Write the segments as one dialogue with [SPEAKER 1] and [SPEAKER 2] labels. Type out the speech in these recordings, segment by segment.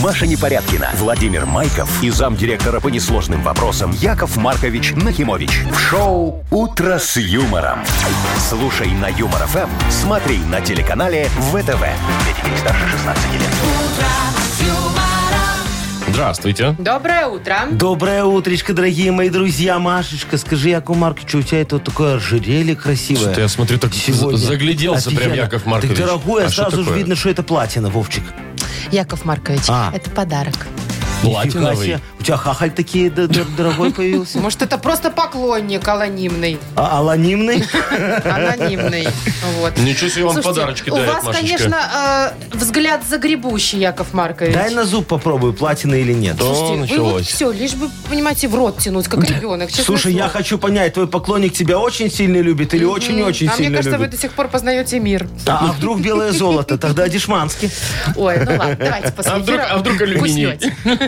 [SPEAKER 1] Маша Непорядкина, Владимир Майков и замдиректора по несложным вопросам Яков Маркович Нахимович. В шоу «Утро с юмором». Слушай на Юмор ФМ, смотри на телеканале ВТВ. детей старше 16 лет.
[SPEAKER 2] Здравствуйте.
[SPEAKER 3] Доброе утро.
[SPEAKER 4] Доброе утречко, дорогие мои друзья. Машечка, скажи, Яку Марковичу, у тебя это вот такое ожерелье красивое.
[SPEAKER 2] Что-то я смотрю, так
[SPEAKER 4] Сегодня.
[SPEAKER 2] з- загляделся прям,
[SPEAKER 4] Офигенно.
[SPEAKER 2] Яков Маркович.
[SPEAKER 4] Так, дорогой,
[SPEAKER 2] А
[SPEAKER 4] а
[SPEAKER 2] что
[SPEAKER 4] сразу же
[SPEAKER 2] такое?
[SPEAKER 4] видно, что это платина, Вовчик.
[SPEAKER 3] Яков Маркович,
[SPEAKER 4] А.
[SPEAKER 3] это подарок.
[SPEAKER 4] Нифига
[SPEAKER 2] Платиновый.
[SPEAKER 4] себе. У тебя хахаль такие д- д- дорогой появился.
[SPEAKER 3] Может, это просто поклонник анонимный.
[SPEAKER 4] А, аланимный?
[SPEAKER 3] Анонимный. Вот.
[SPEAKER 2] Ничего себе, он
[SPEAKER 3] Слушайте,
[SPEAKER 2] подарочки
[SPEAKER 3] у
[SPEAKER 2] дарит,
[SPEAKER 3] вас,
[SPEAKER 2] Машечка.
[SPEAKER 3] конечно, э, взгляд загребущий, Яков Маркович.
[SPEAKER 4] Дай на зуб попробую, платина или нет.
[SPEAKER 2] О,
[SPEAKER 3] Слушайте, вы вот
[SPEAKER 2] началось.
[SPEAKER 3] все, лишь бы, понимаете, в рот тянуть, как ребенок. честное
[SPEAKER 4] Слушай, я
[SPEAKER 3] слово.
[SPEAKER 4] хочу понять, твой поклонник тебя очень сильно любит или очень-очень
[SPEAKER 3] а мне
[SPEAKER 4] сильно
[SPEAKER 3] кажется, вы
[SPEAKER 4] любит?
[SPEAKER 3] до сих пор познаете мир.
[SPEAKER 4] А а вдруг белое золото? Тогда дешманский.
[SPEAKER 3] Ой, ну ладно, давайте после
[SPEAKER 2] А вдруг-
[SPEAKER 3] эфира
[SPEAKER 2] а вдруг алюминий?
[SPEAKER 3] куснете.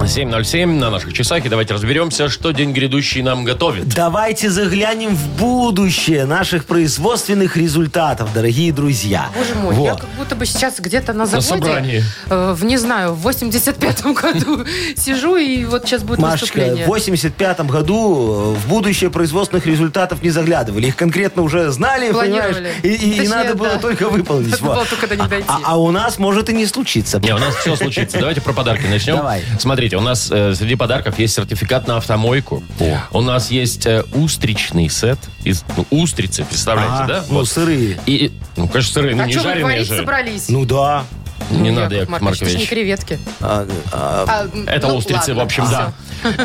[SPEAKER 2] 7.07 на наших часах. И давайте разберемся, что день грядущий нам готовит.
[SPEAKER 4] Давайте заглянем в будущее наших производственных результатов, дорогие друзья.
[SPEAKER 3] Боже мой,
[SPEAKER 4] Во.
[SPEAKER 3] я как будто бы сейчас где-то на заводе,
[SPEAKER 2] собрании.
[SPEAKER 3] э, в, не знаю, в 85-м году сижу, и вот сейчас будет
[SPEAKER 4] Машечка,
[SPEAKER 3] выступление.
[SPEAKER 4] в 85 году э, в будущее производственных результатов не заглядывали. Их конкретно уже знали,
[SPEAKER 3] Планировали.
[SPEAKER 4] понимаешь? И, и- и
[SPEAKER 3] Точнее,
[SPEAKER 4] надо было
[SPEAKER 3] да.
[SPEAKER 4] только выполнить.
[SPEAKER 3] Надо
[SPEAKER 4] Во.
[SPEAKER 3] было только до них
[SPEAKER 4] А-
[SPEAKER 3] дойти.
[SPEAKER 4] А, а у нас может и не случиться.
[SPEAKER 2] Не, у нас все случится. Давайте про подарки начнем.
[SPEAKER 4] Давай.
[SPEAKER 2] Смотрите, у нас э, среди подарков есть сертификат на автомойку. У нас есть э, устричный сет. Из, ну, устрицы, представляете,
[SPEAKER 4] А,
[SPEAKER 2] да?
[SPEAKER 4] Ну,
[SPEAKER 2] Вот.
[SPEAKER 4] сырые.
[SPEAKER 2] И, и- ну, конечно, сырые, ну,
[SPEAKER 3] а
[SPEAKER 2] не
[SPEAKER 3] что вы
[SPEAKER 2] жареные
[SPEAKER 3] говорить
[SPEAKER 2] же.
[SPEAKER 3] собрались?
[SPEAKER 4] Ну да.
[SPEAKER 2] Не надо, Яков
[SPEAKER 3] Это ж не
[SPEAKER 2] Маркович.
[SPEAKER 3] креветки.
[SPEAKER 4] А, а,
[SPEAKER 3] А, м,
[SPEAKER 2] Это
[SPEAKER 3] ну,
[SPEAKER 2] устрицы,
[SPEAKER 3] ладно,
[SPEAKER 2] в общем,
[SPEAKER 3] всё.
[SPEAKER 2] да.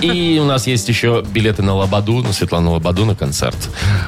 [SPEAKER 2] И у нас есть еще билеты на Лободу, на Светлану Лободу на концерт.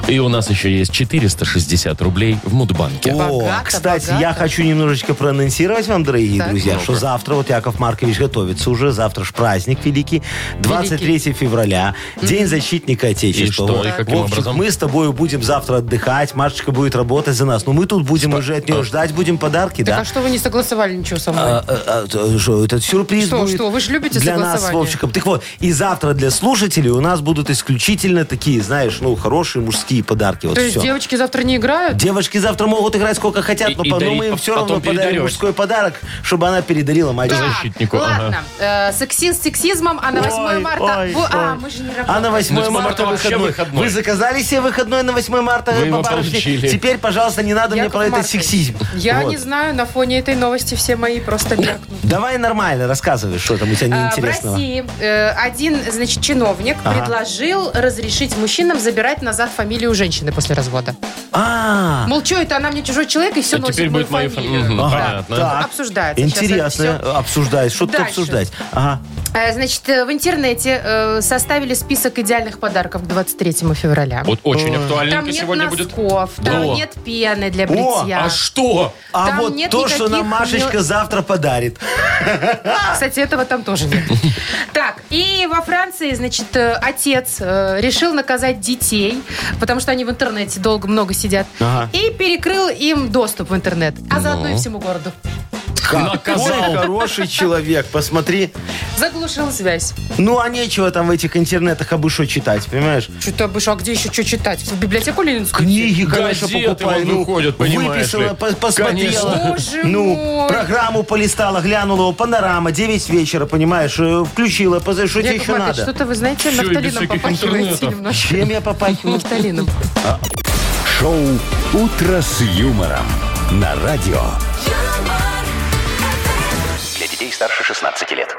[SPEAKER 2] И у нас еще есть 460 рублей в Мудбанке.
[SPEAKER 4] О,
[SPEAKER 3] Богато,
[SPEAKER 4] кстати, я
[SPEAKER 3] богато.
[SPEAKER 4] хочу немножечко проанонсировать вам, дорогие
[SPEAKER 3] Так.
[SPEAKER 4] друзья, что завтра, вот Яков Маркович готовится уже, завтра ж праздник великий, 23 февраля, День защитника Отечества.
[SPEAKER 2] что,
[SPEAKER 4] Вот.
[SPEAKER 2] и каким
[SPEAKER 4] Вовчик,
[SPEAKER 2] образом?
[SPEAKER 4] мы с тобой будем завтра отдыхать, Машечка будет работать за нас, но мы тут будем уже от
[SPEAKER 2] э,
[SPEAKER 4] нее ждать, будем подарки,
[SPEAKER 3] Так
[SPEAKER 4] да?
[SPEAKER 3] а что вы не согласовали ничего со мной?
[SPEAKER 4] А, а, а, Что, этот сюрприз
[SPEAKER 3] Что,
[SPEAKER 4] будет
[SPEAKER 3] что, вы ж любите
[SPEAKER 4] для нас с
[SPEAKER 3] согласование.
[SPEAKER 4] Вовчиком. Так вот, и завтра для слушателей у нас будут исключительно такие, знаешь, ну, хорошие мужские подарки. Вот
[SPEAKER 3] То есть
[SPEAKER 4] все.
[SPEAKER 3] девочки завтра не играют?
[SPEAKER 4] Девочки завтра могут играть сколько хотят,
[SPEAKER 2] И-
[SPEAKER 4] но
[SPEAKER 2] и
[SPEAKER 4] потом
[SPEAKER 2] дарить,
[SPEAKER 4] мы им все
[SPEAKER 2] потом
[SPEAKER 4] равно
[SPEAKER 2] передарёшь.
[SPEAKER 4] подарим мужской подарок, чтобы она передарила мальчику.
[SPEAKER 3] Так,
[SPEAKER 2] защитнику,
[SPEAKER 3] Ладно. Э, сексизм с сексизмом, а на 8
[SPEAKER 4] Ой,
[SPEAKER 3] марта...
[SPEAKER 4] ой,
[SPEAKER 3] Во- А,
[SPEAKER 4] ой.
[SPEAKER 3] мы же не
[SPEAKER 4] А
[SPEAKER 3] работаем.
[SPEAKER 4] на 8
[SPEAKER 2] Ну, это
[SPEAKER 4] марта
[SPEAKER 2] марта вообще
[SPEAKER 4] выходной.
[SPEAKER 2] выходной.
[SPEAKER 4] Вы заказали себе выходной на 8 марта,
[SPEAKER 2] Вы его
[SPEAKER 4] бабарышник?
[SPEAKER 2] получили.
[SPEAKER 4] Теперь, пожалуйста, не надо мне
[SPEAKER 3] Яков
[SPEAKER 4] про этот
[SPEAKER 3] Маркович,
[SPEAKER 4] сексизм.
[SPEAKER 3] Я
[SPEAKER 4] Вот.
[SPEAKER 3] не знаю, на фоне этой новости все мои просто меркнут.
[SPEAKER 4] Давай нормально рассказывай, что там у тебя
[SPEAKER 3] А, В
[SPEAKER 4] неинтересного.
[SPEAKER 3] России э, один, значит, чиновник
[SPEAKER 4] Ага.
[SPEAKER 3] предложил разрешить мужчинам забирать назад фамилию женщины после развода.
[SPEAKER 4] А,
[SPEAKER 3] Мол, что это, она мне чужой человек, и все
[SPEAKER 2] А
[SPEAKER 3] носит
[SPEAKER 2] теперь
[SPEAKER 3] мою
[SPEAKER 2] будет моя
[SPEAKER 3] фамилию.
[SPEAKER 2] фамилия. Ну,
[SPEAKER 4] ага,
[SPEAKER 2] понятно.
[SPEAKER 4] так.
[SPEAKER 3] Ну, Обсуждается. Сейчас
[SPEAKER 4] Интересно,
[SPEAKER 3] это всё.
[SPEAKER 4] обсуждать. Что тут
[SPEAKER 3] Дальше.
[SPEAKER 4] обсуждать? Ага.
[SPEAKER 3] Э, Значит, э, в интернете э, составили список идеальных подарков к 23 февраля.
[SPEAKER 2] Вот очень актуальненько
[SPEAKER 3] Там нет
[SPEAKER 2] сегодня будет.
[SPEAKER 3] носков, там
[SPEAKER 2] О.
[SPEAKER 3] нет пены для
[SPEAKER 4] О,
[SPEAKER 3] бритья.
[SPEAKER 2] А что?
[SPEAKER 4] А
[SPEAKER 3] Там
[SPEAKER 4] вот
[SPEAKER 3] нет
[SPEAKER 4] то, что нам
[SPEAKER 3] никаких ну,
[SPEAKER 4] Машечка
[SPEAKER 3] мел-
[SPEAKER 4] завтра подарит.
[SPEAKER 3] Кстати, этого там тоже нет. Так, и во Франции, значит, э, отец э, решил наказать детей, потому что они в интернете долго много сидят,
[SPEAKER 4] Ага. Ну.
[SPEAKER 3] и перекрыл им доступ в интернет, а заодно и всему городу.
[SPEAKER 4] Какой хороший человек, посмотри.
[SPEAKER 3] Заглушил связь.
[SPEAKER 4] Ну, а нечего там в этих интернетах обы что читать, понимаешь?
[SPEAKER 3] Что-то, а где еще что читать? В библиотеку Ленинскую?
[SPEAKER 4] Книги,
[SPEAKER 2] Газеты
[SPEAKER 4] конечно, покупай. ну,
[SPEAKER 2] вон выходят, понимаешь ли.
[SPEAKER 4] выписала, по- посмотрела.
[SPEAKER 3] Конечно. Боже
[SPEAKER 4] Ну,
[SPEAKER 3] мой.
[SPEAKER 4] программу полистала, глянула, панорама, 9 вечера, понимаешь, э, включила, поза- что тебе
[SPEAKER 3] Яков
[SPEAKER 4] еще
[SPEAKER 3] Маркович,
[SPEAKER 4] надо?
[SPEAKER 3] что-то вы
[SPEAKER 2] Всё,
[SPEAKER 3] знаете,
[SPEAKER 2] и без
[SPEAKER 3] нафталином
[SPEAKER 2] всяких
[SPEAKER 3] попахиваете
[SPEAKER 2] интернетов.
[SPEAKER 3] немножко.
[SPEAKER 4] Чем я попахиваю?
[SPEAKER 3] Нафталином.
[SPEAKER 1] Шоу «Утро с юмором» на радио. Для детей старше 16 лет.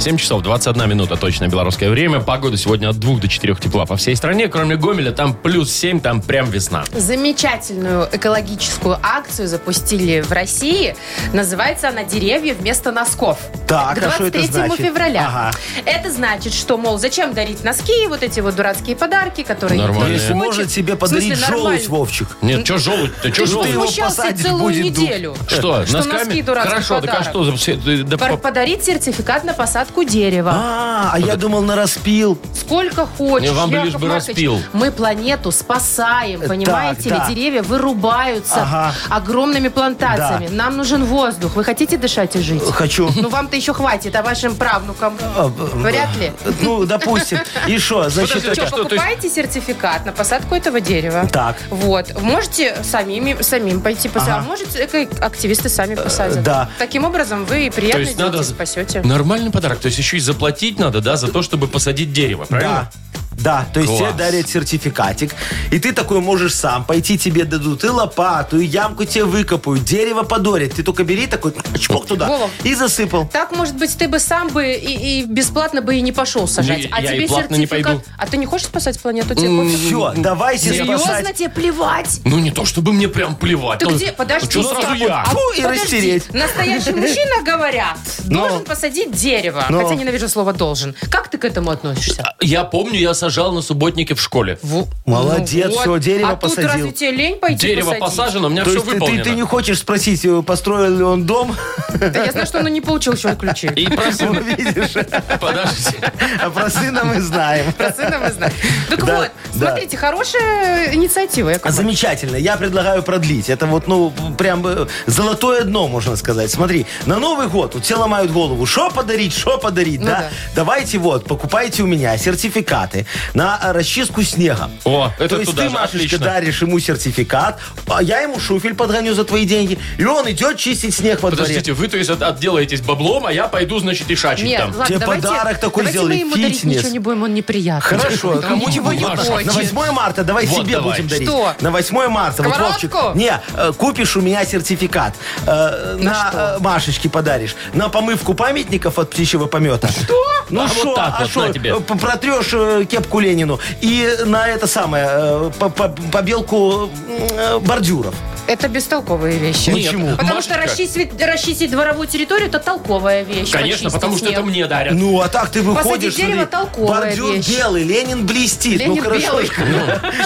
[SPEAKER 2] 7 часов 21 минута, точно белорусское время. Погода сегодня от 2 до 4 тепла по всей стране. Кроме Гомеля, там плюс 7, там прям весна.
[SPEAKER 3] Замечательную экологическую акцию запустили в России. Называется она «Деревья вместо носков».
[SPEAKER 4] Так,
[SPEAKER 3] К
[SPEAKER 4] а что это
[SPEAKER 3] 23
[SPEAKER 4] значит?
[SPEAKER 3] февраля.
[SPEAKER 4] Ага.
[SPEAKER 3] Это значит, что, мол, зачем дарить носки, вот эти вот дурацкие подарки, которые... никто не
[SPEAKER 2] Нормально.
[SPEAKER 4] Если
[SPEAKER 3] хочет.
[SPEAKER 4] может себе
[SPEAKER 3] В смысле,
[SPEAKER 4] подарить
[SPEAKER 3] нормально?
[SPEAKER 4] желудь, Вовчик.
[SPEAKER 2] Нет, что желудь-то? Что
[SPEAKER 3] Ты же
[SPEAKER 4] желудь?
[SPEAKER 2] желудь?
[SPEAKER 3] возмущался
[SPEAKER 4] посадишь,
[SPEAKER 3] целую
[SPEAKER 4] будет дуть.
[SPEAKER 3] неделю.
[SPEAKER 2] Что,
[SPEAKER 3] Что
[SPEAKER 2] носками?
[SPEAKER 3] носки дурацкий
[SPEAKER 2] Хорошо, так а
[SPEAKER 3] подарок.
[SPEAKER 2] что за... все- да- да
[SPEAKER 3] Пар-
[SPEAKER 2] по-
[SPEAKER 3] Подарить сертификат на посадку ветку дерева.
[SPEAKER 4] А, а я думал на распил.
[SPEAKER 3] Сколько хочешь.
[SPEAKER 2] Не, вам бы
[SPEAKER 3] Яков
[SPEAKER 2] лишь бы
[SPEAKER 3] Маркович,
[SPEAKER 2] распил.
[SPEAKER 3] Мы планету спасаем,
[SPEAKER 4] Э,
[SPEAKER 3] понимаете
[SPEAKER 4] так, да.
[SPEAKER 3] ли? Деревья вырубаются
[SPEAKER 4] Ага.
[SPEAKER 3] огромными плантациями. Нам нужен воздух. Вы хотите дышать и жить?
[SPEAKER 4] э, Хочу.
[SPEAKER 3] Ну, вам-то еще хватит, а вашим правнукам
[SPEAKER 4] А,
[SPEAKER 3] вряд ли.
[SPEAKER 4] Ну, допустим. И что, значит,
[SPEAKER 2] Подожди,
[SPEAKER 4] это-
[SPEAKER 2] а
[SPEAKER 3] Что,
[SPEAKER 2] что, то есть-
[SPEAKER 3] покупаете сертификат на посадку этого дерева?
[SPEAKER 4] Так.
[SPEAKER 3] Вот. Можете самими, самим пойти посадить. А
[SPEAKER 4] Ага. Э,
[SPEAKER 3] можете, активисты сами посадят.
[SPEAKER 4] да.
[SPEAKER 3] Таким образом вы и
[SPEAKER 2] То
[SPEAKER 3] приятные
[SPEAKER 2] есть
[SPEAKER 3] дети
[SPEAKER 2] надо...
[SPEAKER 3] спасете.
[SPEAKER 2] Нормальный подарок. То есть еще и заплатить надо, да, за то, чтобы посадить дерево, правильно?
[SPEAKER 4] Да. Да, то есть тебе
[SPEAKER 2] Класс.
[SPEAKER 4] дарят сертификатик, и ты такой можешь сам пойти, тебе дадут и лопату, и ямку тебе выкопают, дерево подорят. Ты только бери такой, чпок туда,
[SPEAKER 3] Вова.
[SPEAKER 4] и засыпал.
[SPEAKER 3] Так, может быть, ты бы сам бы и, и бесплатно бы и не пошел сажать.
[SPEAKER 2] Не,
[SPEAKER 3] а
[SPEAKER 2] я и
[SPEAKER 3] тебе
[SPEAKER 2] платно
[SPEAKER 3] сертификат.
[SPEAKER 2] не пойду.
[SPEAKER 3] А ты не хочешь спасать планету? Тебе
[SPEAKER 2] М,
[SPEAKER 3] пофиг?
[SPEAKER 4] Все, давайте
[SPEAKER 3] Серьезно,
[SPEAKER 4] спасать.
[SPEAKER 3] тебе плевать?
[SPEAKER 2] Ну не то, чтобы мне прям плевать.
[SPEAKER 3] Ты
[SPEAKER 2] Ну,
[SPEAKER 3] где? Подожди.
[SPEAKER 2] Что сразу
[SPEAKER 3] так
[SPEAKER 2] я?
[SPEAKER 3] вот.
[SPEAKER 4] Фу, и
[SPEAKER 3] Подожди.
[SPEAKER 4] растереть.
[SPEAKER 3] Настоящий мужчина, говорят,
[SPEAKER 4] Но.
[SPEAKER 3] должен посадить дерево.
[SPEAKER 4] Но.
[SPEAKER 3] Хотя ненавижу слово «должен». Как ты к этому относишься?
[SPEAKER 2] Я помню, я сажал на субботнике в школе.
[SPEAKER 3] Во-
[SPEAKER 4] Молодец,
[SPEAKER 3] ну
[SPEAKER 4] всё, дерево
[SPEAKER 3] а
[SPEAKER 4] посадил.
[SPEAKER 3] тут разве тебе лень пойти
[SPEAKER 2] Дерево
[SPEAKER 3] посадить?
[SPEAKER 2] посажено, у меня
[SPEAKER 4] То
[SPEAKER 2] все
[SPEAKER 4] есть ты, ты-
[SPEAKER 2] выполнено.
[SPEAKER 4] ты не хочешь спросить, э, построил ли он дом?
[SPEAKER 3] Да я знаю, что оно не получил еще ключи.
[SPEAKER 2] И про сына-
[SPEAKER 4] Видишь?
[SPEAKER 2] Подожди.
[SPEAKER 4] А про сына мы знаем.
[SPEAKER 3] Про сына мы знаем. Так
[SPEAKER 4] Да,
[SPEAKER 3] вот,
[SPEAKER 4] да.
[SPEAKER 3] смотрите, хорошая инициатива. Яков
[SPEAKER 4] А
[SPEAKER 3] Маркович.
[SPEAKER 4] Замечательно. Я предлагаю продлить. Это вот, ну, прям э, золотое дно, можно сказать. Смотри, на Новый год вот все ломают голову. Что подарить, что подарить,
[SPEAKER 3] Ну
[SPEAKER 4] да?
[SPEAKER 3] да.
[SPEAKER 4] Давайте вот, покупайте у меня сертификаты на э, расчистку снега.
[SPEAKER 2] О, это
[SPEAKER 4] То есть
[SPEAKER 2] туда
[SPEAKER 4] ты,
[SPEAKER 2] же,
[SPEAKER 4] Машечка,
[SPEAKER 2] отлично.
[SPEAKER 4] даришь ему сертификат, а я ему шуфель подгоню за твои деньги, и он идет чистить снег во дворе.
[SPEAKER 2] Подождите, вы, то есть, от- отделаетесь баблом, а я пойду, значит, и шачить
[SPEAKER 3] Нет,
[SPEAKER 2] там.
[SPEAKER 3] ладно,
[SPEAKER 4] Тебе
[SPEAKER 3] давайте,
[SPEAKER 4] подарок такой
[SPEAKER 3] давайте
[SPEAKER 4] сделали,
[SPEAKER 3] мы ему дарить
[SPEAKER 4] фитнес.
[SPEAKER 3] ничего не будем, он неприятный.
[SPEAKER 4] Хорошо,
[SPEAKER 3] Он
[SPEAKER 4] кому
[SPEAKER 3] ничего не
[SPEAKER 2] Маша,
[SPEAKER 4] На
[SPEAKER 3] хочет.
[SPEAKER 4] 8 марта давай
[SPEAKER 2] Вот
[SPEAKER 4] себе
[SPEAKER 2] давай.
[SPEAKER 4] будем дарить.
[SPEAKER 3] Что?
[SPEAKER 4] На 8 марта. Вот,
[SPEAKER 3] Сковородку?
[SPEAKER 4] Вовчик, не, э, купишь у меня сертификат. Э, на
[SPEAKER 3] что?
[SPEAKER 4] э, Машечке подаришь. На помывку памятников от птичьего помета. Что? Ну
[SPEAKER 2] А вот
[SPEAKER 4] что,
[SPEAKER 2] так
[SPEAKER 4] а
[SPEAKER 2] вот,
[SPEAKER 4] шо,
[SPEAKER 2] на тебе.
[SPEAKER 4] э, п- протрешь э, кепку Ленину и на это самое, э, по- по- побелку э, бордюров.
[SPEAKER 3] Это бестолковые вещи.
[SPEAKER 2] Нет,
[SPEAKER 4] Почему?
[SPEAKER 3] Потому
[SPEAKER 2] Машечка,
[SPEAKER 3] что расчистить, расчистить дворовую территорию это толковая вещь.
[SPEAKER 2] Конечно,
[SPEAKER 3] Почистить
[SPEAKER 2] потому что
[SPEAKER 3] снег.
[SPEAKER 2] это мне дарят.
[SPEAKER 4] Ну, а так ты выходишь,
[SPEAKER 3] дерево
[SPEAKER 4] смотри,
[SPEAKER 3] толковая
[SPEAKER 4] бордюр
[SPEAKER 3] вещь.
[SPEAKER 4] белый, Ленин блестит.
[SPEAKER 3] Ленин
[SPEAKER 4] ну, хорошо.
[SPEAKER 3] белый.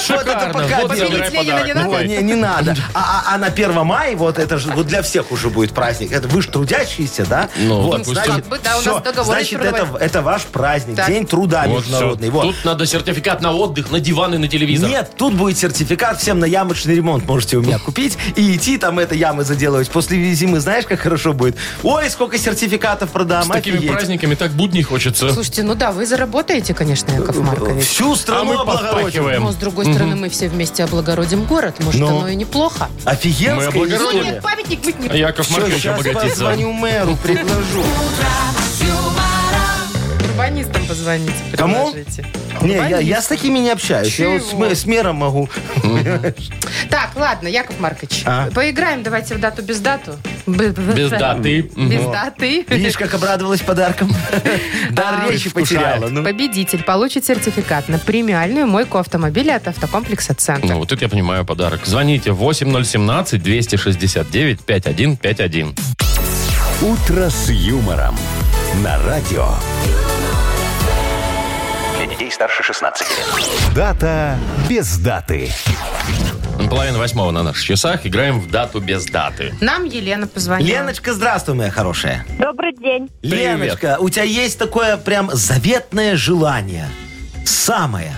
[SPEAKER 4] Вот это
[SPEAKER 2] Шикарно.
[SPEAKER 4] пока
[SPEAKER 2] Вот
[SPEAKER 4] дело.
[SPEAKER 3] Победить
[SPEAKER 2] забирай
[SPEAKER 3] Ленина
[SPEAKER 2] подарок.
[SPEAKER 3] не надо?
[SPEAKER 2] Давай.
[SPEAKER 4] Не, не надо. А, а- а на 1 мая, вот это же вот для всех уже будет праздник. Это вы же трудящиеся, да?
[SPEAKER 2] Ну,
[SPEAKER 4] вот,
[SPEAKER 2] допустим.
[SPEAKER 4] значит,
[SPEAKER 3] Как бы, да, у нас
[SPEAKER 4] всё,
[SPEAKER 3] договор
[SPEAKER 4] значит
[SPEAKER 3] есть
[SPEAKER 4] это,
[SPEAKER 3] трудовой.
[SPEAKER 4] это ваш праздник,
[SPEAKER 3] Так.
[SPEAKER 4] День труда
[SPEAKER 2] Вот всё.
[SPEAKER 4] международный. Вот.
[SPEAKER 2] Тут надо сертификат на отдых, на диван и на телевизор.
[SPEAKER 4] Нет, тут будет сертификат всем на ямочный ремонт. Можете у меня купить и идти там это ямы заделывать. После зимы знаешь, как хорошо будет? Ой, сколько сертификатов продам,
[SPEAKER 2] С такими
[SPEAKER 4] офигеть.
[SPEAKER 2] праздниками так будней хочется.
[SPEAKER 3] Слушайте, ну да, вы заработаете, конечно, Яков
[SPEAKER 4] Ну,
[SPEAKER 3] Маркович.
[SPEAKER 4] Всю
[SPEAKER 2] А
[SPEAKER 4] страну
[SPEAKER 2] мы
[SPEAKER 4] облагородим.
[SPEAKER 2] подпахиваем.
[SPEAKER 3] Но, с другой стороны, мы все вместе облагородим город. Может,
[SPEAKER 4] Ну.
[SPEAKER 3] оно и неплохо.
[SPEAKER 4] Офигенская
[SPEAKER 2] Мы
[SPEAKER 3] Ну,
[SPEAKER 2] облагородили. Что ли?
[SPEAKER 4] история.
[SPEAKER 3] нет, памятник быть не...
[SPEAKER 2] Яков
[SPEAKER 4] Всё,
[SPEAKER 2] Маркович
[SPEAKER 4] щас
[SPEAKER 2] обогатится.
[SPEAKER 4] позвоню мэру, предложу.
[SPEAKER 3] Урбанистам позвоните,
[SPEAKER 4] Кому?
[SPEAKER 3] предложите.
[SPEAKER 4] Не, я, я с такими не общаюсь. Я вот с,
[SPEAKER 3] Чего?
[SPEAKER 4] мэ- с мэром могу.
[SPEAKER 3] Так, ладно, Яков Маркович,
[SPEAKER 4] А?
[SPEAKER 3] поиграем давайте в дату без дату.
[SPEAKER 2] Без даты.
[SPEAKER 3] Без даты.
[SPEAKER 4] Видишь, как обрадовалась подарком.
[SPEAKER 2] А,
[SPEAKER 4] Дар речи
[SPEAKER 2] предвкушает.
[SPEAKER 4] потеряла. Ну,
[SPEAKER 3] Победитель получит сертификат на премиальную мойку автомобиля от автокомплекса «Центр».
[SPEAKER 2] Ну, вот это я понимаю подарок. Звоните 8017-269-5151.
[SPEAKER 1] «Утро с юмором» на радио. Для детей старше 16 лет. Дата без даты.
[SPEAKER 2] Половина восьмого на наших часах. Играем в дату без даты.
[SPEAKER 3] Нам Елена позвонила.
[SPEAKER 4] Леночка, здравствуй, моя хорошая.
[SPEAKER 5] Добрый день.
[SPEAKER 2] Привет.
[SPEAKER 4] Леночка, у тебя есть такое прям заветное желание? Самое.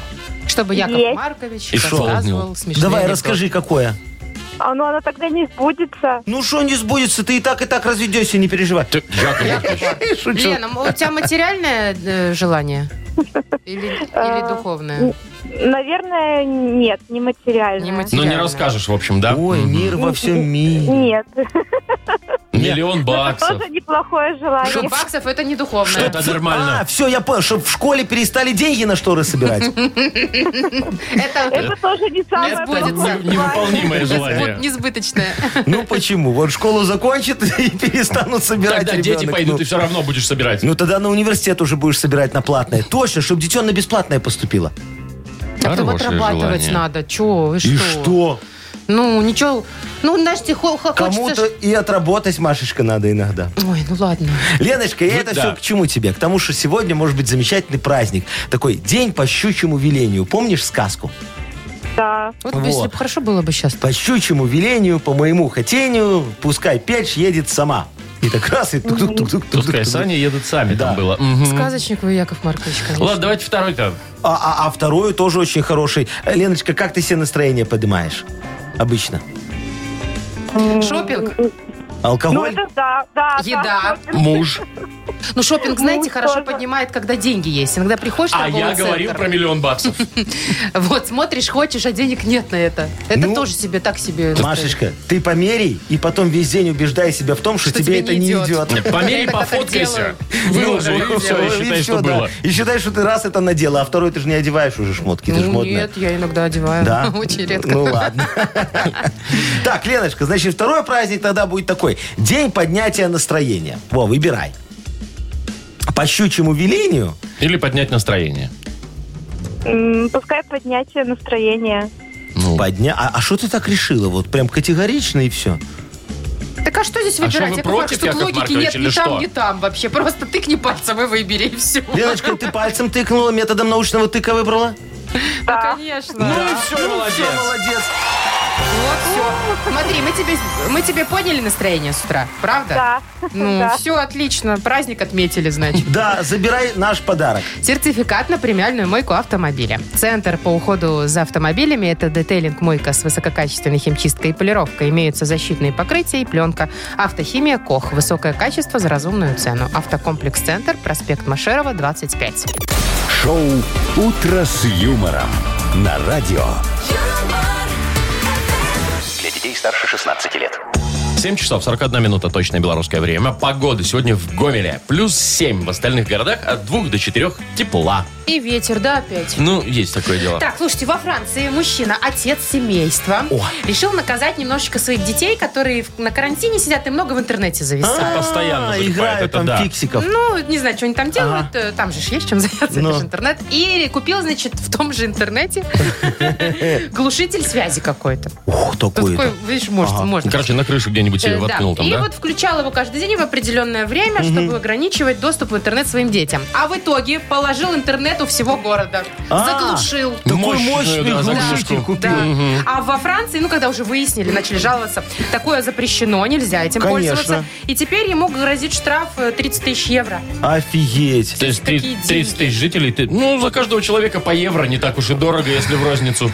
[SPEAKER 3] Чтобы Яков
[SPEAKER 5] Есть.
[SPEAKER 3] Маркович
[SPEAKER 2] И шо
[SPEAKER 3] рассказывал
[SPEAKER 2] он
[SPEAKER 3] смешные
[SPEAKER 4] Давай,
[SPEAKER 3] анекдоты.
[SPEAKER 4] расскажи, какое.
[SPEAKER 5] А ну она тогда не сбудется.
[SPEAKER 4] Ну, что не сбудется, ты и так, и так разведешься, не переживай.
[SPEAKER 2] Ты- Яков Маркович,
[SPEAKER 4] Шучу.
[SPEAKER 3] Лена, у тебя материальное э, желание? Или, или
[SPEAKER 5] А,
[SPEAKER 3] духовное?
[SPEAKER 5] Н- Наверное, нет, не
[SPEAKER 3] Не
[SPEAKER 5] материально.
[SPEAKER 2] ну
[SPEAKER 3] материальное.
[SPEAKER 2] не расскажешь, в общем, да?
[SPEAKER 4] Ой, мир во всем мире.
[SPEAKER 5] Нет.
[SPEAKER 2] Миллион баксов.
[SPEAKER 5] Тоже неплохое
[SPEAKER 3] Шо,
[SPEAKER 5] желание.
[SPEAKER 3] баксов это не духовное.
[SPEAKER 2] Это нормально.
[SPEAKER 4] А, все, я понял, чтобы в школе перестали деньги на шторы собирать.
[SPEAKER 3] Это
[SPEAKER 5] Это тоже не самое
[SPEAKER 3] сбудется.
[SPEAKER 5] плохое
[SPEAKER 3] Не-
[SPEAKER 5] желание.
[SPEAKER 2] Невыполнимое
[SPEAKER 3] вот
[SPEAKER 2] желание.
[SPEAKER 3] несбыточное.
[SPEAKER 4] Ну почему? Вот школу закончат и перестанут собирать
[SPEAKER 2] Тогда дети
[SPEAKER 4] ребенок.
[SPEAKER 2] пойдут,
[SPEAKER 4] Ну,
[SPEAKER 2] и все равно будешь собирать.
[SPEAKER 4] Ну тогда на университет уже будешь собирать на платное. Точно, чтобы дитё на бесплатное поступило.
[SPEAKER 3] Так его
[SPEAKER 2] Хорошее
[SPEAKER 3] отрабатывать
[SPEAKER 2] желание.
[SPEAKER 3] надо. Че, вы что? Ну, ничего. Ну, знаешь, тебе хо- хо- хочется...
[SPEAKER 4] Кому-то
[SPEAKER 3] ж-
[SPEAKER 4] и отработать, Машечка, надо иногда.
[SPEAKER 3] Ой, ну ладно.
[SPEAKER 4] Леночка, я
[SPEAKER 2] Ну
[SPEAKER 4] это
[SPEAKER 2] да.
[SPEAKER 4] все к чему тебе? К тому, что сегодня может быть замечательный праздник. Такой день по щучьему велению. Помнишь сказку?
[SPEAKER 5] Да.
[SPEAKER 3] Вот,
[SPEAKER 4] Вот.
[SPEAKER 3] если бы хорошо было бы сейчас.
[SPEAKER 4] По щучьему велению, по моему хотению, пускай печь едет сама. И так раз, и тук-тук-тук-тук.
[SPEAKER 2] Пускай сани едут сами, там было. Мгм.
[SPEAKER 3] Сказочник вы, Яков Маркович, конечно.
[SPEAKER 2] Ладно, давайте второй-то.
[SPEAKER 4] А, а- а вторую тоже очень хороший. Э, Леночка, как ты себе настроение поднимаешь? Обычно.
[SPEAKER 3] Шопинг?
[SPEAKER 5] Ну,
[SPEAKER 4] Алкоголь?
[SPEAKER 5] это да, да.
[SPEAKER 3] Еда.
[SPEAKER 5] да.
[SPEAKER 2] Муж.
[SPEAKER 3] Ну, шопинг, знаете,
[SPEAKER 5] Ну,
[SPEAKER 3] хорошо
[SPEAKER 5] тоже.
[SPEAKER 3] поднимает, когда деньги есть. Иногда приходишь в
[SPEAKER 2] А
[SPEAKER 3] торговый
[SPEAKER 2] я
[SPEAKER 3] центр,
[SPEAKER 2] говорил про миллион баксов.
[SPEAKER 3] Вот, смотришь, хочешь, а денег нет на это. Это
[SPEAKER 4] Ну,
[SPEAKER 3] тоже себе так себе.
[SPEAKER 4] Машечка, ты померяй и потом весь день убеждай себя в том, что,
[SPEAKER 3] Что тебе
[SPEAKER 4] тебе это
[SPEAKER 3] не
[SPEAKER 4] не
[SPEAKER 3] идет.
[SPEAKER 4] идет.
[SPEAKER 2] Померяй,
[SPEAKER 3] Я иногда так
[SPEAKER 2] пофоткайся.
[SPEAKER 3] делаю.
[SPEAKER 2] Выложи,
[SPEAKER 4] Ну,
[SPEAKER 2] и все, и
[SPEAKER 4] и
[SPEAKER 2] считай,
[SPEAKER 4] всё,
[SPEAKER 2] что
[SPEAKER 4] да.
[SPEAKER 2] было.
[SPEAKER 4] И считай, что ты раз это надела, а второй ты же не одеваешь уже шмотки, ты же
[SPEAKER 3] Ну,
[SPEAKER 4] модная.
[SPEAKER 3] нет, я иногда одеваю.
[SPEAKER 4] Да?
[SPEAKER 3] Очень редко.
[SPEAKER 4] Ну ладно. Так, Леночка, значит, второй праздник тогда будет такой. День поднятия настроения. Во, выбирай. По щучьему велению
[SPEAKER 2] Или поднять настроение.
[SPEAKER 5] М, Пускай поднятие настроения.
[SPEAKER 2] Ну,
[SPEAKER 4] подня... А а что ты так решила? Вот прям категорично и все.
[SPEAKER 3] Так а что здесь
[SPEAKER 2] А что,
[SPEAKER 3] выбирать?
[SPEAKER 2] вы
[SPEAKER 3] Яков
[SPEAKER 2] против,
[SPEAKER 3] Маркович, тут
[SPEAKER 2] Яков
[SPEAKER 3] логики
[SPEAKER 2] Маркович,
[SPEAKER 3] нет
[SPEAKER 2] или
[SPEAKER 3] ни
[SPEAKER 2] что?
[SPEAKER 3] там, ни там вообще. Просто тыкни пальцем и выбери, и все.
[SPEAKER 4] Леночка, ты пальцем тыкнула, методом научного тыка выбрала? Ну,
[SPEAKER 5] Да.
[SPEAKER 3] Конечно.
[SPEAKER 2] Ну, и все,
[SPEAKER 4] Всё, молодец.
[SPEAKER 3] Ну, Вот все. Смотри, мы тебе, мы тебе подняли настроение с утра, правда?
[SPEAKER 5] Да.
[SPEAKER 3] Ну,
[SPEAKER 5] Да.
[SPEAKER 3] все отлично. Праздник отметили, значит.
[SPEAKER 4] Да, забирай наш подарок.
[SPEAKER 3] Сертификат на премиальную мойку автомобиля. Центр по уходу за автомобилями – это детейлинг мойка с высококачественной химчисткой и полировкой. Имеются защитные покрытия и пленка. Автохимия КОХ. Высокое качество за разумную цену. Автокомплекс «Центр», проспект Машерова, 25.
[SPEAKER 1] Шоу «Утро с юмором» на радио.
[SPEAKER 6] Для детей старше 16 лет.
[SPEAKER 2] 7 часов 41 минута точное белорусское время. Погода сегодня в Гомеле. Плюс 7 в остальных городах от 2 до 4 тепла.
[SPEAKER 3] И ветер, да, опять?
[SPEAKER 2] Ну, есть такое дело.
[SPEAKER 3] Так, слушайте, во Франции мужчина, отец семейства, решил наказать немножечко своих детей, которые в- на карантине сидят и много в интернете зависают.
[SPEAKER 2] постоянно
[SPEAKER 4] А,
[SPEAKER 2] залипает,
[SPEAKER 4] играют
[SPEAKER 2] это
[SPEAKER 4] там
[SPEAKER 2] да.
[SPEAKER 4] фиксиков.
[SPEAKER 3] Ну, не знаю, что они там делают. э, Там же ж есть чем заняться,
[SPEAKER 4] Ну.
[SPEAKER 3] это же интернет. И купил, значит, в том же интернете глушитель связи какой-то.
[SPEAKER 4] Ух,
[SPEAKER 3] Ну, такой,
[SPEAKER 4] такой-то.
[SPEAKER 3] видишь, можно, можно.
[SPEAKER 2] Короче, на крышу где-нибудь себе
[SPEAKER 3] Э, да.
[SPEAKER 2] воткнул там,
[SPEAKER 3] И
[SPEAKER 2] да?
[SPEAKER 3] вот включал его каждый день в определенное время, чтобы ограничивать доступ в интернет своим детям. А в итоге положил интернет у всего города.
[SPEAKER 4] А.
[SPEAKER 3] Заглушил.
[SPEAKER 4] Такой
[SPEAKER 2] Мощную,
[SPEAKER 4] мощный
[SPEAKER 2] да,
[SPEAKER 4] глушитель
[SPEAKER 2] заглушку.
[SPEAKER 4] купил.
[SPEAKER 3] Да. А во Франции, ну, когда уже выяснили, начали жаловаться, такое запрещено, нельзя этим
[SPEAKER 4] Конечно.
[SPEAKER 3] пользоваться. И теперь ему грозит штраф э, 30 тысяч евро.
[SPEAKER 4] Офигеть.
[SPEAKER 2] То есть три-
[SPEAKER 3] такие деньги.
[SPEAKER 2] 30 тысяч жителей, ты- ну, за каждого человека по евро не так уж и дорого, если в розницу.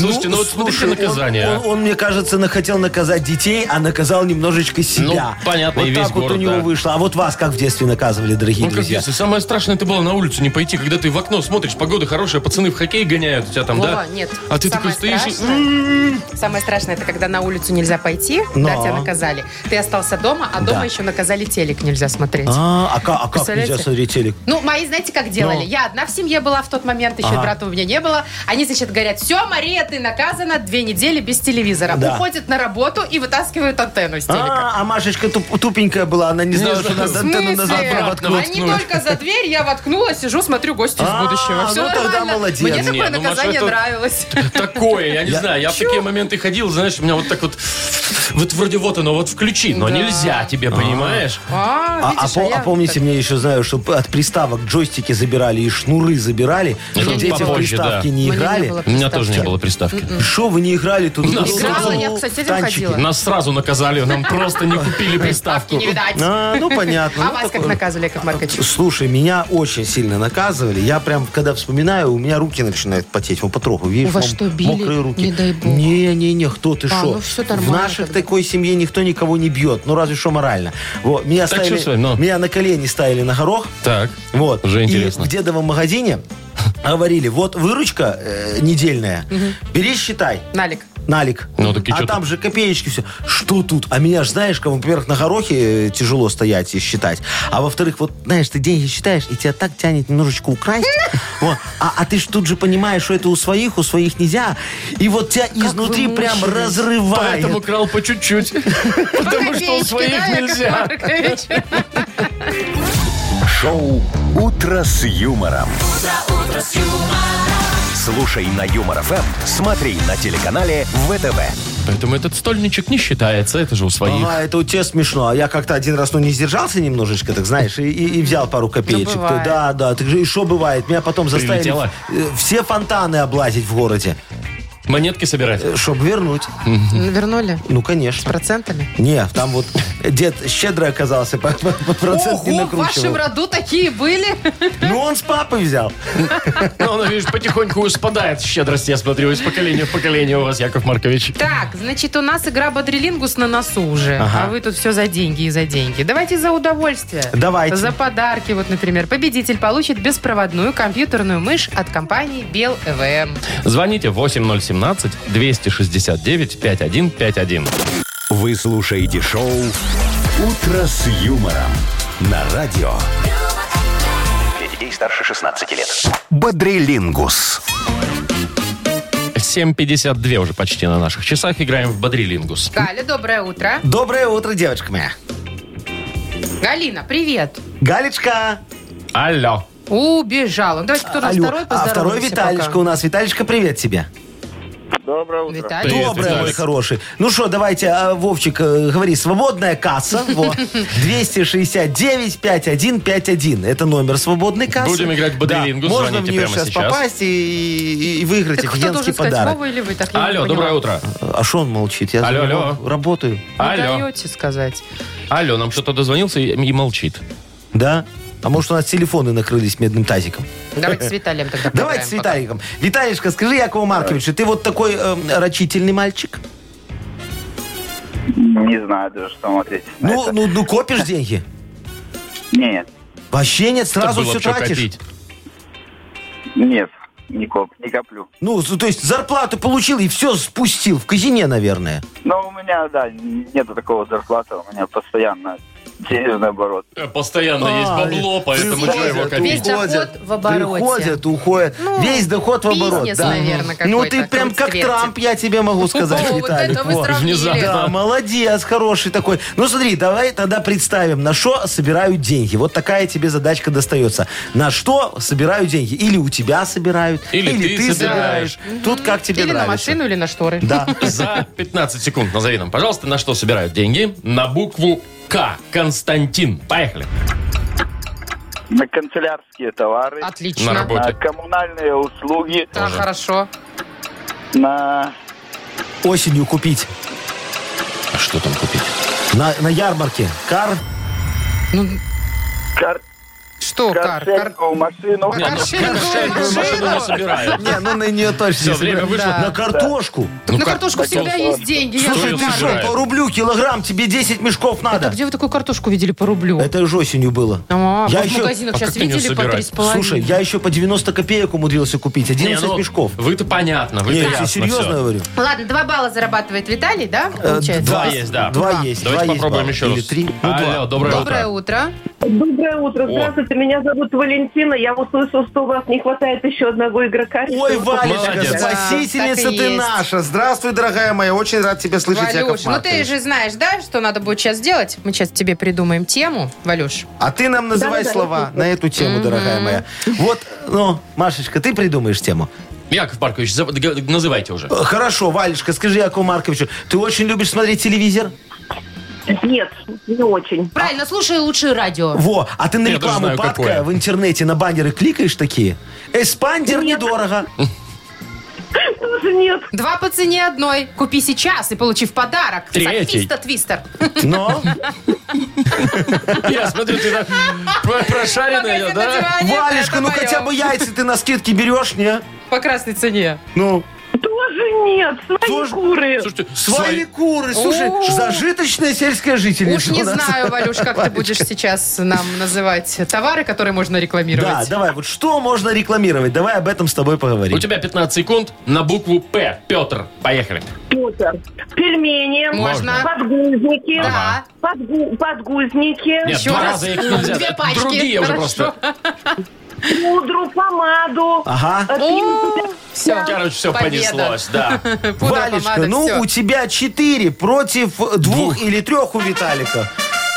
[SPEAKER 2] Слушайте, ну вот смотрите а.
[SPEAKER 4] слушай, он- Он,
[SPEAKER 2] наказание.
[SPEAKER 4] он, мне кажется, на- хотел наказать детей, а наказал немножечко себя.
[SPEAKER 2] Ну, понятно,
[SPEAKER 4] вот
[SPEAKER 2] и
[SPEAKER 4] так
[SPEAKER 2] весь
[SPEAKER 4] вот
[SPEAKER 2] город,
[SPEAKER 4] у него
[SPEAKER 2] да.
[SPEAKER 4] вышло. А вот вас как в детстве наказывали, дорогие
[SPEAKER 2] Ну, как
[SPEAKER 4] друзья?
[SPEAKER 2] если самое страшное это было на улицу не пойти, когда ты в окно смотришь, погода хорошая, пацаны в хоккей гоняют у тебя там, да?
[SPEAKER 3] Вова, нет.
[SPEAKER 2] А ты такой
[SPEAKER 3] Самое
[SPEAKER 2] стоишь и...
[SPEAKER 3] страшное- Самое страшное, это когда на улицу нельзя пойти, да,
[SPEAKER 4] «М-м-м». Но.
[SPEAKER 3] тебя наказали. Ты остался дома, а дома
[SPEAKER 4] Да.
[SPEAKER 3] еще наказали телек нельзя смотреть.
[SPEAKER 4] А, а ка- а как
[SPEAKER 3] Представляете?
[SPEAKER 4] нельзя смотреть телек?
[SPEAKER 3] Ну, мои, знаете, как делали?
[SPEAKER 4] Ну.
[SPEAKER 3] Я одна в семье была в тот момент, еще
[SPEAKER 4] Ага.
[SPEAKER 3] брата у меня не было. Они, значит, говорят, все, Мария, ты наказана две недели без телевизора.
[SPEAKER 4] Да.
[SPEAKER 3] Уходят на работу и вытаскивают антенну из телека.
[SPEAKER 4] А, а Машечка туп- тупенькая была, она не знала,
[SPEAKER 2] знаю.
[SPEAKER 4] что
[SPEAKER 2] В
[SPEAKER 4] надо
[SPEAKER 3] В
[SPEAKER 4] антенну
[SPEAKER 3] смысле?
[SPEAKER 4] назад надо воткнуть.
[SPEAKER 3] Они только за дверь, я воткнула, сижу, смотрю гости из
[SPEAKER 4] А,
[SPEAKER 3] будущего. Все
[SPEAKER 4] ну тогда
[SPEAKER 3] нормально.
[SPEAKER 4] молодец.
[SPEAKER 3] Мне
[SPEAKER 4] Не,
[SPEAKER 3] такое
[SPEAKER 2] ну, Маша,
[SPEAKER 3] наказание
[SPEAKER 2] это-
[SPEAKER 3] нравилось.
[SPEAKER 2] Такое, я не знаю, я в такие моменты ходил, знаешь, у меня вот так вот, вот вроде вот оно, вот включи, но
[SPEAKER 3] Да.
[SPEAKER 2] нельзя тебе, понимаешь?
[SPEAKER 4] А,
[SPEAKER 3] А,
[SPEAKER 4] а
[SPEAKER 3] видишь,
[SPEAKER 4] по-
[SPEAKER 3] а
[SPEAKER 4] а
[SPEAKER 3] я
[SPEAKER 4] помните, мне еще знаю, что от приставок джойстики забирали и шнуры забирали,
[SPEAKER 2] Это
[SPEAKER 4] чтобы
[SPEAKER 2] уже
[SPEAKER 4] дети в
[SPEAKER 2] Ну, попозже, да.
[SPEAKER 4] приставки
[SPEAKER 3] Мне
[SPEAKER 4] не
[SPEAKER 3] не
[SPEAKER 4] играли.
[SPEAKER 3] было
[SPEAKER 2] У меня тоже не
[SPEAKER 3] приставки.
[SPEAKER 2] было приставки.
[SPEAKER 4] Что вы не играли тут?
[SPEAKER 2] Играла,
[SPEAKER 3] я, кстати, этим ходила.
[SPEAKER 2] Нас сразу наказали, нам просто не купили приставку.
[SPEAKER 3] Не видать.
[SPEAKER 4] А, ну понятно.
[SPEAKER 3] А
[SPEAKER 4] Ну,
[SPEAKER 3] вас как
[SPEAKER 4] такое.
[SPEAKER 3] наказывали, Яков Маркович?
[SPEAKER 4] Слушай, меня очень сильно наказывали. Я прям, когда вспоминаю, у меня руки начинают потеть. Вот потрогал, видишь,
[SPEAKER 3] вас
[SPEAKER 4] мам,
[SPEAKER 3] что, били?
[SPEAKER 4] мокрые руки.
[SPEAKER 3] Не дай бог.
[SPEAKER 4] Не-не-не, кто ты
[SPEAKER 3] А,
[SPEAKER 4] шо?
[SPEAKER 3] ну всё
[SPEAKER 4] В
[SPEAKER 3] нормально
[SPEAKER 4] наших
[SPEAKER 3] тогда.
[SPEAKER 4] такой семье никто никого не бьет. Ну, разве что морально. Вот, меня,
[SPEAKER 2] Так ну.
[SPEAKER 4] ставили,
[SPEAKER 2] чувствуем, но.
[SPEAKER 4] меня на колени ставили на горох.
[SPEAKER 2] Так,
[SPEAKER 4] Вот.
[SPEAKER 2] Уже
[SPEAKER 4] И
[SPEAKER 2] интересно.
[SPEAKER 4] в дедовом магазине говорили, вот выручка э, недельная, бери считай.
[SPEAKER 3] Налик.
[SPEAKER 4] Налик.
[SPEAKER 2] Ну, так и
[SPEAKER 4] а
[SPEAKER 2] чё
[SPEAKER 4] там же копеечки все. Что тут? А меня ж знаешь, кому, во-первых, на горохе э, тяжело стоять и считать. А во-вторых, вот, знаешь, ты деньги считаешь, и тебя так тянет немножечко украсть. Вот. А, а ты ж тут же понимаешь, что это у своих, у своих нельзя. И вот тебя изнутри
[SPEAKER 3] вы
[SPEAKER 4] прям
[SPEAKER 3] мучились.
[SPEAKER 4] разрывает.
[SPEAKER 2] поэтому крал по чуть-чуть. Потому что у
[SPEAKER 3] Копеечки,
[SPEAKER 2] своих
[SPEAKER 3] да, Яков
[SPEAKER 2] нельзя.
[SPEAKER 3] Маркович?
[SPEAKER 1] Шоу «Утро с юмором». Слушай на Юмор ФМ, смотри на телеканале ВТВ.
[SPEAKER 2] Поэтому этот стольничек не считается, это же у своих.
[SPEAKER 4] Ага, это у тебя смешно. А я как-то один раз, ну, не сдержался немножечко, так знаешь, и, и- и взял пару копеечек.
[SPEAKER 3] Ну, бывает.
[SPEAKER 4] да, да. Так же и что бывает? Меня потом заставили
[SPEAKER 2] Прилетело?
[SPEAKER 4] э, все фонтаны облазить в городе.
[SPEAKER 2] Монетки собирать.
[SPEAKER 4] Чтобы вернуть.
[SPEAKER 3] Вернули?
[SPEAKER 4] Ну,
[SPEAKER 3] С
[SPEAKER 4] конечно.
[SPEAKER 3] процентами?
[SPEAKER 4] Не, там вот дед щедрый оказался, по, по- по процент не
[SPEAKER 3] Ого, в вашем
[SPEAKER 4] накручивал.
[SPEAKER 3] роду такие были?
[SPEAKER 4] Ну, он с папой взял.
[SPEAKER 2] Но она, Ну, видишь, потихоньку спадает щедрость, я смотрю, из поколения в поколение у вас, Яков Маркович.
[SPEAKER 3] Так, значит, у нас игра Бодрилингус на носу уже.
[SPEAKER 4] Ага.
[SPEAKER 3] А вы тут все за деньги и за деньги. Давайте за удовольствие.
[SPEAKER 4] Давайте.
[SPEAKER 3] За подарки. Вот, например, победитель получит беспроводную компьютерную мышь от компании Бел ЭВМ.
[SPEAKER 2] Звоните 8017-269-5151.
[SPEAKER 1] Вы слушаете шоу «Утро с юмором» на радио
[SPEAKER 6] Для детей старше 16 лет.
[SPEAKER 1] «Бодрилингус».
[SPEAKER 2] 7.52 уже почти на наших часах. Играем в Бодрилингус.
[SPEAKER 3] Галя, доброе утро.
[SPEAKER 4] Доброе утро, девочка моя.
[SPEAKER 3] Галина, привет.
[SPEAKER 4] Галечка.
[SPEAKER 2] Алло.
[SPEAKER 3] Убежала. Ну, Давайте кто нас
[SPEAKER 4] Алло.
[SPEAKER 3] второй
[SPEAKER 4] а второй
[SPEAKER 3] поздороваемся
[SPEAKER 4] Виталичка
[SPEAKER 3] пока.
[SPEAKER 4] у нас. Виталичка, привет тебе.
[SPEAKER 3] Виталий.
[SPEAKER 2] Привет,
[SPEAKER 4] Доброе,
[SPEAKER 2] Виталик.
[SPEAKER 4] мой хороший. Ну что, давайте, а, Вовчик, э, говори, свободная касса. вот, 269-5151. Это номер свободной кассы.
[SPEAKER 2] Будем играть в бодрилингус,
[SPEAKER 4] Да, Можно в
[SPEAKER 2] звоните
[SPEAKER 4] нее
[SPEAKER 2] прямо
[SPEAKER 4] сейчас
[SPEAKER 2] сейчас.
[SPEAKER 4] попасть и, и- и выиграть
[SPEAKER 3] Так кто
[SPEAKER 4] офигенский
[SPEAKER 3] должен сказать,
[SPEAKER 4] подарок.
[SPEAKER 3] Вова или вы? Так я не
[SPEAKER 2] Алло,
[SPEAKER 3] поняла.
[SPEAKER 2] доброе утро.
[SPEAKER 4] А что он молчит? Я за
[SPEAKER 2] Алло,
[SPEAKER 4] него
[SPEAKER 2] алло.
[SPEAKER 4] работаю.
[SPEAKER 3] Не
[SPEAKER 2] Алло.
[SPEAKER 3] даете сказать.
[SPEAKER 2] Алло, нам что-то дозвонился и, и молчит.
[SPEAKER 4] Да? А может, у нас телефоны накрылись медным тазиком?
[SPEAKER 3] Давайте с Виталием тогда поиграем
[SPEAKER 4] Давайте с
[SPEAKER 3] пока.
[SPEAKER 4] Виталиком. Виталишка, скажи Якову Марковичу, ты вот такой эм, рачительный мальчик?
[SPEAKER 7] Не знаю даже, что вам ответить.
[SPEAKER 3] А
[SPEAKER 7] на
[SPEAKER 4] Ну,
[SPEAKER 7] это.
[SPEAKER 4] ну, ну, копишь деньги?
[SPEAKER 7] Нет,
[SPEAKER 4] Вообще нет, сразу
[SPEAKER 2] Чтобы
[SPEAKER 4] все
[SPEAKER 2] вообще
[SPEAKER 4] тратишь.
[SPEAKER 2] копить.
[SPEAKER 7] нет, не, коп, не коплю.
[SPEAKER 4] Ну, з- то есть зарплату получил и все спустил в казине, наверное.
[SPEAKER 7] Но у меня, да, нету такого зарплаты, у меня постоянно денежный оборот.
[SPEAKER 2] Э, Постоянно есть бабло, поэтому что его
[SPEAKER 4] Приходят,
[SPEAKER 2] копить?
[SPEAKER 3] А, Весь доход в обороте. Ну,
[SPEAKER 4] Приходят, уходят. Весь доход в оборот.
[SPEAKER 3] бизнес,
[SPEAKER 4] да.
[SPEAKER 3] наверное,
[SPEAKER 4] ну,
[SPEAKER 3] какой-то,
[SPEAKER 4] ты прям как
[SPEAKER 3] кругцветик.
[SPEAKER 4] Трамп, я тебе могу сказать,
[SPEAKER 3] О, вот
[SPEAKER 4] Виталик.
[SPEAKER 3] это вы
[SPEAKER 4] вот.
[SPEAKER 3] сравнили.
[SPEAKER 2] Внезапно.
[SPEAKER 4] Да, молодец, хороший такой. Ну, смотри, давай тогда представим, на что собирают деньги. Вот такая тебе задачка достается. На что собирают деньги? Или у тебя собирают,
[SPEAKER 2] Или ты собираешь.
[SPEAKER 4] Тут как тебе
[SPEAKER 3] Или на
[SPEAKER 4] нравится.
[SPEAKER 3] машину, или на шторы.
[SPEAKER 4] Да.
[SPEAKER 2] За 15 секунд назови нам, пожалуйста, на что собирают деньги. На букву К. Константин. Поехали.
[SPEAKER 7] На канцелярские товары,
[SPEAKER 2] На
[SPEAKER 3] Отлично.
[SPEAKER 2] работу.
[SPEAKER 7] на коммунальные услуги,
[SPEAKER 3] Да, хорошо.
[SPEAKER 7] на...
[SPEAKER 4] Осенью купить
[SPEAKER 2] А что там купить?
[SPEAKER 4] на, на ярмарке. Кар,
[SPEAKER 3] Ну,
[SPEAKER 7] Кар...
[SPEAKER 3] что, Кар? Кар-
[SPEAKER 7] каршеринговую машину.
[SPEAKER 2] ну,
[SPEAKER 3] Кар- Каршеринговую
[SPEAKER 2] Каршеринговую машину не
[SPEAKER 3] машину?
[SPEAKER 2] собирают.
[SPEAKER 4] Не, ну на нее точно
[SPEAKER 2] Все,
[SPEAKER 4] не
[SPEAKER 2] время
[SPEAKER 4] собираю.
[SPEAKER 2] вышло.
[SPEAKER 4] На картошку.
[SPEAKER 3] Так на
[SPEAKER 2] как-
[SPEAKER 3] картошку всегда есть деньги. я
[SPEAKER 2] Что
[SPEAKER 4] Слушай,
[SPEAKER 2] её
[SPEAKER 3] же
[SPEAKER 4] ты
[SPEAKER 3] знаю.
[SPEAKER 2] собирать?
[SPEAKER 4] что,
[SPEAKER 2] собирает?
[SPEAKER 4] по рублю килограмм, тебе 10 мешков
[SPEAKER 3] А
[SPEAKER 4] надо.
[SPEAKER 3] где вы такую картошку видели по рублю?
[SPEAKER 4] Это же осенью было.
[SPEAKER 3] А,
[SPEAKER 4] Я
[SPEAKER 3] вот в
[SPEAKER 4] еще-
[SPEAKER 3] магазинах
[SPEAKER 2] А
[SPEAKER 3] сейчас
[SPEAKER 2] как они её
[SPEAKER 3] видели по три
[SPEAKER 2] собирать?
[SPEAKER 3] с половиной.
[SPEAKER 4] Слушай, я еще по 90 копеек умудрился купить. 11
[SPEAKER 2] Не, ну,
[SPEAKER 4] мешков.
[SPEAKER 2] Вы-то понятно, вы-то
[SPEAKER 4] Нет,
[SPEAKER 2] ясно.
[SPEAKER 4] я серьезно
[SPEAKER 2] всё.
[SPEAKER 4] говорю.
[SPEAKER 3] Ладно, два балла зарабатывает Виталий, да,
[SPEAKER 4] Э,
[SPEAKER 3] получается?
[SPEAKER 2] два есть, да.
[SPEAKER 4] Два есть.
[SPEAKER 2] Давайте
[SPEAKER 4] два есть
[SPEAKER 2] попробуем
[SPEAKER 4] балла.
[SPEAKER 2] еще раз.
[SPEAKER 4] Или три. Ну,
[SPEAKER 2] Алло,
[SPEAKER 4] два.
[SPEAKER 2] доброе,
[SPEAKER 3] Доброе
[SPEAKER 2] утро.
[SPEAKER 3] утро.
[SPEAKER 5] Доброе утро. Здравствуйте. Меня зовут Валентина. Я услышала, что у вас не хватает еще одного игрока.
[SPEAKER 4] Ой, Валечка,
[SPEAKER 2] Молодец.
[SPEAKER 4] спасительница
[SPEAKER 3] Да, так и
[SPEAKER 4] ты
[SPEAKER 3] есть.
[SPEAKER 4] наша. Здравствуй, дорогая моя. Очень рад тебя слышать, Яков
[SPEAKER 3] Валюш, ну ты
[SPEAKER 4] Маркович.
[SPEAKER 3] же знаешь, да, что надо будет сейчас делать? Мы сейчас тебе придумаем тему, Валюш.
[SPEAKER 4] А ты нам называй
[SPEAKER 5] Да-да-да, я
[SPEAKER 4] слова
[SPEAKER 5] слушаю.
[SPEAKER 4] на эту тему, дорогая моя. Вот, ну, Машечка, ты придумаешь тему.
[SPEAKER 2] Яков Маркович, за- г- называйте уже.
[SPEAKER 4] Э, Хорошо, Валечка, скажи Якову Марковичу, ты очень любишь смотреть телевизор?
[SPEAKER 5] Нет, не очень.
[SPEAKER 3] Правильно, слушай лучше радио.
[SPEAKER 4] Во, а ты на
[SPEAKER 2] Я даже
[SPEAKER 4] рекламу
[SPEAKER 2] знаю,
[SPEAKER 4] падкая
[SPEAKER 2] какое.
[SPEAKER 4] в интернете на баннеры кликаешь такие? Эспандер недорого.
[SPEAKER 5] Тоже нет.
[SPEAKER 3] Два по цене одной. Купи сейчас и получи в подарок.
[SPEAKER 2] Третий.
[SPEAKER 3] Софиста Твистер.
[SPEAKER 4] Но,
[SPEAKER 2] Я смотрю, ты так про- прошаренная,
[SPEAKER 3] Магазин на
[SPEAKER 2] да?
[SPEAKER 3] диване,
[SPEAKER 4] Валечка,
[SPEAKER 3] это
[SPEAKER 4] ну
[SPEAKER 3] моё.
[SPEAKER 4] хотя бы яйца ты на скидке берешь, не?
[SPEAKER 3] По красной цене.
[SPEAKER 4] Ну,
[SPEAKER 5] Тоже нет. Свои
[SPEAKER 4] Тоже-
[SPEAKER 5] куры.
[SPEAKER 2] Слушайте,
[SPEAKER 4] свои
[SPEAKER 2] свои-
[SPEAKER 4] куры, слушай,
[SPEAKER 3] О.
[SPEAKER 4] зажиточная сельская жительница
[SPEAKER 3] Уж не
[SPEAKER 4] у нас.
[SPEAKER 3] знаю, Валюш, как ты будешь сейчас нам называть товары, которые можно
[SPEAKER 4] Да,
[SPEAKER 3] рекламировать.
[SPEAKER 4] давай, вот что можно рекламировать? Давай об этом с тобой
[SPEAKER 2] У
[SPEAKER 4] поговорим.
[SPEAKER 2] тебя 15 секунд на букву П. Петр, поехали.
[SPEAKER 5] Петр. Пельмени.
[SPEAKER 3] Можно.
[SPEAKER 5] Подгузники.
[SPEAKER 3] Да.
[SPEAKER 5] Подгу- подгузники.
[SPEAKER 2] Нет,
[SPEAKER 3] Еще
[SPEAKER 2] два
[SPEAKER 3] раз.
[SPEAKER 2] раза их нельзя.
[SPEAKER 3] Две пачки.
[SPEAKER 2] Другие уже
[SPEAKER 3] Хорошо.
[SPEAKER 2] просто.
[SPEAKER 5] пудру, помаду. Э,
[SPEAKER 4] Ага.
[SPEAKER 3] Все.
[SPEAKER 2] Короче, все понеслось, да.
[SPEAKER 4] Валечка, ну у тебя 4 против э, двух или трех у Виталика.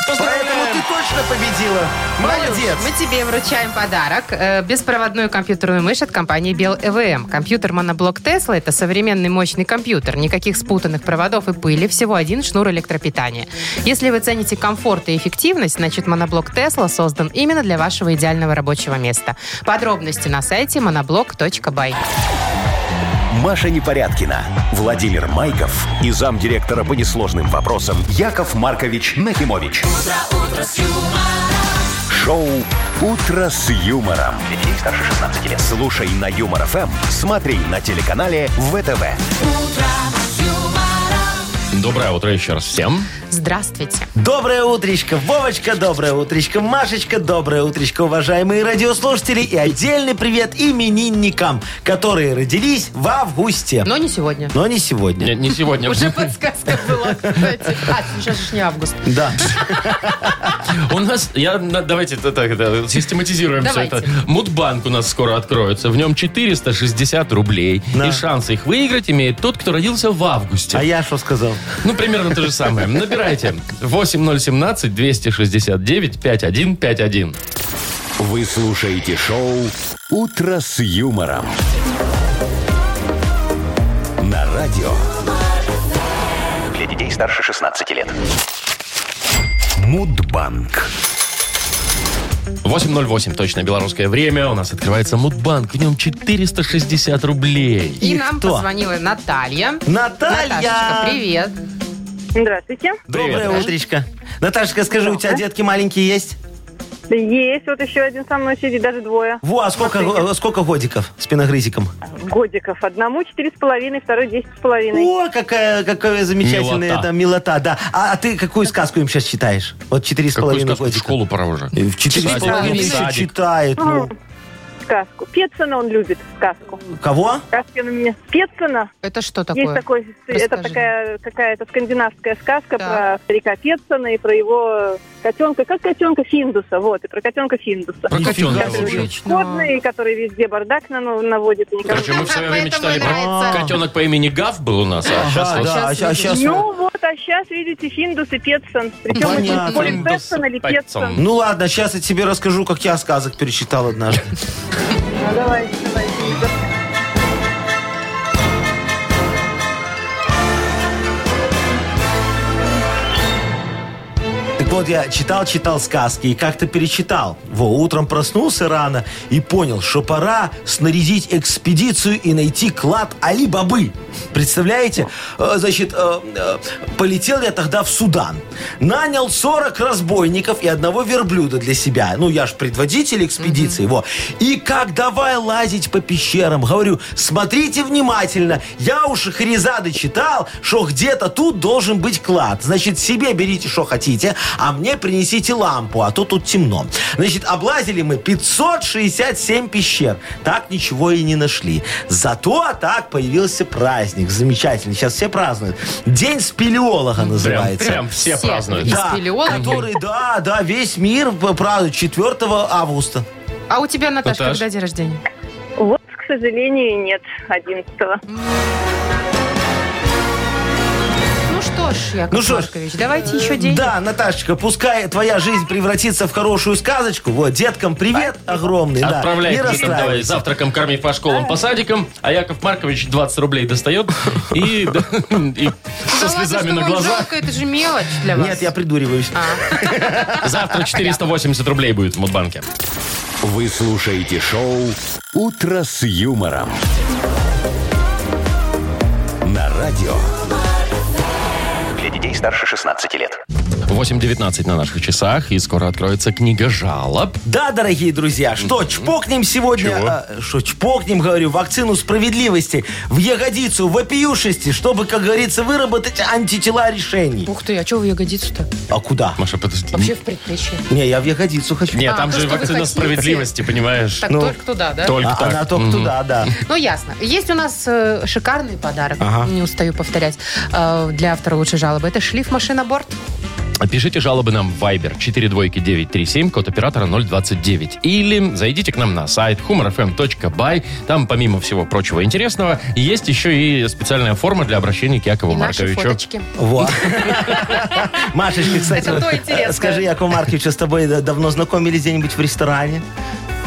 [SPEAKER 4] Поэтому ты точно победила. Молодец.
[SPEAKER 3] Мы тебе вручаем подарок. э, беспроводную компьютерную мышь от компании Бел ЭВМ. Компьютер моноблок Тесла – это современный мощный компьютер. Никаких спутанных проводов и пыли, всего один шнур электропитания. Если вы цените комфорт и эффективность, значит моноблок Тесла создан именно для вашего идеального рабочего места. Подробности на сайте monoblock.by.
[SPEAKER 1] Маша Непорядкина, Владимир Майков и замдиректора по несложным вопросам Яков Маркович Нахимович. Шоу «Утро с юмором». Для детей старше 16 лет. Слушай на Юмор ФМ, смотри на телеканале ВТВ.
[SPEAKER 2] Доброе утро еще раз всем.
[SPEAKER 3] Здравствуйте.
[SPEAKER 4] Доброе утречко, Вовочка, доброе утречко, Машечка, доброе утречко, уважаемые радиослушатели. И отдельный привет именинникам, которые родились в августе.
[SPEAKER 3] Но не сегодня.
[SPEAKER 4] Но не сегодня.
[SPEAKER 2] Не, не сегодня.
[SPEAKER 3] Уже подсказка была, кстати. А, сейчас же не август.
[SPEAKER 4] Да.
[SPEAKER 2] У нас, я, на- давайте это так, это, систематизируем все
[SPEAKER 3] Давайте.
[SPEAKER 2] это. Мудбанк у нас скоро откроется. В нем 460 рублей.
[SPEAKER 4] Да.
[SPEAKER 2] И шанс их выиграть имеет тот, кто родился в августе.
[SPEAKER 4] А я что сказал?
[SPEAKER 2] Ну, примерно то же самое. Набирайте. 8017-269-5151.
[SPEAKER 1] Вы слушаете шоу «Утро с юмором». На радио
[SPEAKER 6] Для детей старше 16 лет.
[SPEAKER 1] Мудбанк.
[SPEAKER 2] 8.08, точно, белорусское время. У нас открывается Мудбанк. В нем 460 рублей.
[SPEAKER 3] И
[SPEAKER 4] И
[SPEAKER 3] нам
[SPEAKER 4] кто?
[SPEAKER 3] позвонила Наталья. Наташечка,
[SPEAKER 4] Наталья!
[SPEAKER 3] привет.
[SPEAKER 5] Здравствуйте.
[SPEAKER 4] Доброе
[SPEAKER 2] Привет.
[SPEAKER 4] утречко. Наташечка, скажи, у тебя детки маленькие есть?
[SPEAKER 5] Есть, вот еще один со мной сидит, даже двое.
[SPEAKER 4] Во, а сколько, э, сколько годиков спиногрызиком?
[SPEAKER 5] Годиков. Одному четыре с половиной, второй десять с половиной.
[SPEAKER 4] О, какая, какая замечательная
[SPEAKER 2] Милота.
[SPEAKER 4] милота. милота, да. А, а ты какую сказку им сейчас читаешь? Вот четыре с
[SPEAKER 2] Какую
[SPEAKER 4] половиной
[SPEAKER 2] сказку? В
[SPEAKER 4] годика.
[SPEAKER 2] школу пора уже.
[SPEAKER 4] Э, В четыре с
[SPEAKER 2] Садик.
[SPEAKER 4] половиной еще
[SPEAKER 2] Садик.
[SPEAKER 4] читает. ну.
[SPEAKER 5] Сказку. Петсона он любит, сказку.
[SPEAKER 4] Кого?
[SPEAKER 5] Сказки он у меня. Петсона.
[SPEAKER 3] Это что
[SPEAKER 5] Есть
[SPEAKER 3] такое?
[SPEAKER 5] такой, это
[SPEAKER 3] Расскажи.
[SPEAKER 5] такая какая-то скандинавская сказка
[SPEAKER 3] Да.
[SPEAKER 5] про старика Петсона и про его котенка, как котенка Финдуса, вот, и про котенка Финдуса.
[SPEAKER 2] Про котенка, в
[SPEAKER 5] Который
[SPEAKER 2] общем.
[SPEAKER 5] бесплодный, который везде бардак нано- наводит. и никому
[SPEAKER 2] Короче, мы в свое время
[SPEAKER 3] Поэтому и
[SPEAKER 2] читали про
[SPEAKER 3] нравится.
[SPEAKER 2] котенок по имени Гав был у нас, а сейчас
[SPEAKER 4] Ага,
[SPEAKER 2] вот
[SPEAKER 4] А, да, а щас- а щас вот.
[SPEAKER 5] Ну вот, а сейчас, видите, Финдус и Петсон. Причем
[SPEAKER 4] Понятно.
[SPEAKER 5] очень более
[SPEAKER 2] Финдус и
[SPEAKER 5] Петсон или
[SPEAKER 2] Петсон.
[SPEAKER 5] Петсон.
[SPEAKER 4] Ну ладно, сейчас я тебе расскажу, как я сказок перечитал однажды.
[SPEAKER 5] Ну, давай, давай. Финдус.
[SPEAKER 4] Так вот, я читал-читал сказки и как-то перечитал. Во, утром проснулся рано и понял, что пора снарядить экспедицию и найти клад Али-Бабы. Представляете? Э, Значит, э, э, полетел я тогда в Судан. Нанял 40 разбойников и одного верблюда для себя. Ну, я ж предводитель экспедиции. Во. И как давай лазить по пещерам. Говорю, смотрите внимательно. Я у Шахрезады читал, что где-то тут должен быть клад. Значит, себе берите, что хотите, а мне принесите лампу, а то тут темно. Значит, облазили мы 567 пещер. Так ничего и не нашли. Зато так появился праздник. Замечательный. Сейчас все празднуют. День спелеолога
[SPEAKER 2] прям,
[SPEAKER 4] называется.
[SPEAKER 2] прям все
[SPEAKER 3] Все.
[SPEAKER 2] празднуют.
[SPEAKER 3] Да. Спелеолог.
[SPEAKER 4] который, да, да, весь мир э, празднует 4 августа.
[SPEAKER 3] А у тебя, Наташа,
[SPEAKER 2] Наташ.
[SPEAKER 3] когда день рождения?
[SPEAKER 5] Вот, к сожалению, нет 11-го.
[SPEAKER 3] Ну что ж, Яков
[SPEAKER 4] Ну что ж.
[SPEAKER 3] Маркович, давайте еще день.
[SPEAKER 4] Да, Наташечка, пускай твоя жизнь превратится в хорошую сказочку. Вот, деткам привет огромный. да.
[SPEAKER 2] Отправляй
[SPEAKER 4] Не
[SPEAKER 2] их там, давай,
[SPEAKER 4] расстраивайся.
[SPEAKER 2] завтраком корми по школам, по садикам, а Яков Маркович 20 рублей достает и, да, и со
[SPEAKER 3] Да ладно,
[SPEAKER 2] слезами
[SPEAKER 3] что
[SPEAKER 2] на
[SPEAKER 3] вам
[SPEAKER 2] глазах.
[SPEAKER 3] жалко, это же мелочь для вас.
[SPEAKER 4] Нет, я придуриваюсь.
[SPEAKER 2] Завтра 480 рублей будет в Мудбанке.
[SPEAKER 1] Вы слушаете шоу «Утро с юмором». На радио
[SPEAKER 6] Для детей старше 16 лет.
[SPEAKER 2] 8.19 на наших часах, и скоро откроется книга жалоб.
[SPEAKER 4] Да, дорогие друзья, что чпокнем сегодня?
[SPEAKER 2] Чего?
[SPEAKER 4] а, Что чпокнем, говорю, вакцину справедливости в ягодицу, в опиюшести, чтобы, как говорится, выработать антитела решений.
[SPEAKER 3] Ух ты, а что в ягодицу-то?
[SPEAKER 4] А куда?
[SPEAKER 2] Маша, подожди.
[SPEAKER 3] Вообще в предплечье.
[SPEAKER 4] Не, я в ягодицу хочу.
[SPEAKER 2] Нет,
[SPEAKER 3] А,
[SPEAKER 2] там
[SPEAKER 3] то,
[SPEAKER 2] же
[SPEAKER 3] что вы
[SPEAKER 2] вакцина
[SPEAKER 3] хотите.
[SPEAKER 2] справедливости, понимаешь?
[SPEAKER 3] Так,
[SPEAKER 4] Ну,
[SPEAKER 3] только туда, да?
[SPEAKER 2] Только
[SPEAKER 4] А,
[SPEAKER 2] так.
[SPEAKER 4] она только
[SPEAKER 2] Мгм.
[SPEAKER 4] туда, да.
[SPEAKER 3] Ну, ясно. Есть у нас э, шикарный подарок, не устаю повторять, э, для автора лучшей жалобы. Это шлиф машиноборд.
[SPEAKER 2] Пишите жалобы нам в Viber 42937, код оператора 029. Или зайдите к нам на сайт humorfm.by. Там, помимо всего прочего интересного, есть еще и специальная форма для обращения к Якову
[SPEAKER 3] И наши
[SPEAKER 2] Марковичу.
[SPEAKER 3] фоточки.
[SPEAKER 4] Вот. Машечка, кстати,
[SPEAKER 3] Это то
[SPEAKER 4] вот,
[SPEAKER 3] интересное.
[SPEAKER 4] скажи, Яков Маркович, а с тобой да- давно знакомились где-нибудь в ресторане?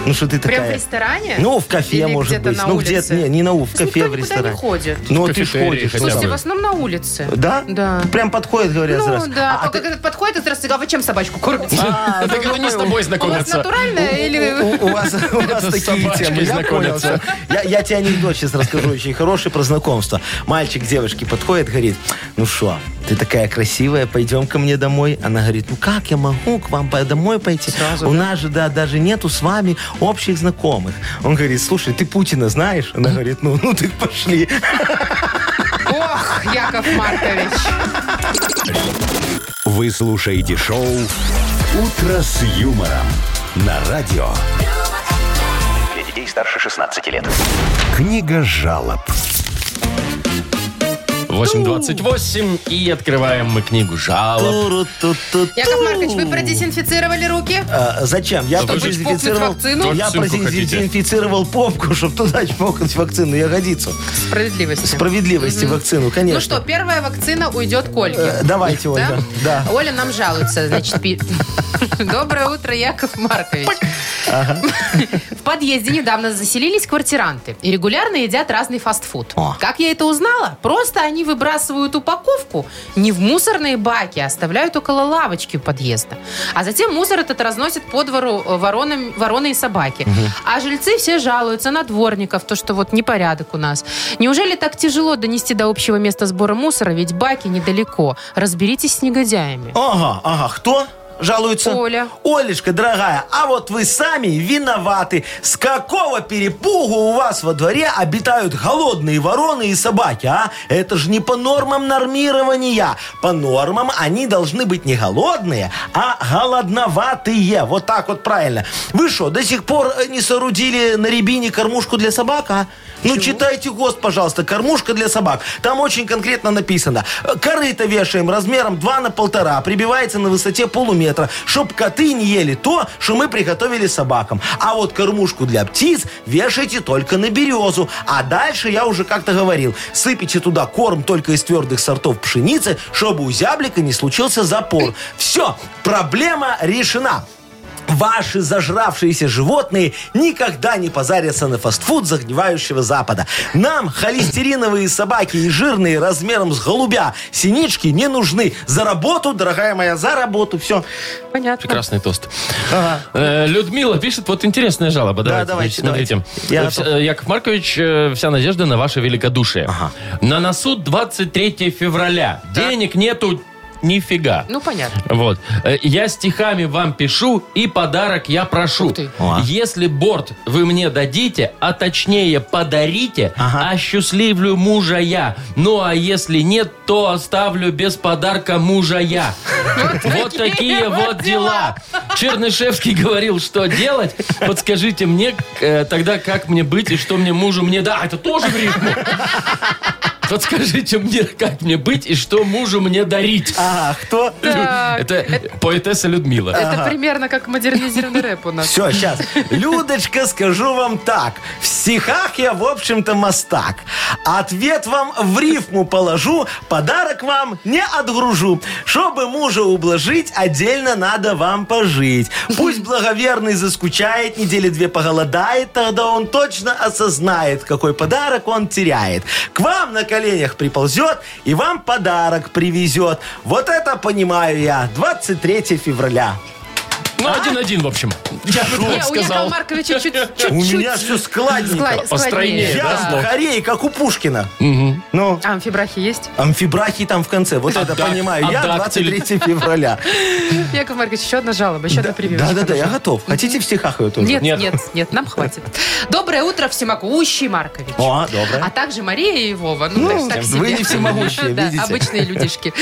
[SPEAKER 4] Ну что ты
[SPEAKER 3] Прям в
[SPEAKER 4] такая?
[SPEAKER 3] ресторане?
[SPEAKER 4] Ну, в кафе,
[SPEAKER 3] Или
[SPEAKER 4] может
[SPEAKER 3] где-то
[SPEAKER 4] быть.
[SPEAKER 3] на
[SPEAKER 4] Ну,
[SPEAKER 3] улице?
[SPEAKER 4] где-то, не, не на у,
[SPEAKER 3] Ну,
[SPEAKER 4] в кафе,
[SPEAKER 3] никто
[SPEAKER 4] в
[SPEAKER 3] никуда не
[SPEAKER 4] ресторане.
[SPEAKER 3] ходит.
[SPEAKER 4] Ну,
[SPEAKER 2] В
[SPEAKER 4] ты ж
[SPEAKER 2] кафетерии
[SPEAKER 4] ходишь.
[SPEAKER 2] хотя
[SPEAKER 4] ну,
[SPEAKER 3] Слушайте,
[SPEAKER 2] бы.
[SPEAKER 3] в основном на улице.
[SPEAKER 4] Да?
[SPEAKER 3] Да.
[SPEAKER 4] Прям подходят, говорят,
[SPEAKER 3] Ну
[SPEAKER 4] раз.
[SPEAKER 3] да,
[SPEAKER 4] А
[SPEAKER 3] только когда подходит и сразу, а вы чем собачку кормите?
[SPEAKER 2] А, Так это не с тобой
[SPEAKER 3] У вас
[SPEAKER 2] знакомятся.
[SPEAKER 3] натуральная Э, или...
[SPEAKER 4] а, У, у вас, у вас
[SPEAKER 2] С
[SPEAKER 4] такие
[SPEAKER 2] собачкой
[SPEAKER 4] темы, я понял.
[SPEAKER 2] знакомятся.
[SPEAKER 4] всё. Я, я тебе анекдот сейчас расскажу очень хороший про знакомство. Мальчик к девушке подходит, говорит, ну что, ты такая красивая, пойдем ко мне домой. Она говорит, ну как я могу к вам по- домой пойти? У нас же да, даже нету с вами общих знакомых. Он говорит, слушай, ты Путина знаешь? Она говорит, ну, ну ты пошли.
[SPEAKER 3] Ох, Яков Маркович.
[SPEAKER 1] Вы слушаете шоу «Утро с юмором» на радио.
[SPEAKER 6] Для детей старше 16 лет.
[SPEAKER 1] Книга жалоб.
[SPEAKER 2] 8.28, и открываем мы книгу жалоб.
[SPEAKER 4] Туру-ту-ту-ту.
[SPEAKER 3] Яков Маркович, вы продезинфицировали руки?
[SPEAKER 4] А, зачем? Я
[SPEAKER 2] Чтобы
[SPEAKER 4] продезинфицировал,
[SPEAKER 3] чпокнуть вакцину?
[SPEAKER 4] я
[SPEAKER 2] Вакцинку хотите?
[SPEAKER 4] продезинфицировал попку, чтобы туда чмокнуть вакцину ягодицу.
[SPEAKER 3] Справедливости.
[SPEAKER 4] Справедливости вакцину, конечно.
[SPEAKER 3] Ну что, первая вакцина уйдет к Ольге.
[SPEAKER 4] Э, Давайте, Ольга. Да.
[SPEAKER 3] Оля нам жалуется, значит, пи- Доброе утро, Яков Маркович. В подъезде недавно заселились квартиранты и регулярно едят разный фастфуд.
[SPEAKER 4] О.
[SPEAKER 3] Как я это узнала? Просто они выбрасывают упаковку не в мусорные баки, а оставляют около лавочки у подъезда. А затем мусор этот разносит по двору э, воронам- вороны и собаки. А жильцы все жалуются на дворников, то, что вот непорядок у нас. Неужели так тяжело донести до общего места сбора мусора, ведь баки недалеко. Разберитесь с негодяями.
[SPEAKER 4] Ага, ага. Кто? Жалуется?
[SPEAKER 3] Оля.
[SPEAKER 4] Олечка, дорогая, а вот вы сами виноваты. С какого перепугу у вас во дворе обитают голодные вороны и собаки, а? Это же не по нормам нормирования. По нормам они должны быть не голодные, а голодноватые. Вот так вот правильно. Вы что, до сих пор э, не соорудили на рябине кормушку для собак, а? Ну, читайте ГОСТ, пожалуйста, кормушка для собак. Там очень конкретно написано. Э, Корыто вешаем размером 2 на полтора, прибивается на высоте полуметра, чтоб коты не ели то, что мы приготовили собакам. А вот кормушку для птиц вешайте только на березу. А дальше, я уже как-то говорил, сыпите туда корм только из твердых сортов пшеницы, чтобы у зяблика не случился запор. Все, проблема решена. Ваши зажравшиеся животные никогда не позарятся на фастфуд загнивающего Запада. Нам холестериновые собаки и жирные размером с голубя синички не нужны. За работу, дорогая моя, за работу. Все.
[SPEAKER 3] Понятно.
[SPEAKER 2] Прекрасный тост. Э, Людмила пишет, вот интересная жалоба.
[SPEAKER 4] Да,
[SPEAKER 2] Давайте,
[SPEAKER 4] давайте,
[SPEAKER 2] смотрите.
[SPEAKER 4] давайте. Я
[SPEAKER 2] Э, вс- э, Яков Маркович, э, вся надежда на ваше великодушие. На носу 23 февраля. Денег нету нифига.
[SPEAKER 3] Ну, понятно.
[SPEAKER 2] Вот. Э, Я стихами вам пишу и подарок я прошу.
[SPEAKER 3] Ух ты.
[SPEAKER 4] О.
[SPEAKER 2] Если борт вы мне дадите, а точнее подарите,
[SPEAKER 4] Ага.
[SPEAKER 2] осчастливлю мужа я. Ну а если нет, то оставлю без подарка мужа я. Вот такие вот дела. Чернышевский говорил, что делать. Подскажите мне э, тогда, как мне быть и что мне мужу мне да. Это тоже в рифму. Подскажите мне, как мне быть и что мужу мне дарить.
[SPEAKER 4] Ага, А, кто?
[SPEAKER 3] Так, Э,
[SPEAKER 2] Это поэтесса Людмила.
[SPEAKER 3] Это примерно как модернизированный рэп у нас.
[SPEAKER 4] Все, сейчас. Людочка, скажу вам так. В стихах я, в общем-то, мастак. Ответ вам в рифму положу, подарок вам не отгружу. Чтобы мужа ублажить, отдельно надо вам пожить. Пусть благоверный заскучает, недели две поголодает, тогда он точно осознает, какой подарок он теряет. К вам на коленях приползет и вам подарок привезет. Вот это понимаю я. 23 февраля.
[SPEAKER 2] Ну, один-один, в общем. Я бы
[SPEAKER 3] Не,
[SPEAKER 2] так
[SPEAKER 3] у Якова
[SPEAKER 2] сказал.
[SPEAKER 3] Марковича чуть- чуть-чуть.
[SPEAKER 4] Ну, У меня все складненько.
[SPEAKER 3] склад-
[SPEAKER 2] постройнее,
[SPEAKER 3] складнее.
[SPEAKER 4] Я
[SPEAKER 2] да,
[SPEAKER 4] в Корее, как у Пушкина. Ну,
[SPEAKER 3] А амфибрахи есть?
[SPEAKER 4] амфибрахи там в конце. Вот это
[SPEAKER 2] дак-
[SPEAKER 4] понимаю.
[SPEAKER 2] а
[SPEAKER 4] Я
[SPEAKER 2] дактиль?
[SPEAKER 4] 23 февраля.
[SPEAKER 3] Яков Маркович, еще одна жалоба, еще одна прививочка.
[SPEAKER 4] Да-да-да, я готов. Хотите в стихах ее тоже?
[SPEAKER 3] Нет,
[SPEAKER 2] Нет.
[SPEAKER 3] нет, нет, нам хватит. Доброе утро, всемогущий Маркович.
[SPEAKER 4] О, доброе.
[SPEAKER 3] А также Мария и Вова. Ну,
[SPEAKER 4] Ну,
[SPEAKER 3] так, так
[SPEAKER 4] вы
[SPEAKER 3] себе.
[SPEAKER 4] не всемогущие,
[SPEAKER 3] Да,
[SPEAKER 4] видите.
[SPEAKER 3] обычные людишки.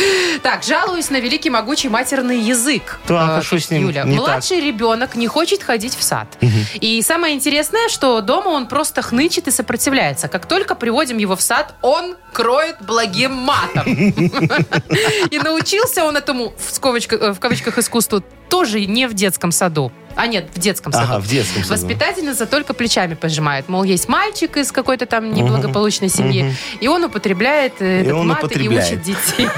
[SPEAKER 3] Так, жалуюсь на великий могучий матерный язык.
[SPEAKER 4] Так,
[SPEAKER 3] Э,
[SPEAKER 4] а что с ним
[SPEAKER 3] Юля,
[SPEAKER 4] не
[SPEAKER 3] младший ребенок не хочет ходить в сад. И самое интересное, что дома он просто хнычет и сопротивляется. Как только приводим его в сад, он кроет благим матом. И научился он этому, в скобочках- э, в кавычках, искусству тоже не в детском саду. А нет, в детском саду.
[SPEAKER 4] Ага, в детском саду.
[SPEAKER 3] Воспитательница только плечами пожимает. Мол, есть мальчик из какой-то там неблагополучной семьи, и он употребляет э,
[SPEAKER 4] И
[SPEAKER 3] этот
[SPEAKER 4] он
[SPEAKER 3] мат
[SPEAKER 4] употребляет.
[SPEAKER 3] и учит детей.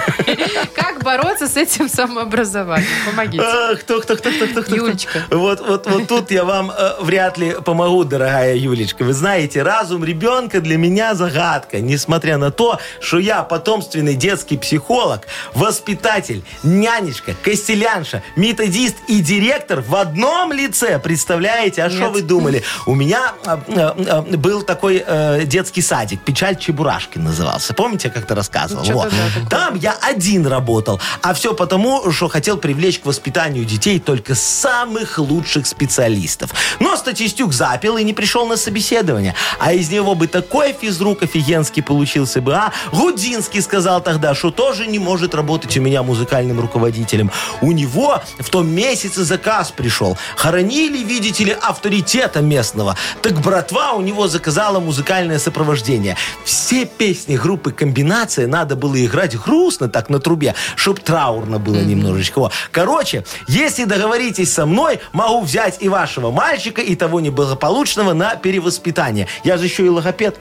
[SPEAKER 3] Как бороться с этим самообразованием? Помогите.
[SPEAKER 4] Ах, Э, кто, кто, кто, кто, кто, кто.
[SPEAKER 3] Юлечка.
[SPEAKER 4] Вот, вот, вот тут я вам э, вряд ли помогу, дорогая Юлечка. Вы знаете, разум ребенка для меня загадка. Несмотря на то, что я потомственный детский психолог, воспитатель, нянечка, костелянша, методист и директор в одном лице. Представляете? А что
[SPEAKER 3] Нет.
[SPEAKER 4] вы думали? У меня э, э, э, был такой э, детский садик. Печаль Чебурашки назывался. Помните, я как-то рассказывал?
[SPEAKER 3] Чё-то
[SPEAKER 4] Вот.
[SPEAKER 3] да, такое.
[SPEAKER 4] Там я один работал. А все потому, что хотел привлечь к воспитанию детей только самых лучших специалистов. Но статистюк запил и не пришел на собеседование. А из него бы такой физрук офигенский получился бы, а? Гудинский сказал тогда, что тоже не может работать у меня музыкальным руководителем. У него в том месяце заказ пришел. Хоронили, видите ли, авторитета местного. Так братва у него заказала музыкальное сопровождение. Все песни группы «Комбинация» надо было играть грустно так на трубе, чтоб траурно было немножечко. Во. Короче, если договоритесь со мной, могу взять и вашего мальчика, и того неблагополучного на перевоспитание. Я же еще и логопед.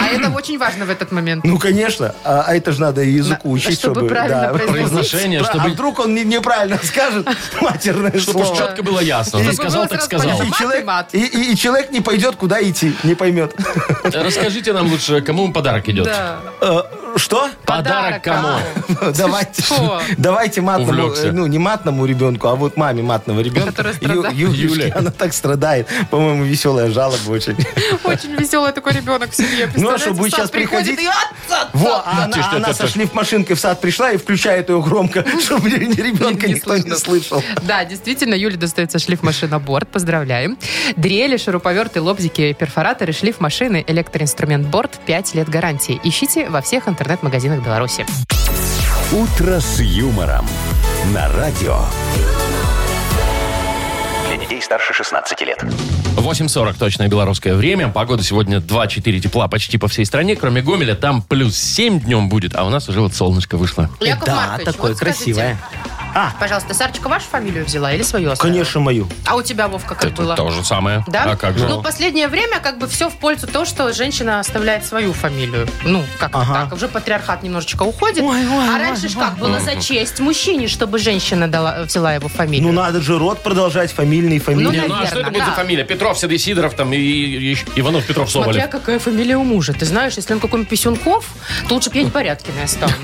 [SPEAKER 3] А это очень важно в этот момент.
[SPEAKER 4] Ну, конечно. А, а это же надо и языку
[SPEAKER 3] На-
[SPEAKER 4] учить,
[SPEAKER 3] чтобы
[SPEAKER 4] чтобы...
[SPEAKER 3] правильно произносить.
[SPEAKER 2] Произношение,
[SPEAKER 4] Про-
[SPEAKER 2] чтобы-
[SPEAKER 4] А вдруг он не- неправильно скажет матерное
[SPEAKER 2] Чтобы уж
[SPEAKER 4] слово.
[SPEAKER 2] четко было ясно. Он
[SPEAKER 3] Чтобы
[SPEAKER 2] сказал,
[SPEAKER 3] было
[SPEAKER 2] так
[SPEAKER 3] сразу
[SPEAKER 2] сказал.
[SPEAKER 3] понятно.
[SPEAKER 4] И
[SPEAKER 3] Мат и
[SPEAKER 4] человек,
[SPEAKER 3] мат.
[SPEAKER 4] и- и- и человек не пойдет, куда идти, не поймет.
[SPEAKER 2] Э, Расскажите нам лучше, кому подарок идет.
[SPEAKER 3] Да.
[SPEAKER 4] Э, Что?
[SPEAKER 2] Подарок кому?
[SPEAKER 4] Давайте,
[SPEAKER 3] что?
[SPEAKER 4] давайте матному,
[SPEAKER 2] Увлекся.
[SPEAKER 4] э, ну не матному ребенку, а вот маме матного ребенка.
[SPEAKER 3] Которая страдает.
[SPEAKER 4] Юлечке,
[SPEAKER 2] Юля.
[SPEAKER 4] она так страдает. По-моему, веселая жалоба очень.
[SPEAKER 3] Очень веселый такой ребенок в семье.
[SPEAKER 4] Ну, а что, будет
[SPEAKER 3] Представляете, в сад
[SPEAKER 4] сейчас
[SPEAKER 3] приходит
[SPEAKER 4] приходить?
[SPEAKER 3] и... а, ца,
[SPEAKER 4] Во,
[SPEAKER 3] ца.
[SPEAKER 4] а она,
[SPEAKER 2] тише,
[SPEAKER 4] она
[SPEAKER 2] тише,
[SPEAKER 4] со
[SPEAKER 2] тише.
[SPEAKER 4] шлифмашинкой в сад пришла и включает ее громко, чтобы ни- ни ребенка
[SPEAKER 3] Не
[SPEAKER 4] никто не
[SPEAKER 3] слышно.
[SPEAKER 4] слышал.
[SPEAKER 3] Да, действительно, Юле достается шлифмашина борт. Поздравляем. Дрели, шуруповерты, лобзики, перфораторы, шлифмашины, электроинструмент борт. 5 лет гарантии. Ищите во всех интернет-магазинах Беларуси.
[SPEAKER 1] «Утро с юмором» на радио.
[SPEAKER 6] Для детей старше 16 лет.
[SPEAKER 2] 8.40 точное белорусское время. Погода сегодня 2-4 тепла почти по всей стране. Кроме Гомеля, там плюс 7 днем будет, а у нас уже вот солнышко вышло.
[SPEAKER 3] Яков
[SPEAKER 4] Да,
[SPEAKER 3] Маркович,
[SPEAKER 4] такое
[SPEAKER 3] вот скажите, а,
[SPEAKER 4] красивое.
[SPEAKER 3] Пожалуйста, Сарочка вашу фамилию взяла или свою оставила?
[SPEAKER 4] Конечно, мою.
[SPEAKER 3] А у тебя, Вовка, как
[SPEAKER 2] Это
[SPEAKER 3] было?
[SPEAKER 2] то же самое.
[SPEAKER 3] Да?
[SPEAKER 2] А как же?
[SPEAKER 3] Ну, последнее время как бы все в пользу того, что женщина оставляет свою фамилию. Ну, как
[SPEAKER 4] Ага.
[SPEAKER 3] так. Уже патриархат немножечко уходит.
[SPEAKER 4] Ой, ой,
[SPEAKER 3] а
[SPEAKER 4] ой,
[SPEAKER 3] раньше ж как было за честь мужчине, чтобы женщина дала, взяла его фамилию.
[SPEAKER 4] Ну надо же род продолжать, фамильный,
[SPEAKER 3] Ну,
[SPEAKER 2] Не,
[SPEAKER 4] фамильный.
[SPEAKER 2] ну а
[SPEAKER 3] наверное,
[SPEAKER 2] что это будет за
[SPEAKER 3] да.
[SPEAKER 2] фамилия? Петров, Седой Сидоров там и, и- и Иванов, Петров,
[SPEAKER 3] Смотря
[SPEAKER 2] Соболев.
[SPEAKER 3] какая фамилия у мужа. Ты знаешь, если он какой-нибудь Писюнков, то лучше бы я Непорядкиной оставила.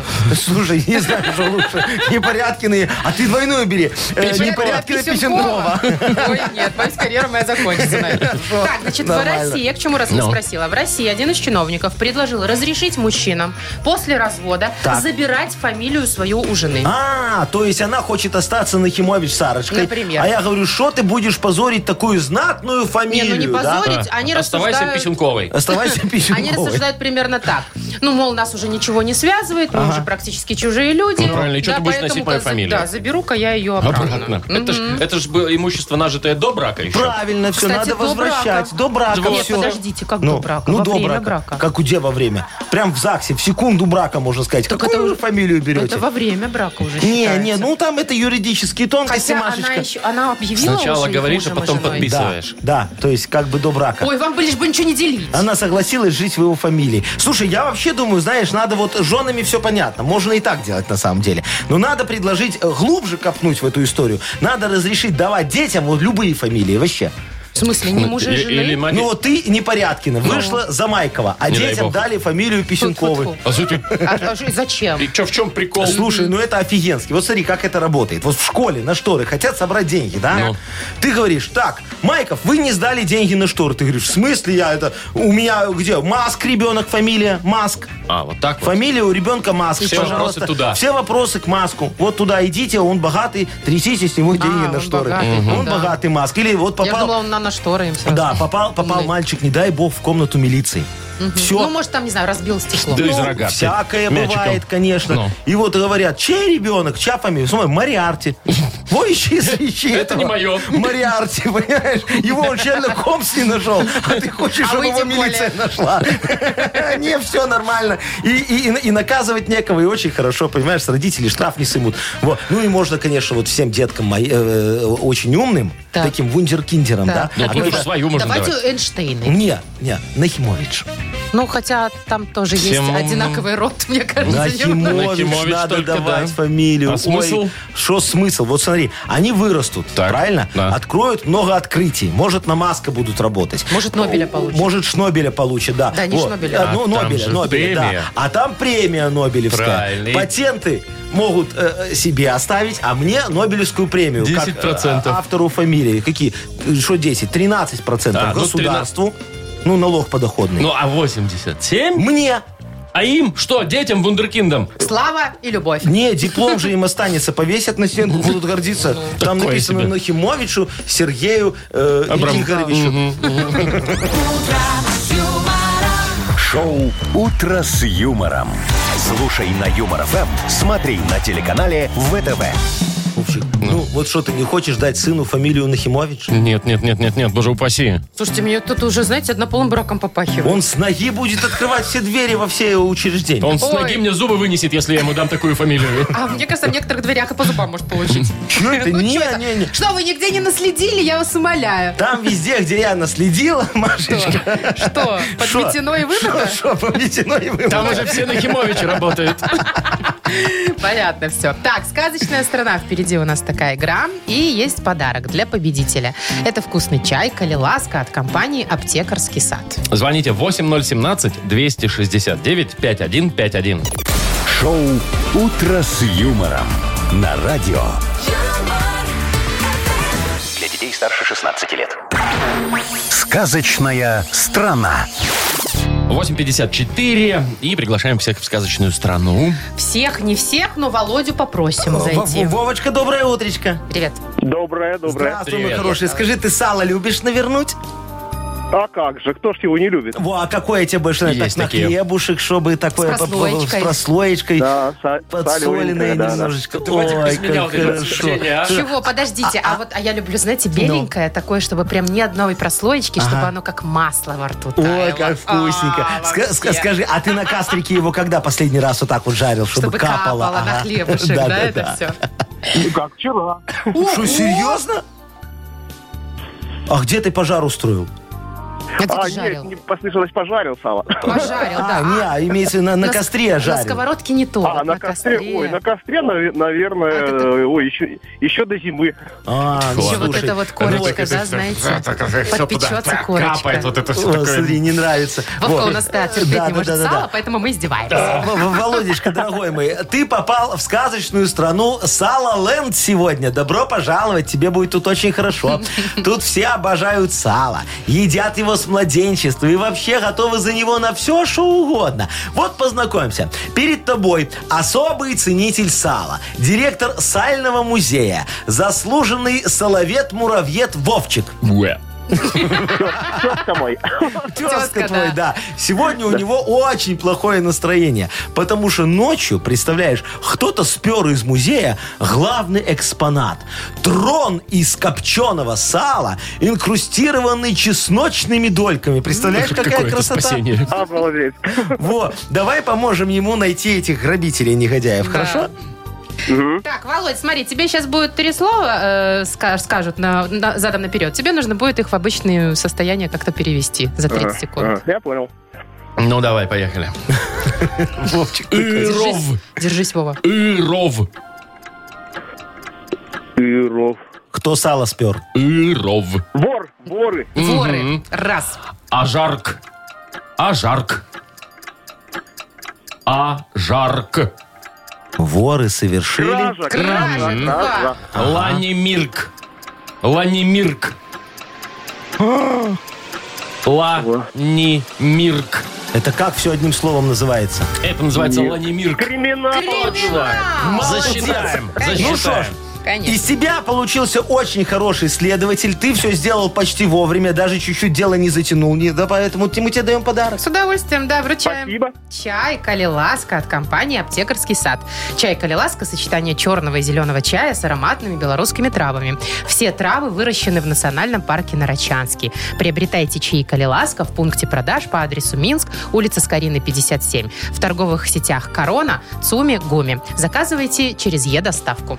[SPEAKER 4] Слушай, не знаю, что лучше. Непорядкиные, а ты двойную бери. Э, Непорядкина Песенкова.
[SPEAKER 3] Ой, нет, боюсь, карьера моя закончится на этом. Так, значит, в
[SPEAKER 4] Нормально.
[SPEAKER 3] России, я к чему раз не
[SPEAKER 2] Ну.
[SPEAKER 3] спросила. В России один из чиновников предложил разрешить мужчинам после развода
[SPEAKER 4] Так.
[SPEAKER 3] забирать фамилию свою у жены.
[SPEAKER 4] А, то есть она хочет остаться Нахимович Сарочкой.
[SPEAKER 3] Например.
[SPEAKER 4] А я говорю, что ты будешь позорить такую знатную
[SPEAKER 3] Не,
[SPEAKER 4] фамилию?
[SPEAKER 3] ну не
[SPEAKER 4] да?
[SPEAKER 3] позорить, они
[SPEAKER 2] А, Оставайся
[SPEAKER 3] рассуждают...
[SPEAKER 2] Писюнковой.
[SPEAKER 4] Оставайся
[SPEAKER 3] Они
[SPEAKER 4] пищевой.
[SPEAKER 3] рассуждают примерно так. Ну, мол, нас уже ничего не связывает, мы уже практически чужие люди.
[SPEAKER 2] Ну, правильно, и чё
[SPEAKER 3] Да,
[SPEAKER 2] ты будешь
[SPEAKER 3] поэтому-ка
[SPEAKER 2] носить мою
[SPEAKER 3] за-
[SPEAKER 2] фамилию?
[SPEAKER 3] Да, заберу-ка я ее обратно.
[SPEAKER 2] Обратно. Это ж, это ж было имущество нажитое до брака еще.
[SPEAKER 4] Правильно, все,
[SPEAKER 3] Кстати,
[SPEAKER 4] надо
[SPEAKER 3] до
[SPEAKER 4] возвращать.
[SPEAKER 3] брака.
[SPEAKER 4] До брака
[SPEAKER 3] Нет,
[SPEAKER 4] все.
[SPEAKER 3] подождите, как до брака?
[SPEAKER 4] Ну,
[SPEAKER 3] Во
[SPEAKER 4] до
[SPEAKER 3] время
[SPEAKER 4] брака.
[SPEAKER 3] брака.
[SPEAKER 4] Как у тебя во время. Прям в ЗАГСе, в секунду брака, можно сказать.
[SPEAKER 3] Так
[SPEAKER 4] Какую
[SPEAKER 3] это-
[SPEAKER 4] же фамилию берете?
[SPEAKER 3] Это во время брака уже
[SPEAKER 4] Не,
[SPEAKER 3] считается.
[SPEAKER 4] не, ну там это юридические тонкости,
[SPEAKER 3] Хотя
[SPEAKER 4] Машечка.
[SPEAKER 3] она, еще, она объявила
[SPEAKER 2] Сначала
[SPEAKER 3] уже их
[SPEAKER 2] говоришь, а
[SPEAKER 3] мужем и
[SPEAKER 2] потом
[SPEAKER 3] женой.
[SPEAKER 4] Да,
[SPEAKER 2] подписываешь.
[SPEAKER 4] да, то есть как бы до брака.
[SPEAKER 3] Ой, вам бы лишь бы ничего не делить.
[SPEAKER 2] А ну,
[SPEAKER 4] Она согласилась жить в его фамилии. Слушай, я вообще думаю, знаешь, надо вот с женами все понятно. Можно и так делать на самом деле. Но надо предложить э, глубже копнуть в эту историю. Надо разрешить давать детям вот любые фамилии вообще.
[SPEAKER 3] В смысле, не мужа и
[SPEAKER 2] Или-
[SPEAKER 3] жены?
[SPEAKER 2] ну, э, или мать-
[SPEAKER 4] Ну вот ты Непорядкина вышла за Майкова, а
[SPEAKER 2] Ну. Не дай
[SPEAKER 4] детям
[SPEAKER 2] бог.
[SPEAKER 4] дали фамилию Песенковой.
[SPEAKER 3] Фу-фу-фу.
[SPEAKER 2] А зачем-
[SPEAKER 3] А- а ж- зачем?
[SPEAKER 2] И чё, в чем прикол?
[SPEAKER 4] Слушай, ну это офигенски. Вот смотри, как это работает. Вот в школе на шторы хотят собрать деньги, да?
[SPEAKER 2] Ну.
[SPEAKER 4] Ты говоришь, так, Майков, вы не сдали деньги на шторы. Ты говоришь, в смысле я это... У меня где? Маск ребенок, фамилия, Маск.
[SPEAKER 2] А, вот так вот.
[SPEAKER 4] Фамилия у ребенка Маск.
[SPEAKER 2] Все
[SPEAKER 4] пожалуйста.
[SPEAKER 2] вопросы туда.
[SPEAKER 4] Все вопросы к Маску. Вот туда идите, он богатый, трясите с него деньги
[SPEAKER 3] А, он
[SPEAKER 4] на шторы.
[SPEAKER 3] богатый,
[SPEAKER 4] Он
[SPEAKER 3] да.
[SPEAKER 4] богатый Маск. Или вот
[SPEAKER 3] Я
[SPEAKER 4] попал...
[SPEAKER 3] думала, он на, на шторы им сразу.
[SPEAKER 4] Да, попал, попал
[SPEAKER 3] Умный.
[SPEAKER 4] мальчик, не дай бог, в комнату милиции. Все.
[SPEAKER 3] Ну, может, там, не знаю, разбил стекло.
[SPEAKER 2] Да из
[SPEAKER 4] Ну,
[SPEAKER 2] рогатки.
[SPEAKER 4] Всякое
[SPEAKER 2] Мячиком.
[SPEAKER 4] бывает, конечно.
[SPEAKER 2] Ну.
[SPEAKER 4] И вот говорят, чей ребенок? Чья фамилия? Смотри, Мариарти. Во, ищи, ищи
[SPEAKER 2] Это
[SPEAKER 4] этого.
[SPEAKER 2] не моё.
[SPEAKER 4] Мариарти, понимаешь? Его он Шерлок Холмс не нашел. А ты хочешь,
[SPEAKER 3] А
[SPEAKER 4] чтобы
[SPEAKER 3] вы
[SPEAKER 4] его
[SPEAKER 3] тем более.
[SPEAKER 4] милиция нашла. Не, все нормально. И, и- и- и наказывать некого, и очень хорошо, понимаешь, с родителей штраф не сымут. Вот. Ну и можно, конечно, вот всем деткам мои- э, очень умным,
[SPEAKER 3] Так.
[SPEAKER 4] таким вундеркиндером, да?
[SPEAKER 3] Так.
[SPEAKER 2] Ну,
[SPEAKER 4] А
[SPEAKER 2] тут уж
[SPEAKER 4] когда-
[SPEAKER 2] свою можно
[SPEAKER 3] Давайте
[SPEAKER 2] давать.
[SPEAKER 3] Эйнштейны.
[SPEAKER 4] Не, не, Нахимович.
[SPEAKER 3] Ну, хотя там тоже есть
[SPEAKER 2] Всем умным.
[SPEAKER 3] одинаковый рот, мне кажется. не
[SPEAKER 4] Нахимович,
[SPEAKER 2] Нахимович
[SPEAKER 4] надо
[SPEAKER 2] только,
[SPEAKER 4] давать
[SPEAKER 2] да.
[SPEAKER 4] фамилию.
[SPEAKER 2] А
[SPEAKER 4] Ой,
[SPEAKER 2] смысл?
[SPEAKER 4] Что смысл? Вот смотри, они вырастут,
[SPEAKER 2] Так,
[SPEAKER 4] правильно?
[SPEAKER 2] да.
[SPEAKER 4] Откроют много открытий. Может, на Маска будут работать.
[SPEAKER 3] Может, Нобеля получит.
[SPEAKER 4] Может, Шнобеля получит, да.
[SPEAKER 3] Да, не
[SPEAKER 4] Вот.
[SPEAKER 3] Шнобеля.
[SPEAKER 4] А, ну,
[SPEAKER 2] А там
[SPEAKER 4] Нобеля,
[SPEAKER 2] же
[SPEAKER 4] Нобеля, да.
[SPEAKER 2] премия.
[SPEAKER 4] А там премия Нобелевская.
[SPEAKER 2] Правильно. И-
[SPEAKER 4] Патенты могут э, э, себе оставить, а мне Нобелевскую премию. как, э,
[SPEAKER 2] 10%.
[SPEAKER 4] автору фамилии. Какие? Э, Что 10? 13%.
[SPEAKER 2] А, ну,
[SPEAKER 4] государству. Ну, налог подоходный.
[SPEAKER 2] Ну, а 87?
[SPEAKER 4] Мне
[SPEAKER 2] А им что, детям, вундеркиндам?
[SPEAKER 3] Слава и любовь.
[SPEAKER 4] Не, диплом же им останется. Повесят на стенку, будут гордиться. Там
[SPEAKER 2] Ну, такое
[SPEAKER 4] написано
[SPEAKER 2] себе.
[SPEAKER 4] Нахимовичу, Сергею э,
[SPEAKER 2] Абрам-
[SPEAKER 4] Егоровичу.
[SPEAKER 1] Шоу «Утро с юмором». Слушай на Юмор ФМ, смотри на телеканале ВТВ.
[SPEAKER 4] Вовчик, Ну, вот что ты не хочешь дать сыну фамилию Нахимович?
[SPEAKER 2] Нет, нет, нет, нет, нет, боже упаси.
[SPEAKER 3] Слушайте, мне тут уже, знаете, однополым браком попахивает.
[SPEAKER 4] Он с ноги будет открывать все двери во все учреждения.
[SPEAKER 2] Он с
[SPEAKER 3] Ой.
[SPEAKER 2] ноги мне зубы вынесет, если я ему дам такую фамилию.
[SPEAKER 3] А мне кажется, в некоторых дверях и по зубам может получить.
[SPEAKER 4] Чё это?
[SPEAKER 3] Ну,
[SPEAKER 4] Не,
[SPEAKER 3] чё это?
[SPEAKER 4] не, не.
[SPEAKER 3] Что, вы нигде не наследили? Я вас умоляю.
[SPEAKER 4] Там везде, где я наследила, Машечка.
[SPEAKER 3] Что, подметено и вымыто?
[SPEAKER 4] Что, подметено и вымыто?
[SPEAKER 2] Там уже все Нахимовичи работают.
[SPEAKER 3] Понятно все. Так, «Сказочная страна». Впереди у нас такая игра. И есть подарок для победителя. Это вкусный чай «Калиласка» от компании «Аптекарский сад».
[SPEAKER 2] Звоните 8017-269-5151.
[SPEAKER 1] Шоу «Утро с юмором» на радио.
[SPEAKER 6] Для детей старше 16 лет.
[SPEAKER 1] Сказочная страна.
[SPEAKER 2] 8.54. И приглашаем всех в сказочную страну.
[SPEAKER 3] Всех, не всех, но Володю попросим зайти.
[SPEAKER 4] Во- Вовочка, доброе утречко.
[SPEAKER 3] Привет.
[SPEAKER 8] Доброе, доброе.
[SPEAKER 4] Здравствуй, мой
[SPEAKER 2] Привет.
[SPEAKER 4] хороший. Скажи, ты сало любишь навернуть?
[SPEAKER 8] А как же, кто ж его не любит?
[SPEAKER 4] Во, а какое тебе больше нравится?
[SPEAKER 2] Есть
[SPEAKER 4] Так, на
[SPEAKER 2] такие.
[SPEAKER 4] хлебушек, чтобы такое... по- по-
[SPEAKER 3] прослоечкой.
[SPEAKER 4] С прослоечкой.
[SPEAKER 8] Да, са-
[SPEAKER 4] Подсоленное
[SPEAKER 8] солененькое, да, да.
[SPEAKER 4] немножечко.
[SPEAKER 2] Вадик,
[SPEAKER 4] Ой,
[SPEAKER 2] без меня
[SPEAKER 4] как
[SPEAKER 2] вот это
[SPEAKER 4] хорошо.
[SPEAKER 2] обсуждение, а?
[SPEAKER 3] Чего, подождите, а, вот а я люблю,
[SPEAKER 4] Ну.
[SPEAKER 3] знаете, беленькое такое, чтобы прям ни одной прослоечки, чтобы оно как масло во рту
[SPEAKER 4] Ой,
[SPEAKER 3] таяло.
[SPEAKER 4] как вкусненько.
[SPEAKER 3] А,
[SPEAKER 4] Ска- ска-
[SPEAKER 3] вообще.
[SPEAKER 4] Скажи, а ты на кастрике его когда последний раз вот так вот жарил, чтобы,
[SPEAKER 3] Чтобы капало на
[SPEAKER 4] Ага.
[SPEAKER 3] хлебушек, да, это все.
[SPEAKER 8] Как вчера.
[SPEAKER 4] Что, серьезно? А где ты пожар устроил?
[SPEAKER 3] А ты
[SPEAKER 8] А,
[SPEAKER 3] жарил?
[SPEAKER 8] нет, не послышалось, пожарил сало.
[SPEAKER 3] Пожарил,
[SPEAKER 4] а,
[SPEAKER 3] да.
[SPEAKER 4] не, а, имеется в виду на, на
[SPEAKER 3] с-
[SPEAKER 4] костре жарил.
[SPEAKER 3] На сковородке не то.
[SPEAKER 8] А,
[SPEAKER 3] вот
[SPEAKER 8] на костре, ой, на костре, наве- наверное,
[SPEAKER 3] А, это-
[SPEAKER 8] э, ой, еще, еще до зимы.
[SPEAKER 4] А, ну,
[SPEAKER 3] Ещё вот
[SPEAKER 4] слушай,
[SPEAKER 3] это вот корочка, да, знаете? Подпечется корочка.
[SPEAKER 2] это
[SPEAKER 4] о, смотри, не нравится.
[SPEAKER 3] Вовка
[SPEAKER 4] Вот.
[SPEAKER 3] у нас да, терпеть не может
[SPEAKER 4] да.
[SPEAKER 3] сало, поэтому мы издеваемся.
[SPEAKER 4] В- В- Володечка, дорогой мой, ты попал в сказочную страну Сало-Ленд сегодня. Добро пожаловать, тебе будет тут очень хорошо. Тут все обожают сало, едят его с младенчества и вообще готовы за него на все, что угодно. Вот познакомься. Перед тобой особый ценитель сала, директор сального музея, заслуженный соловет-муравьед Вовчик.
[SPEAKER 8] Тетка мой.
[SPEAKER 4] Тезка
[SPEAKER 3] Тезка,
[SPEAKER 4] твой, да. Сегодня у него очень плохое настроение, потому что ночью, представляешь, кто-то спер из музея главный экспонат. Трон из копченого сала, инкрустированный чесночными дольками. Представляешь, какая красота?
[SPEAKER 2] спасение.
[SPEAKER 8] Обалдеть.
[SPEAKER 4] Во, давай поможем ему найти этих грабителей-негодяев,
[SPEAKER 3] Да.
[SPEAKER 4] хорошо?
[SPEAKER 3] Так, Володь, смотри, тебе сейчас будет три слова, э, ска- скажут на- на- задом наперед. Тебе нужно будет их в обычное состояние как-то перевести за 30 секунд.
[SPEAKER 8] Я понял.
[SPEAKER 2] Ну, давай, поехали.
[SPEAKER 4] Вовчик, ты
[SPEAKER 2] Иров.
[SPEAKER 3] Держись, держись, Вова.
[SPEAKER 2] Иров.
[SPEAKER 8] Иров.
[SPEAKER 4] кто сало спер?
[SPEAKER 2] Иров.
[SPEAKER 8] Вор, воры.
[SPEAKER 3] Воры. Раз.
[SPEAKER 2] Ажарк. Ажарк. Ажарк.
[SPEAKER 4] Воры совершили.
[SPEAKER 8] Кража,
[SPEAKER 3] Кража.
[SPEAKER 8] кража,
[SPEAKER 3] Два.
[SPEAKER 8] кража.
[SPEAKER 2] Ланимирк. Ланимирк. Ланимирк.
[SPEAKER 4] Это как все одним словом называется?
[SPEAKER 2] Это называется ланимирк.
[SPEAKER 8] Криминал.
[SPEAKER 3] Криминал.
[SPEAKER 2] Засчитаем.
[SPEAKER 4] Ну что ж,
[SPEAKER 2] Засчитаем.
[SPEAKER 3] Конечно.
[SPEAKER 4] Из тебя получился очень хороший следователь. Ты все сделал почти вовремя, даже чуть-чуть дело не затянул. Не, да поэтому те- мы тебе даем подарок.
[SPEAKER 3] С удовольствием, да, вручаем.
[SPEAKER 8] Спасибо.
[SPEAKER 3] Чай «Калиласка» от компании «Аптекарский сад». Чай «Калиласка» – сочетание черного и зеленого чая с ароматными белорусскими травами. Все травы выращены в Национальном парке Нарочанский. Приобретайте чаи «Калиласка» в пункте продаж по адресу Минск, улица Скорины, 57. В торговых сетях «Корона», «Цуми», «Гуми». Заказывайте через «Е-доставку».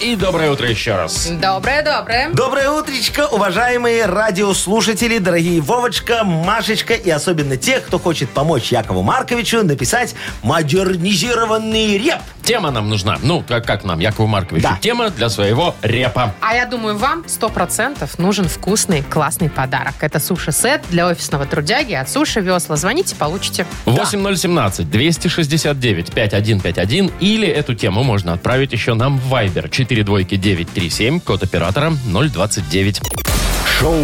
[SPEAKER 2] И доброе утро еще раз.
[SPEAKER 3] Доброе-доброе.
[SPEAKER 4] Доброе утречко, уважаемые радиослушатели, дорогие Вовочка, Машечка и особенно те, кто хочет помочь Якову Марковичу написать модернизированный реп.
[SPEAKER 2] Тема нам нужна. Ну, как, как нам, Якову Марковичу.
[SPEAKER 4] Да.
[SPEAKER 2] Тема для своего репа.
[SPEAKER 3] А я думаю, вам 100% нужен вкусный, классный подарок. Это суши-сет для офисного трудяги от Суши Весла. Звоните, получите.
[SPEAKER 2] 8017-269-5151. Или эту тему можно отправить еще нам в Viber. 4 двойки 937, код оператора 029.
[SPEAKER 1] Шоу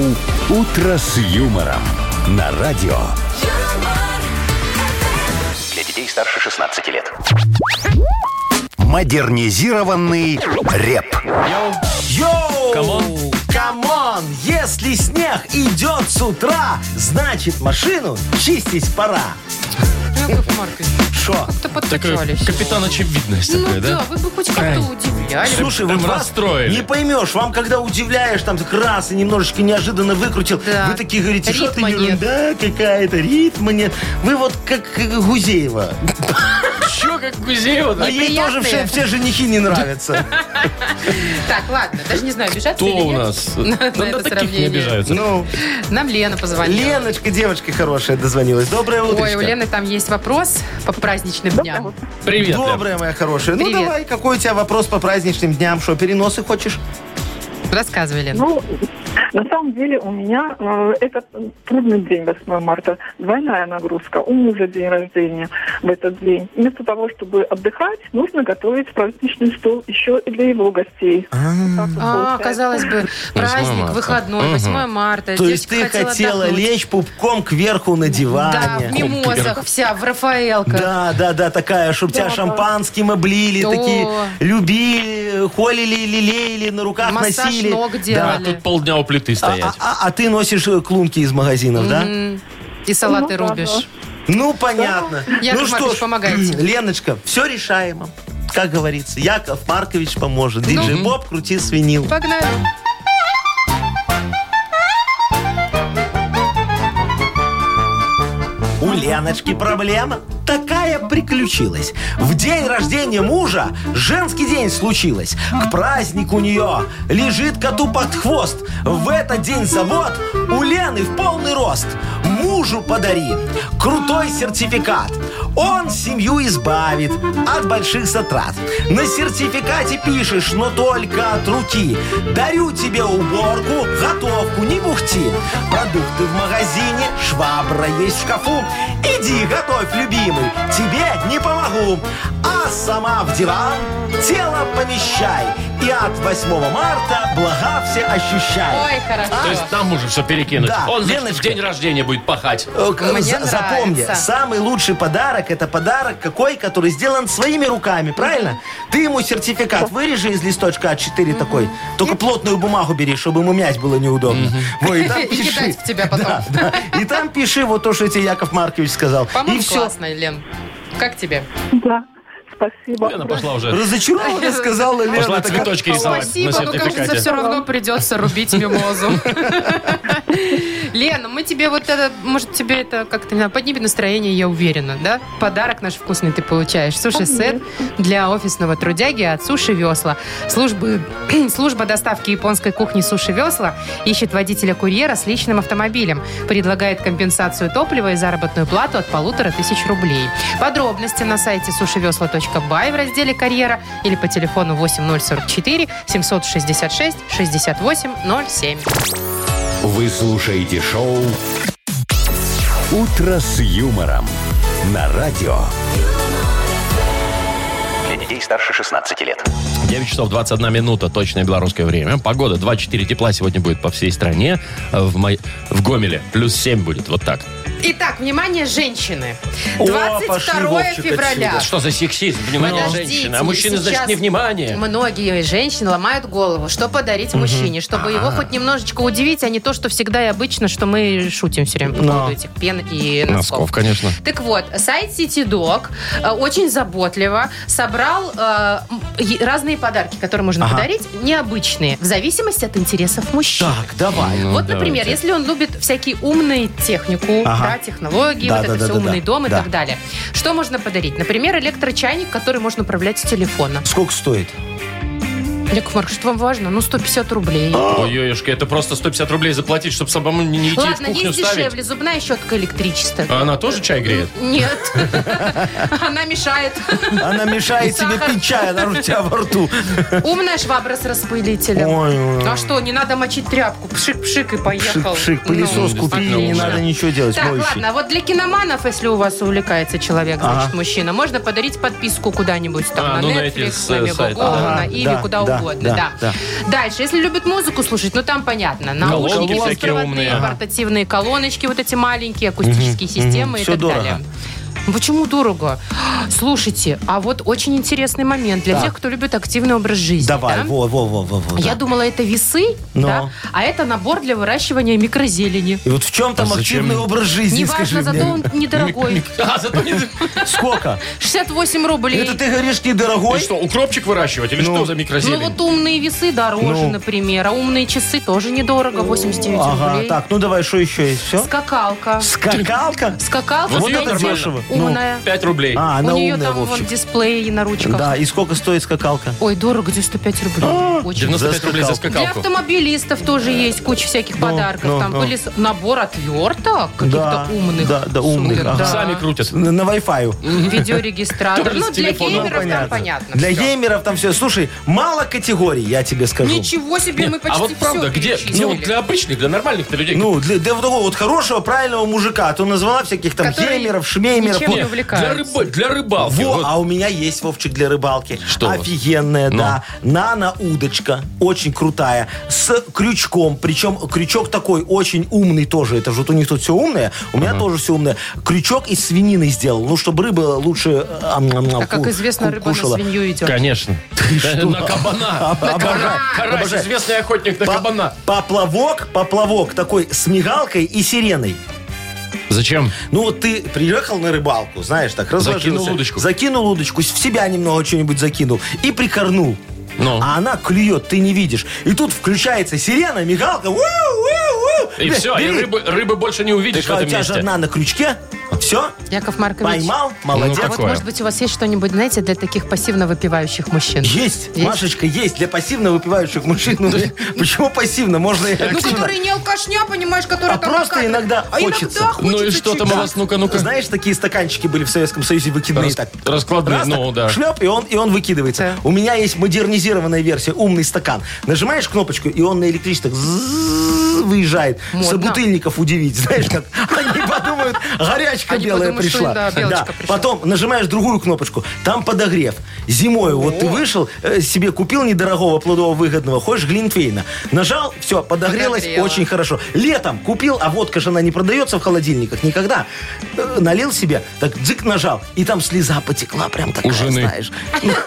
[SPEAKER 1] «Утро с юмором» на радио.
[SPEAKER 6] Для детей старше 16 лет.
[SPEAKER 1] Модернизированный реп.
[SPEAKER 2] Йоу.
[SPEAKER 4] Йоу!
[SPEAKER 2] Камон.
[SPEAKER 4] Камон! Если снег идет с утра, значит машину чистить пора.
[SPEAKER 3] Яков Маркович,
[SPEAKER 4] Шо?
[SPEAKER 3] как-то
[SPEAKER 2] Такой
[SPEAKER 3] подкачались.
[SPEAKER 2] капитан очевидность
[SPEAKER 3] Ну
[SPEAKER 2] такой,
[SPEAKER 3] да,
[SPEAKER 2] да?
[SPEAKER 3] вы бы хоть как-то удивляли.
[SPEAKER 4] Слушай,
[SPEAKER 2] Прям
[SPEAKER 4] вот вас
[SPEAKER 2] расстроили.
[SPEAKER 4] не поймешь. Вам, когда удивляешь, там так раз и немножечко неожиданно выкрутил,
[SPEAKER 3] Да.
[SPEAKER 4] вы такие говорите, что ты
[SPEAKER 3] Ритма нет».
[SPEAKER 4] ерунда какая-то, ритма нет. Вы вот как э, Гузеева.
[SPEAKER 2] Че, как Гузеева?
[SPEAKER 4] Но
[SPEAKER 3] Ну,
[SPEAKER 2] да?
[SPEAKER 4] ей тоже
[SPEAKER 3] приятные.
[SPEAKER 4] все, все женихи не нравятся.
[SPEAKER 3] Ну Так, ладно, даже не знаю, обижаться
[SPEAKER 2] Кто
[SPEAKER 3] или
[SPEAKER 2] у
[SPEAKER 3] нет.
[SPEAKER 2] нас?
[SPEAKER 3] На, на
[SPEAKER 2] Да
[SPEAKER 3] это
[SPEAKER 2] на таких не
[SPEAKER 3] сравнение.
[SPEAKER 2] обижаются.
[SPEAKER 4] Ну,
[SPEAKER 3] Нам Лена позвонила.
[SPEAKER 4] Леночка, девочка хорошая, дозвонилась. Доброе утро.
[SPEAKER 3] Ой, у Лены там есть вопрос по праздничным дням.
[SPEAKER 2] Привет, Лен.
[SPEAKER 4] Доброе, моя хорошая. Ну
[SPEAKER 3] Привет.
[SPEAKER 4] давай, какой у тебя вопрос по праздничным дням? Что, переносы хочешь?
[SPEAKER 3] Рассказывай, Лена.
[SPEAKER 9] Ну, на самом деле у меня э, этот трудный день, 8 марта, двойная нагрузка. У мужа день рождения в этот день. Вместо того, чтобы отдыхать, нужно готовить праздничный стол еще и для его гостей. Так вот
[SPEAKER 3] А,
[SPEAKER 9] получается.
[SPEAKER 3] казалось бы, праздник,
[SPEAKER 2] марта.
[SPEAKER 3] выходной,
[SPEAKER 2] Мгм.
[SPEAKER 3] 8 марта.
[SPEAKER 4] То есть
[SPEAKER 3] девочка
[SPEAKER 4] ты хотела
[SPEAKER 3] отдохнуть.
[SPEAKER 4] лечь пупком кверху на
[SPEAKER 2] а
[SPEAKER 3] Да, в
[SPEAKER 4] диване.
[SPEAKER 3] мимозах вся, в Рафаэлках.
[SPEAKER 4] Да, да, да, такая, чтобы тебя
[SPEAKER 9] Да, да.
[SPEAKER 4] шампанским облили,
[SPEAKER 3] Да.
[SPEAKER 4] такие любили, холили, лелеяли, на руках
[SPEAKER 3] Массаж
[SPEAKER 4] носили.
[SPEAKER 3] ног
[SPEAKER 2] А
[SPEAKER 3] делали.
[SPEAKER 2] тут полдня у плиты
[SPEAKER 4] А,
[SPEAKER 2] стоять.
[SPEAKER 4] а- а- а ты носишь э, клунки из магазинов, да?
[SPEAKER 3] М, И салаты
[SPEAKER 9] Ну, да,
[SPEAKER 3] рубишь.
[SPEAKER 4] Ну, понятно.
[SPEAKER 3] Яков
[SPEAKER 4] ну что
[SPEAKER 3] Маркович,
[SPEAKER 4] ж,
[SPEAKER 3] помогайте.
[SPEAKER 4] Леночка, все решаемо. Как говорится, Яков Маркович поможет. Диджей
[SPEAKER 3] Ну.
[SPEAKER 4] Боб, крути свинил.
[SPEAKER 3] Погнали.
[SPEAKER 4] У Леночки проблема такая приключилась. В день рождения мужа женский день случилось. К празднику у нее лежит коту под хвост. В этот день завод у Лены в полный рост. Мужу подари крутой сертификат. Он семью избавит от больших затрат. На сертификате пишешь, но только от руки. Дарю тебе уборку, готовку, не бухти. Продукты в магазине, швабра есть в шкафу. Иди, готовь, любимый, тебе не помогу. А сама в диван тело помещай. И от 8 марта блага все ощущай.
[SPEAKER 3] Ой,
[SPEAKER 2] То
[SPEAKER 3] хорошо.
[SPEAKER 2] есть там уже все перекинуть.
[SPEAKER 4] а. Да,
[SPEAKER 2] Он значит, в
[SPEAKER 4] Леночка.
[SPEAKER 2] день рождения будет пахать.
[SPEAKER 4] Э, к-
[SPEAKER 3] Мне
[SPEAKER 4] за- Запомни,
[SPEAKER 3] нравится.
[SPEAKER 4] самый лучший подарок это подарок какой, который сделан своими руками, правильно? Ты ему сертификат вырежи из листочка А4 такой. Только плотную бумагу бери, чтобы ему мять было неудобно. Во, и там
[SPEAKER 3] И
[SPEAKER 4] пиши.
[SPEAKER 3] кидать в тебя потом.
[SPEAKER 4] Да, да. И там пиши вот то, что тебе Яков Маркович сказал. И
[SPEAKER 3] По-моему,
[SPEAKER 4] все.
[SPEAKER 3] классно, Лен. Как тебе?
[SPEAKER 9] Да, спасибо.
[SPEAKER 2] Лена пошла уже.
[SPEAKER 4] Разочарованно сказала Лена.
[SPEAKER 2] Пошла
[SPEAKER 4] такая,
[SPEAKER 2] цветочки рисовать
[SPEAKER 3] Спасибо, ну
[SPEAKER 2] на
[SPEAKER 3] но кажется,
[SPEAKER 2] сертификате.
[SPEAKER 3] все равно придется рубить мимозу. Лена, мы тебе вот это, может, тебе это как-то не знаю, поднимет настроение, я уверена, да? Подарок наш вкусный ты получаешь. Суши-сет для офисного трудяги от Суши Весла. Службы, служба доставки японской кухни Суши Весла ищет водителя-курьера с личным автомобилем. Предлагает компенсацию топлива и заработную плату от полутора тысяч рублей. Подробности на сайте сушевесла.бай в разделе «Карьера» или по телефону 8044 766 6807.
[SPEAKER 1] Вы слушаете шоу «Утро с юмором» на радио.
[SPEAKER 6] детей старше 16 лет.
[SPEAKER 2] 9 часов 21 минута, точное белорусское время. Погода 2-4 тепла сегодня будет по всей стране. А В, Май- в Гомеле плюс 7 будет, вот так.
[SPEAKER 3] Итак, внимание, женщины.
[SPEAKER 4] О,
[SPEAKER 3] 22
[SPEAKER 4] пошли, Вовчик,
[SPEAKER 3] февраля.
[SPEAKER 4] отсюда.
[SPEAKER 2] Что за сексизм? Внимание,
[SPEAKER 3] Подождите,
[SPEAKER 2] женщина. А мужчины, значит,
[SPEAKER 3] сейчас
[SPEAKER 2] не внимание.
[SPEAKER 3] Многие женщины ломают голову, что подарить мужчине, чтобы
[SPEAKER 4] А.
[SPEAKER 3] его хоть немножечко удивить, а не то, что всегда и обычно, что мы шутим все время по
[SPEAKER 4] Но.
[SPEAKER 3] поводу этих пен и носков.
[SPEAKER 2] конечно.
[SPEAKER 3] Так вот, сайт CityDog э, очень заботливо собрал э, м, е- разные подарки, которые можно
[SPEAKER 4] Ага.
[SPEAKER 3] подарить, необычные, в зависимости от интересов мужчин.
[SPEAKER 4] Так, давай.
[SPEAKER 2] Ну,
[SPEAKER 3] Вот, например,
[SPEAKER 2] давайте.
[SPEAKER 3] если он любит всякие умные технику,
[SPEAKER 4] Ага.
[SPEAKER 3] да, технологии,
[SPEAKER 4] Да,
[SPEAKER 3] вот
[SPEAKER 4] да,
[SPEAKER 3] это
[SPEAKER 4] да,
[SPEAKER 3] все
[SPEAKER 4] да,
[SPEAKER 3] умный
[SPEAKER 4] да.
[SPEAKER 3] дом и
[SPEAKER 4] Да.
[SPEAKER 3] так далее. Что можно подарить? Например, электрочайник, который можно управлять с телефона.
[SPEAKER 4] Сколько стоит?
[SPEAKER 3] Яков Маркович, что вам важно? Ну, 150 рублей.
[SPEAKER 4] А!
[SPEAKER 2] Ой, ёешки, это просто 150 рублей заплатить, чтобы самому не, не идти
[SPEAKER 3] Ладно,
[SPEAKER 2] в кухню
[SPEAKER 3] есть
[SPEAKER 2] ставить.
[SPEAKER 3] дешевле. Зубная щетка электричества.
[SPEAKER 2] А она тоже чай греет?
[SPEAKER 3] Нет. Она мешает.
[SPEAKER 4] Она мешает тебе
[SPEAKER 3] Сахар.
[SPEAKER 4] пить чай, она у тебя во рту.
[SPEAKER 3] Умная швабра с распылителем.
[SPEAKER 4] Ой, ой, ой.
[SPEAKER 3] А что, не надо мочить тряпку. Пшик-пшик и поехал.
[SPEAKER 4] Пшик-пшик,
[SPEAKER 3] Ну.
[SPEAKER 4] пылесос
[SPEAKER 2] Ну,
[SPEAKER 4] купи,
[SPEAKER 2] действительно
[SPEAKER 4] не
[SPEAKER 2] умно.
[SPEAKER 4] надо ничего делать,
[SPEAKER 3] Так,
[SPEAKER 4] моющий.
[SPEAKER 3] ладно, а вот для киноманов, если у вас увлекается человек, значит,
[SPEAKER 4] Ага.
[SPEAKER 3] мужчина, можно подарить подписку куда-нибудь, там,
[SPEAKER 2] А,
[SPEAKER 3] на
[SPEAKER 2] ну, на эти
[SPEAKER 3] Netflix,
[SPEAKER 2] с-
[SPEAKER 3] на Мегаго,
[SPEAKER 2] сайты, да.
[SPEAKER 3] на
[SPEAKER 4] Ага,
[SPEAKER 3] Иви,
[SPEAKER 4] да,
[SPEAKER 3] куда
[SPEAKER 4] да,
[SPEAKER 3] угодно, да,
[SPEAKER 4] да,
[SPEAKER 3] Дальше, если любит музыку слушать, ну, там понятно, наушники
[SPEAKER 2] Колонки всякие
[SPEAKER 3] беспроводные,
[SPEAKER 2] умные.
[SPEAKER 3] портативные колоночки, вот эти маленькие, акустические системы и
[SPEAKER 4] Всё
[SPEAKER 3] так
[SPEAKER 4] дорого.
[SPEAKER 3] далее. Ну, Почему дорого? Слушайте, а вот очень интересный момент для
[SPEAKER 4] Так.
[SPEAKER 3] тех, кто любит активный образ жизни.
[SPEAKER 4] Давай,
[SPEAKER 3] да?
[SPEAKER 4] во, во, во, во, во.
[SPEAKER 3] Я
[SPEAKER 4] да.
[SPEAKER 3] думала, это весы,
[SPEAKER 4] Но.
[SPEAKER 3] да? а это набор для выращивания микрозелени.
[SPEAKER 4] И вот в чем там
[SPEAKER 2] А зачем?
[SPEAKER 4] активный образ жизни,
[SPEAKER 3] Неважно,
[SPEAKER 4] скажи
[SPEAKER 3] зато
[SPEAKER 4] мне?
[SPEAKER 3] он недорогой.
[SPEAKER 2] А, зато не...
[SPEAKER 4] Сколько?
[SPEAKER 3] 68 рублей.
[SPEAKER 4] Это ты говоришь недорогой?
[SPEAKER 2] Ты что, укропчик выращивать или что за
[SPEAKER 3] Ну
[SPEAKER 2] микрозелень?
[SPEAKER 3] вот умные весы дороже,
[SPEAKER 4] Ну.
[SPEAKER 3] например, а умные часы тоже недорого, 89
[SPEAKER 4] Ага,
[SPEAKER 3] рублей.
[SPEAKER 4] так, ну давай, что еще есть? Все?
[SPEAKER 3] Скакалка.
[SPEAKER 4] Скакалка?
[SPEAKER 3] Скакалка,
[SPEAKER 2] Вот
[SPEAKER 4] Вот
[SPEAKER 2] её
[SPEAKER 3] смотрите,
[SPEAKER 4] это
[SPEAKER 2] нормально.
[SPEAKER 4] дешево. Ну,
[SPEAKER 3] умная.
[SPEAKER 2] 5 рублей.
[SPEAKER 4] А, она
[SPEAKER 3] У нее
[SPEAKER 4] умная,
[SPEAKER 3] там вон
[SPEAKER 4] Вовчик.
[SPEAKER 3] дисплей на ручках.
[SPEAKER 4] Да, и А, сколько стоит скакалка?
[SPEAKER 3] Ой, дорого, 95 рублей. Очень.
[SPEAKER 2] 95 рублей за
[SPEAKER 3] Для
[SPEAKER 2] скакалку.
[SPEAKER 3] автомобилистов тоже есть куча всяких подарков.
[SPEAKER 4] Э, ну,
[SPEAKER 3] там
[SPEAKER 4] ну.
[SPEAKER 3] были с- набор отверток каких-то
[SPEAKER 4] Да,
[SPEAKER 3] умных.
[SPEAKER 4] да, да, умных,
[SPEAKER 3] сумок,
[SPEAKER 4] ага.
[SPEAKER 3] да.
[SPEAKER 2] Сами крутят.
[SPEAKER 4] На, на Wi-Fi.
[SPEAKER 3] Видеорегистратор.
[SPEAKER 2] Тоже
[SPEAKER 3] Ну,
[SPEAKER 2] с
[SPEAKER 3] для
[SPEAKER 2] телефона. Ну,
[SPEAKER 3] геймеров там понятно.
[SPEAKER 4] Для
[SPEAKER 3] всё.
[SPEAKER 4] геймеров там все. Слушай, мало категорий, я тебе скажу.
[SPEAKER 3] Ничего себе, Ну, мы почти
[SPEAKER 2] а вот
[SPEAKER 3] всё
[SPEAKER 2] правда, где,
[SPEAKER 3] перечислили.
[SPEAKER 2] где вот для обычных, для нормальных людей?
[SPEAKER 4] Ну, для, для вот такого вот хорошего, правильного мужика. А то назвала всяких там
[SPEAKER 3] Который
[SPEAKER 4] геймеров,
[SPEAKER 3] ничем
[SPEAKER 4] шмеймеров.
[SPEAKER 3] не
[SPEAKER 4] Вот.
[SPEAKER 2] для,
[SPEAKER 3] увлекаются.
[SPEAKER 2] рыба- для рыбалки.
[SPEAKER 4] Во,
[SPEAKER 2] Вот.
[SPEAKER 4] а у меня есть Вовчик для рыбалки.
[SPEAKER 2] Что?
[SPEAKER 4] Офигенная,
[SPEAKER 2] Ну.
[SPEAKER 4] да. Нано-удочка. Очень крутая. С крючком. Причем крючок такой очень умный тоже. Это же вот у них тут все умное. У меня тоже все умное. Крючок из свинины сделал. Ну, чтобы рыба лучше э, ам, ам, ам,
[SPEAKER 3] А как
[SPEAKER 4] ку-
[SPEAKER 3] известно,
[SPEAKER 4] ку-
[SPEAKER 3] рыба на
[SPEAKER 4] кушала.
[SPEAKER 3] свинью идет.
[SPEAKER 2] Конечно. Э, На кабана.
[SPEAKER 4] Обожаю.
[SPEAKER 2] Карась,
[SPEAKER 4] Обожаю.
[SPEAKER 2] известный охотник на
[SPEAKER 4] Па-
[SPEAKER 2] кабана.
[SPEAKER 4] Поплавок, поплавок такой с мигалкой и сиреной.
[SPEAKER 2] Зачем?
[SPEAKER 4] Ну вот ты приехал на рыбалку, знаешь, так разложился.
[SPEAKER 2] Закинул удочку.
[SPEAKER 4] Закинул удочку, в себя немного чего-нибудь закинул и прикорнул.
[SPEAKER 2] Ну.
[SPEAKER 4] А она клюет, ты не видишь. И тут включается сирена, мигалка. «Ууу, ууу, ууу».
[SPEAKER 2] И
[SPEAKER 4] Бля,
[SPEAKER 2] все, и
[SPEAKER 4] бери.
[SPEAKER 2] рыбы, рыбы больше не увидишь в
[SPEAKER 4] Так, а у
[SPEAKER 2] этом
[SPEAKER 4] тебя же
[SPEAKER 2] месте.
[SPEAKER 4] одна на крючке. Все,
[SPEAKER 3] Яков Маркович.
[SPEAKER 4] поймал, молодец.
[SPEAKER 2] Ну,
[SPEAKER 3] А вот,
[SPEAKER 2] Такое.
[SPEAKER 3] может быть, у вас есть что-нибудь, знаете, для таких пассивно выпивающих мужчин?
[SPEAKER 4] Есть, Машечка, есть. Для пассивно выпивающих мужчин. Ну, Почему пассивно? Можно и
[SPEAKER 3] Ну,
[SPEAKER 4] активно.
[SPEAKER 3] которые не алкашня, понимаешь, которые
[SPEAKER 4] А
[SPEAKER 3] там
[SPEAKER 4] просто
[SPEAKER 3] какая-то-
[SPEAKER 4] иногда
[SPEAKER 3] а
[SPEAKER 4] хочется.
[SPEAKER 3] Иногда хочется
[SPEAKER 2] Ну и что там у
[SPEAKER 3] чуть-чуть.
[SPEAKER 2] вас? Ну-ка, ну-ка.
[SPEAKER 4] Знаешь, такие стаканчики были в Советском Союзе выкидные
[SPEAKER 2] Рас-
[SPEAKER 4] так.
[SPEAKER 2] раскладные,
[SPEAKER 4] Раз
[SPEAKER 2] ну,
[SPEAKER 4] так,
[SPEAKER 2] да.
[SPEAKER 4] Шлеп, и он, и он выкидывается.
[SPEAKER 3] Да.
[SPEAKER 4] У меня есть модернизированная версия, умный стакан. Нажимаешь кнопочку, и он на электричестве так зззз выезжает.
[SPEAKER 3] Модно.
[SPEAKER 4] Собутыльников удивить, знаешь, как они подумают, горячка
[SPEAKER 3] Они
[SPEAKER 4] белая
[SPEAKER 3] подумают, что,
[SPEAKER 4] пришла.
[SPEAKER 3] да, белочка
[SPEAKER 4] Да.
[SPEAKER 3] пришла.
[SPEAKER 4] Потом нажимаешь другую кнопочку, там подогрев. Зимой вот ты вышел, э, себе купил недорогого плодового выгодного, хочешь глинтвейна. Нажал, все, подогрелось,
[SPEAKER 3] Подогрело.
[SPEAKER 4] очень хорошо. Летом купил, а водка же она не продается в холодильниках никогда. Э, Налил себе, так дзык нажал, и там слеза потекла прям такая,
[SPEAKER 2] У жены.
[SPEAKER 4] знаешь.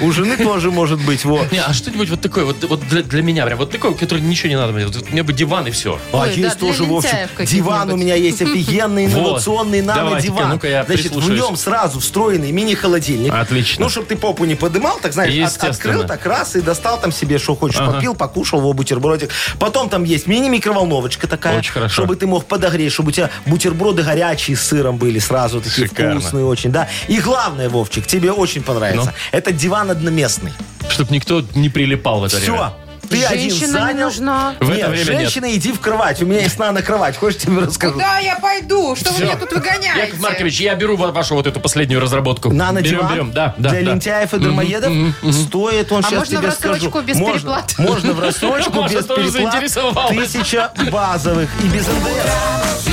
[SPEAKER 4] У жены тоже может быть, вот.
[SPEAKER 2] Не, а что-нибудь вот такое, вот, вот для, для меня прям, вот такое, которое ничего не надо мне. Вот мне бы диван и все.
[SPEAKER 4] А
[SPEAKER 3] Ой, да,
[SPEAKER 4] есть
[SPEAKER 3] для
[SPEAKER 4] тоже, Вовчик,
[SPEAKER 3] лентяев каких-нибудь.
[SPEAKER 4] диван у меня есть офигенный
[SPEAKER 2] Вот.
[SPEAKER 4] инновационный
[SPEAKER 2] Давайте-ка,
[SPEAKER 4] нано-диван.
[SPEAKER 2] ну-ка я
[SPEAKER 4] Значит, в
[SPEAKER 2] прислушаюсь.
[SPEAKER 4] нем сразу встроенный мини-холодильник.
[SPEAKER 2] Отлично.
[SPEAKER 4] Ну, чтобы ты попу не подымал, так знаешь, от-
[SPEAKER 2] Естественно.
[SPEAKER 4] открыл так раз и достал там себе, что хочешь. Попил, покушал, во, бутербродик. Потом там есть мини-микроволновочка такая.
[SPEAKER 2] Очень хорошо.
[SPEAKER 4] Чтобы ты мог подогреть, чтобы у тебя бутерброды горячие с сыром были сразу, такие
[SPEAKER 2] Шикарно.
[SPEAKER 4] вкусные очень, да. И главное, Вовчик, тебе очень понравится.
[SPEAKER 2] Ну?
[SPEAKER 4] Это диван одноместный.
[SPEAKER 2] Чтобы никто не прилипал в это
[SPEAKER 4] Все.
[SPEAKER 2] время.
[SPEAKER 4] Ты один
[SPEAKER 3] Женщина не
[SPEAKER 4] занял.
[SPEAKER 3] нужна.
[SPEAKER 2] В это
[SPEAKER 4] нет,
[SPEAKER 2] время нет.
[SPEAKER 4] женщина, иди в кровать. У меня есть на кровать. Хочешь, тебе расскажу?
[SPEAKER 3] Куда я пойду? Что вы меня тут выгоняете?
[SPEAKER 2] Яков Маркович, я беру ва- вашу вот эту последнюю разработку. берем,
[SPEAKER 4] Нано-диван
[SPEAKER 2] берем, да, да.
[SPEAKER 4] для
[SPEAKER 2] да.
[SPEAKER 4] лентяев и дармоедов стоит он
[SPEAKER 3] А
[SPEAKER 4] сейчас
[SPEAKER 3] можно в
[SPEAKER 4] тебе
[SPEAKER 3] рассрочку
[SPEAKER 4] скажу.
[SPEAKER 3] без
[SPEAKER 4] можно,
[SPEAKER 3] переплат?
[SPEAKER 4] Можно в рассрочку
[SPEAKER 2] Маша
[SPEAKER 4] без
[SPEAKER 2] тоже
[SPEAKER 4] переплат.
[SPEAKER 2] заинтересовалась.
[SPEAKER 4] Тысяча базовых и без НДС.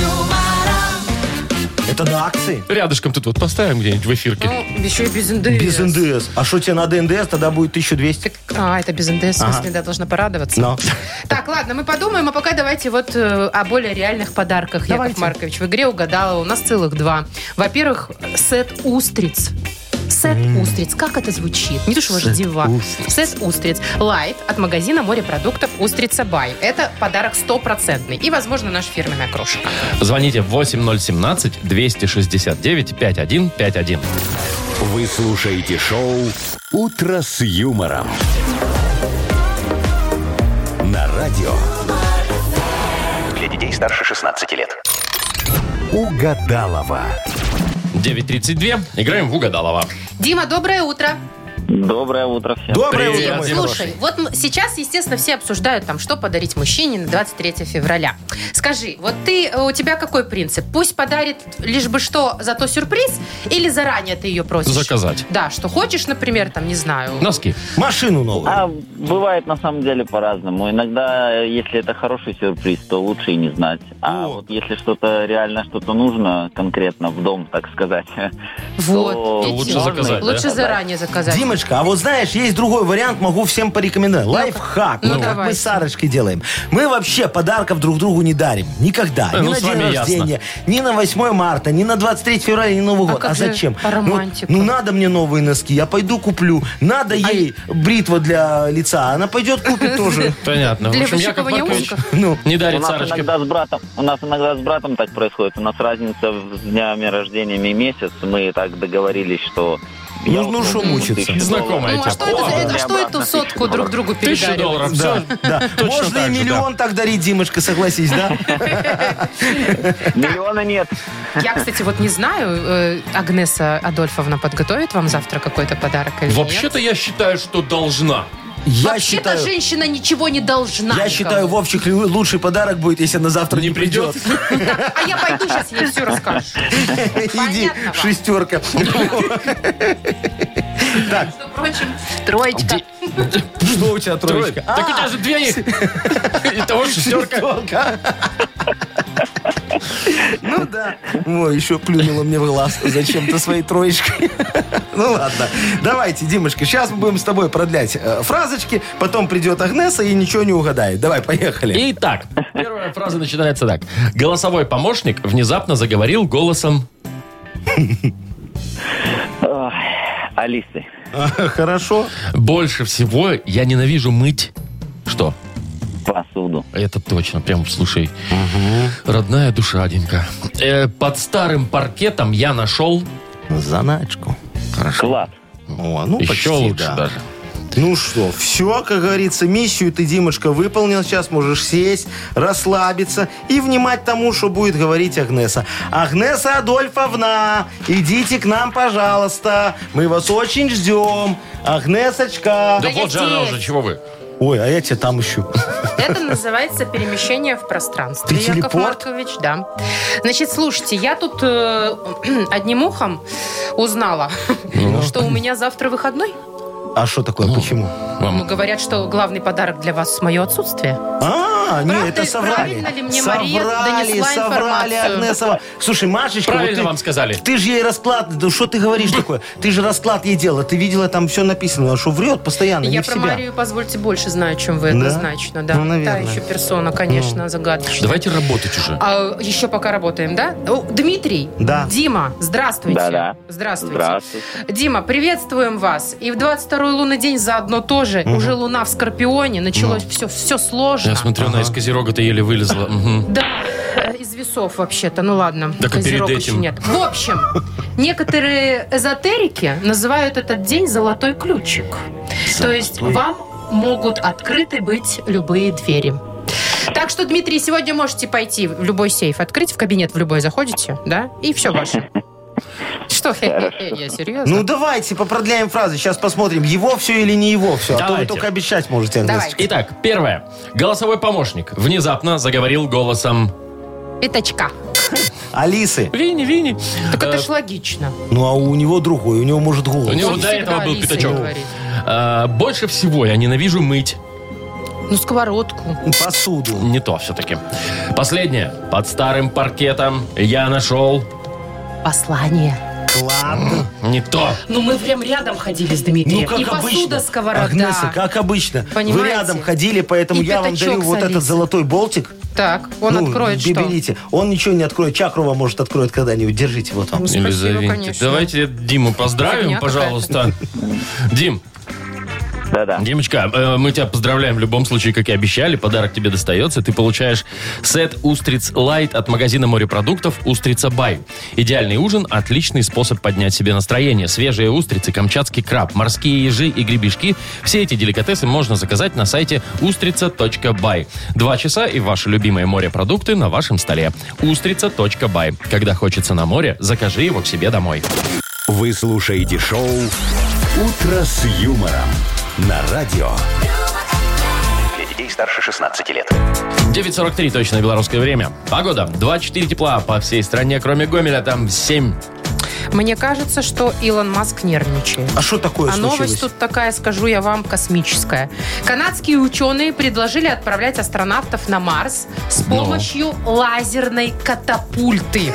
[SPEAKER 4] Это на акции?
[SPEAKER 2] Рядышком тут вот поставим где-нибудь в эфирке.
[SPEAKER 3] Ну, еще и без НДС.
[SPEAKER 4] Без НДС. А что тебе надо НДС, тогда будет 1200.
[SPEAKER 3] Так, а, это без НДС, в смысле, да, должна порадоваться.
[SPEAKER 4] Но.
[SPEAKER 3] Так, ладно, мы подумаем, а пока давайте вот э, о более реальных подарках, Яков Маркович. В игре угадала у нас целых два. Во-первых, сет устриц. Сет устриц. Как это звучит? Не то, что
[SPEAKER 4] Сет
[SPEAKER 3] дива.
[SPEAKER 4] устриц.
[SPEAKER 3] Сет устриц. Лайт от магазина морепродуктов Устрица Бай. Это подарок стопроцентный. И, возможно, наш фирменная крошка.
[SPEAKER 2] Звоните 8017-269-5151.
[SPEAKER 1] Вы слушаете шоу «Утро с юмором». На радио
[SPEAKER 6] Для детей старше 16 лет.
[SPEAKER 1] «Угадалова».
[SPEAKER 2] 9.32. Играем в Угадалова.
[SPEAKER 3] Дима, доброе утро.
[SPEAKER 7] Доброе утро всем.
[SPEAKER 4] Доброе
[SPEAKER 2] Привет,
[SPEAKER 4] утро, мой
[SPEAKER 2] Дима.
[SPEAKER 4] хороший.
[SPEAKER 3] Слушай, вот м- сейчас, естественно, все обсуждают там, что подарить мужчине на 23 февраля. Скажи, вот ты, э, у тебя какой принцип? Пусть подарит лишь бы что, зато сюрприз, или заранее ты ее просишь?
[SPEAKER 2] Заказать. Ну,
[SPEAKER 3] Да, что хочешь, например, там, не знаю.
[SPEAKER 2] Носки.
[SPEAKER 4] Машину новую.
[SPEAKER 7] А бывает на самом деле по-разному. Иногда, если это хороший сюрприз, то лучше и не знать. А
[SPEAKER 4] Вот.
[SPEAKER 7] вот если что-то реально что-то нужно конкретно в дом, так сказать,
[SPEAKER 3] вот.
[SPEAKER 7] то
[SPEAKER 2] То лучше
[SPEAKER 3] Идеально.
[SPEAKER 2] заказать, да?
[SPEAKER 3] Лучше заранее заказать.
[SPEAKER 4] Димочка, а вот знаешь, есть другой вариант, могу всем порекомендовать. Лайфхак.
[SPEAKER 3] ну
[SPEAKER 4] вот как
[SPEAKER 3] давайте.
[SPEAKER 4] мы с Сарочкой делаем. Мы вообще подарков друг другу не дарим. Никогда.
[SPEAKER 2] Э,
[SPEAKER 4] ни
[SPEAKER 2] ну,
[SPEAKER 4] на
[SPEAKER 2] с
[SPEAKER 4] день
[SPEAKER 2] вами ясно.
[SPEAKER 4] рождения, ни на 8 марта, ни на 23 февраля, ни на Новый
[SPEAKER 3] А
[SPEAKER 4] год.
[SPEAKER 3] как
[SPEAKER 4] а
[SPEAKER 3] же
[SPEAKER 4] зачем?
[SPEAKER 3] по
[SPEAKER 4] Ну,
[SPEAKER 3] романтикам?
[SPEAKER 4] Ну, надо мне новые носки, я пойду куплю. Надо
[SPEAKER 3] А
[SPEAKER 4] ей бритва для лица, а она пойдет купит тоже.
[SPEAKER 2] Понятно. ну, В
[SPEAKER 3] Для
[SPEAKER 2] общем, Яков
[SPEAKER 3] выщипывания
[SPEAKER 2] Маркович
[SPEAKER 3] ушков.
[SPEAKER 4] Ну,
[SPEAKER 2] не
[SPEAKER 7] у
[SPEAKER 2] дарит
[SPEAKER 7] нас
[SPEAKER 2] Сарочке.
[SPEAKER 7] иногда с братом, у нас иногда с братом так происходит. У нас разница с днями рождениями и месяц. Мы так договорились, что
[SPEAKER 4] Ну,
[SPEAKER 7] я
[SPEAKER 4] ну,
[SPEAKER 7] вот
[SPEAKER 4] шо
[SPEAKER 7] возьму
[SPEAKER 4] мучиться?
[SPEAKER 7] тысячу
[SPEAKER 2] Знакомая
[SPEAKER 7] долларов.
[SPEAKER 3] Ну, а что
[SPEAKER 2] О,
[SPEAKER 3] это, за-
[SPEAKER 2] да.
[SPEAKER 3] это- а что это
[SPEAKER 7] Обратно
[SPEAKER 3] сотку
[SPEAKER 7] тысячу
[SPEAKER 3] друг
[SPEAKER 7] долларов.
[SPEAKER 3] другу
[SPEAKER 2] Тысячу
[SPEAKER 3] передарил?
[SPEAKER 2] долларов.
[SPEAKER 4] да,
[SPEAKER 2] Все.
[SPEAKER 4] да.
[SPEAKER 2] Точно
[SPEAKER 4] Можно и
[SPEAKER 2] так же, да.
[SPEAKER 4] миллион так дарить, Димочка, согласись, да?
[SPEAKER 7] Миллиона нет.
[SPEAKER 3] Я, кстати, вот не знаю, э, Агнеса Адольфовна подготовит вам завтра какой-то подарок или нет?
[SPEAKER 2] Вообще-то я считаю, что должна.
[SPEAKER 4] Я
[SPEAKER 3] Вообще-то
[SPEAKER 4] считаю...
[SPEAKER 3] женщина ничего не должна.
[SPEAKER 4] Я
[SPEAKER 3] никому.
[SPEAKER 4] считаю, Вовчик, лю- лучший подарок будет, если она завтра не,
[SPEAKER 2] Не придет.
[SPEAKER 3] А я пойду сейчас ей все расскажу.
[SPEAKER 4] Иди,
[SPEAKER 3] Понятно вам.
[SPEAKER 4] шестерка.
[SPEAKER 3] Между прочим, троечка. А,
[SPEAKER 2] Ди-
[SPEAKER 4] Что у тебя
[SPEAKER 2] Трое.
[SPEAKER 4] троечка?
[SPEAKER 2] Так у тебя же две их. Итого шестерка.
[SPEAKER 4] Ну да. Ой, еще плюнула мне в глаз зачем-то своей троечкой. Ну ладно. Давайте, Димочка, сейчас мы будем с тобой продлять э, фразочки, потом придет Агнеса и ничего не угадает. Давай, поехали.
[SPEAKER 2] Итак, первая фраза начинается так. Голосовой помощник внезапно заговорил голосом...
[SPEAKER 7] Ой, Алисы.
[SPEAKER 4] Хорошо.
[SPEAKER 2] Больше всего я ненавижу мыть... Что?
[SPEAKER 7] Посуду.
[SPEAKER 2] Это точно, прям слушай. Родная душа, Димка. Э, под старым паркетом я нашел...
[SPEAKER 4] Заначку.
[SPEAKER 7] Клад.
[SPEAKER 4] О, ну
[SPEAKER 2] Еще
[SPEAKER 4] почти,
[SPEAKER 2] лучше
[SPEAKER 4] да.
[SPEAKER 2] даже.
[SPEAKER 4] Ну что, все, как говорится, миссию ты, Димочка, выполнил. Сейчас можешь сесть, расслабиться и внимать тому, что будет говорить Агнеса. Агнеса Адольфовна, идите к нам, пожалуйста. Мы вас очень ждем. Агнесочка.
[SPEAKER 2] Да
[SPEAKER 3] А я
[SPEAKER 2] вот же она
[SPEAKER 3] здесь.
[SPEAKER 2] уже, чего вы?
[SPEAKER 4] Ой, а я тебя там ищу.
[SPEAKER 3] Это называется перемещение в пространстве.
[SPEAKER 4] Ты
[SPEAKER 3] Яков
[SPEAKER 4] телепорт?
[SPEAKER 3] Маркович, да. Значит, слушайте, я тут э, одним ухом узнала,
[SPEAKER 4] Ну.
[SPEAKER 3] что у меня завтра выходной.
[SPEAKER 4] А что такое? Почему?
[SPEAKER 3] Ну,
[SPEAKER 2] Вам
[SPEAKER 3] говорят, что главный подарок для вас мое отсутствие.
[SPEAKER 4] А,
[SPEAKER 3] Правда,
[SPEAKER 4] не, это соврали.
[SPEAKER 3] правильно ли мне
[SPEAKER 4] соврали,
[SPEAKER 3] Мария донесла
[SPEAKER 4] соврали,
[SPEAKER 3] информацию?
[SPEAKER 4] Агнесова. Слушай, Машечка,
[SPEAKER 2] Правильно
[SPEAKER 4] вот ты,
[SPEAKER 2] вам сказали.
[SPEAKER 4] Ты же ей расклад, да что ты говоришь такое? Ты же расклад ей делала, ты видела там все написано, что врет постоянно,
[SPEAKER 3] Я
[SPEAKER 4] Ну, не в
[SPEAKER 3] про
[SPEAKER 4] себя.
[SPEAKER 3] Марию, позвольте, больше знаю, чем вы,
[SPEAKER 4] Да?
[SPEAKER 3] однозначно. Да,
[SPEAKER 4] Ну, наверное. Ну.
[SPEAKER 3] Та еще персона, конечно, загадочная.
[SPEAKER 2] Давайте работать уже.
[SPEAKER 3] А, еще пока работаем, да? О, Дмитрий.
[SPEAKER 4] Да.
[SPEAKER 3] Дима, здравствуйте.
[SPEAKER 7] Да-да.
[SPEAKER 3] Здравствуйте.
[SPEAKER 7] Здравствуйте.
[SPEAKER 3] Дима, приветствуем вас. И в 22-й лунный день заодно тоже. Уже луна в Скорпионе. Началось все, все сложно.
[SPEAKER 2] Я смотрю, она из козерога ты еле вылезла. Мгм.
[SPEAKER 3] Да, э, из весов вообще-то, ну ладно.
[SPEAKER 2] Так и перед
[SPEAKER 3] Козерог
[SPEAKER 2] этим.
[SPEAKER 3] еще Нет. В общем, некоторые эзотерики называют этот день «золотой ключик». То есть вам могут открыты быть любые двери. Так что, Дмитрий, сегодня можете пойти в любой сейф открыть, в кабинет в любой заходите, да, и все ваше. Что, я серьезно?
[SPEAKER 4] Ну давайте попродляем фразы, сейчас посмотрим, его все или не его все. А то вы
[SPEAKER 2] Давайте.
[SPEAKER 4] только обещать можете,
[SPEAKER 3] Давай.
[SPEAKER 4] Агнесочка.
[SPEAKER 2] Итак, первое. Голосовой помощник внезапно заговорил голосом...
[SPEAKER 3] Пятачка.
[SPEAKER 4] Алисы.
[SPEAKER 2] Вини, Вини.
[SPEAKER 3] Так
[SPEAKER 2] Э,
[SPEAKER 3] это ж логично.
[SPEAKER 4] Ну а у него другой, у него может голос.
[SPEAKER 2] У него
[SPEAKER 3] Он
[SPEAKER 2] до
[SPEAKER 3] всегда
[SPEAKER 2] этого был
[SPEAKER 3] Алисой
[SPEAKER 2] пятачок.
[SPEAKER 3] говорит.
[SPEAKER 2] А, Больше всего я ненавижу мыть.
[SPEAKER 3] Ну, сковородку.
[SPEAKER 4] Посуду.
[SPEAKER 2] Не то все-таки. Последнее. Под старым паркетом я нашел...
[SPEAKER 3] послание.
[SPEAKER 4] Ладно.
[SPEAKER 2] Не то.
[SPEAKER 10] Ну, мы прям рядом ходили с Дмитрием.
[SPEAKER 4] Ну, как
[SPEAKER 3] и
[SPEAKER 4] обычно.
[SPEAKER 3] посуда, сковорода.
[SPEAKER 4] Агнеса, как обычно.
[SPEAKER 3] Понимаете?
[SPEAKER 4] Вы рядом ходили, поэтому
[SPEAKER 3] И
[SPEAKER 4] я вам
[SPEAKER 3] пятачок
[SPEAKER 4] дарю вот
[SPEAKER 3] садится.
[SPEAKER 4] этот золотой болтик.
[SPEAKER 3] Так, он
[SPEAKER 4] Ну,
[SPEAKER 3] откроет
[SPEAKER 4] бе-
[SPEAKER 3] что?
[SPEAKER 4] Берите. Он ничего не откроет. Чакрова, может, откроет когда-нибудь. Держите, вот вам.
[SPEAKER 3] Ну, спасибо,
[SPEAKER 2] Елизавете.
[SPEAKER 3] конечно.
[SPEAKER 2] Давайте Диму поздравим,
[SPEAKER 3] Фигня
[SPEAKER 2] пожалуйста. Дим,
[SPEAKER 7] Да-да.
[SPEAKER 2] Димочка, э, мы тебя поздравляем в любом случае, как и обещали. Подарок тебе достается. Ты получаешь сет «Устриц Лайт» от магазина морепродуктов «Устрица Бай». Идеальный ужин – отличный способ поднять себе настроение. Свежие устрицы, камчатский краб, морские ежи и гребешки – все эти деликатесы можно заказать на сайте устрица.бай. Два часа и ваши любимые морепродукты на вашем столе. устрица.бай. Когда хочется на море, закажи его к себе домой.
[SPEAKER 1] Вы слушаете шоу «Утро с юмором» на радио.
[SPEAKER 6] Для детей старше 16 лет.
[SPEAKER 2] 9.43 точное белорусское время. Погода. 2-4 тепла по всей стране, кроме Гомеля. Там 7.
[SPEAKER 3] Мне кажется, что Илон Маск нервничает.
[SPEAKER 4] А что такое
[SPEAKER 3] А
[SPEAKER 4] случилось?
[SPEAKER 3] новость тут такая, скажу я вам, космическая. Канадские ученые предложили отправлять астронавтов на Марс с
[SPEAKER 2] Ну.
[SPEAKER 3] помощью лазерной катапульты.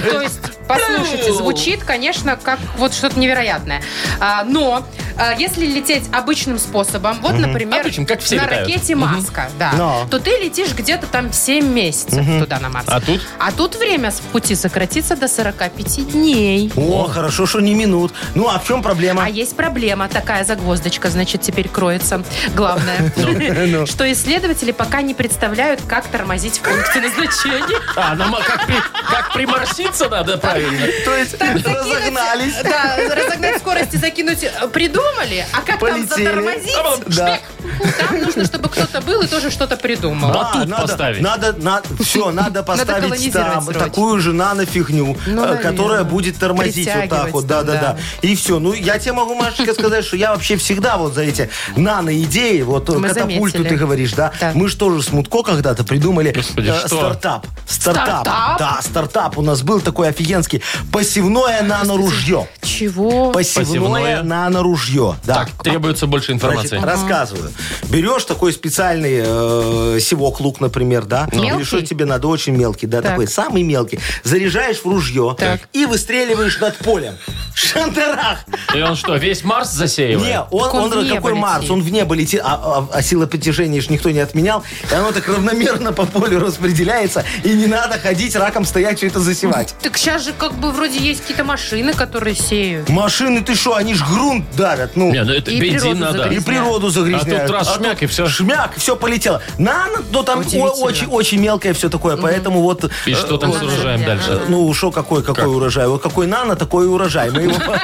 [SPEAKER 3] То есть, послушайте, звучит, конечно, как вот что-то невероятное. А, Но а, если лететь обычным способом, вот, например,
[SPEAKER 2] Обычным, как все
[SPEAKER 3] на
[SPEAKER 2] летают.
[SPEAKER 3] ракете
[SPEAKER 2] Мгм.
[SPEAKER 3] Маска, да,
[SPEAKER 4] Но.
[SPEAKER 3] то ты летишь где-то там 7 месяцев туда на Марс.
[SPEAKER 2] А тут?
[SPEAKER 3] А тут время в пути сократится до 45 дней.
[SPEAKER 4] О, хорошо, что не минут. Ну, а в чем проблема?
[SPEAKER 3] А есть проблема, такая загвоздочка, значит, теперь кроется. Главное,
[SPEAKER 4] Ну,
[SPEAKER 3] что исследователи пока не представляют, как тормозить в пункте назначения.
[SPEAKER 2] А, нам как, при, как приморситься надо правильно.
[SPEAKER 4] То есть разогнались.
[SPEAKER 3] Да, разогнать скорости, закинуть э, придумали, а как там
[SPEAKER 4] Полетели.
[SPEAKER 3] затормозить?
[SPEAKER 4] А вот, да.
[SPEAKER 3] Шпик. Там нужно, чтобы кто-то был и тоже что-то придумал.
[SPEAKER 2] Да. батут
[SPEAKER 4] А, надо,
[SPEAKER 2] поставить.
[SPEAKER 4] Надо, все, надо поставить
[SPEAKER 3] колонизировать
[SPEAKER 4] там
[SPEAKER 3] срочно.
[SPEAKER 4] такую же нанофигню,
[SPEAKER 3] Ну,
[SPEAKER 4] э,
[SPEAKER 3] наверное.
[SPEAKER 4] которая будет тормозить вот так
[SPEAKER 3] Притягивать
[SPEAKER 4] вот,
[SPEAKER 3] там, да.
[SPEAKER 4] да-да-да. И все. Ну, я тебе могу, Машечка, сказать, что я вообще всегда вот за эти нано-идеи, вот э,
[SPEAKER 3] Мы
[SPEAKER 4] катапульту
[SPEAKER 3] заметили.
[SPEAKER 4] ты говоришь, да?
[SPEAKER 3] Да.
[SPEAKER 4] Мы же тоже с Мутко когда-то придумали
[SPEAKER 2] Господи,
[SPEAKER 4] э,
[SPEAKER 2] что?
[SPEAKER 4] стартап. Стартап.
[SPEAKER 3] Стартап?
[SPEAKER 4] Да, стартап у нас был такой офигенский. Посевное нано-ружье.
[SPEAKER 3] Чего?
[SPEAKER 2] Посевное.
[SPEAKER 4] Посевное нано-ружье. Да.
[SPEAKER 2] Так, требуется больше информации.
[SPEAKER 4] Значит, рассказываю. Берешь такой специальный э, севок лук, например, да?
[SPEAKER 3] Мелкий?
[SPEAKER 4] Или что тебе надо, очень мелкий, да,
[SPEAKER 3] Так.
[SPEAKER 4] такой самый мелкий. Заряжаешь в ружье
[SPEAKER 3] Так.
[SPEAKER 4] и выстреливаешь над полем. Шандарах!
[SPEAKER 2] И он что, весь Марс засеивает?
[SPEAKER 4] Не, он,
[SPEAKER 3] Так он
[SPEAKER 4] он,
[SPEAKER 3] в небо
[SPEAKER 4] какой
[SPEAKER 3] летит.
[SPEAKER 4] Марс, он в небо летит, а, а- а сила притяжения же никто не отменял, и оно так равномерно по полю распределяется, и не надо ходить раком стоять, все это засевать.
[SPEAKER 3] Так сейчас же как бы вроде есть какие-то машины, которые сеют.
[SPEAKER 4] Машины, ты что, они ж грунт давят, ну.
[SPEAKER 2] Не, ну это
[SPEAKER 3] И
[SPEAKER 2] бензин
[SPEAKER 3] природу
[SPEAKER 2] надо.
[SPEAKER 4] И
[SPEAKER 3] загрязняют.
[SPEAKER 4] природу загрязняют.
[SPEAKER 2] А тут раз шмяк, и всё.
[SPEAKER 4] Шмяк, все полетело. Нано, ну там о-
[SPEAKER 3] Удивительно.
[SPEAKER 4] очень-очень мелкое все такое, поэтому вот...
[SPEAKER 2] И
[SPEAKER 4] э,
[SPEAKER 2] что там с
[SPEAKER 3] Надо
[SPEAKER 2] урожаем
[SPEAKER 3] же,
[SPEAKER 2] дальше?
[SPEAKER 3] ага.
[SPEAKER 4] Ну, шо, какой, какой урожай? Вот какой нано, такой и урожай. Мы его,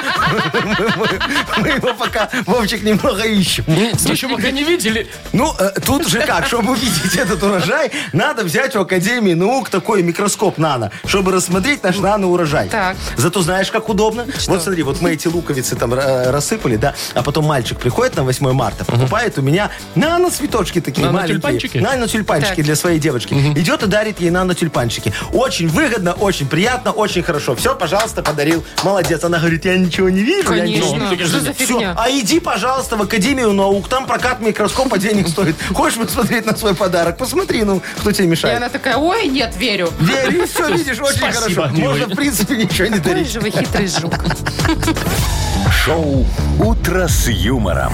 [SPEAKER 4] мы- мы его пока, Вовчик, немного ищем.
[SPEAKER 2] Мы еще пока не видели.
[SPEAKER 4] Ну, э, тут же как, чтобы увидеть этот урожай, надо взять у Академии наук такой микроскоп нано, чтобы рассмотреть наш нано-урожай.
[SPEAKER 3] Так.
[SPEAKER 4] Зато знаешь, как удобно? Вот смотри, вот мы эти луковицы там э, рассыпали, да, а потом мальчик приходит на 8 марта, покупает у меня нано-цветочки такие
[SPEAKER 2] Нано-тюльпанчики?
[SPEAKER 4] маленькие. Нано-тюльпанчики
[SPEAKER 3] Так.
[SPEAKER 4] для своей девочки. Идет и дарит ей нано-тюльпанчики. Очень выгодно, очень приятно, очень хорошо. Все, пожалуйста, подарил. Молодец. Она говорит, я ничего не вижу. я ничего
[SPEAKER 2] Ну,
[SPEAKER 3] Конечно.
[SPEAKER 2] так и
[SPEAKER 3] Что
[SPEAKER 2] же-
[SPEAKER 3] за
[SPEAKER 4] все,
[SPEAKER 3] фигня?
[SPEAKER 4] а иди, пожалуйста, в Академию наук. Там прокат микроскопа денег стоит. Хочешь посмотреть на свой подарок? Посмотри, ну, кто тебе
[SPEAKER 3] И
[SPEAKER 4] мешает.
[SPEAKER 3] она такая, ой, нет, верю.
[SPEAKER 4] Верь, и все, видишь, очень
[SPEAKER 2] Спасибо,
[SPEAKER 4] хорошо.
[SPEAKER 2] милый.
[SPEAKER 4] Можно, в принципе, ничего не
[SPEAKER 3] Какой
[SPEAKER 4] дарить.
[SPEAKER 3] же вы хитрый жук.
[SPEAKER 1] Шоу «Утро с юмором».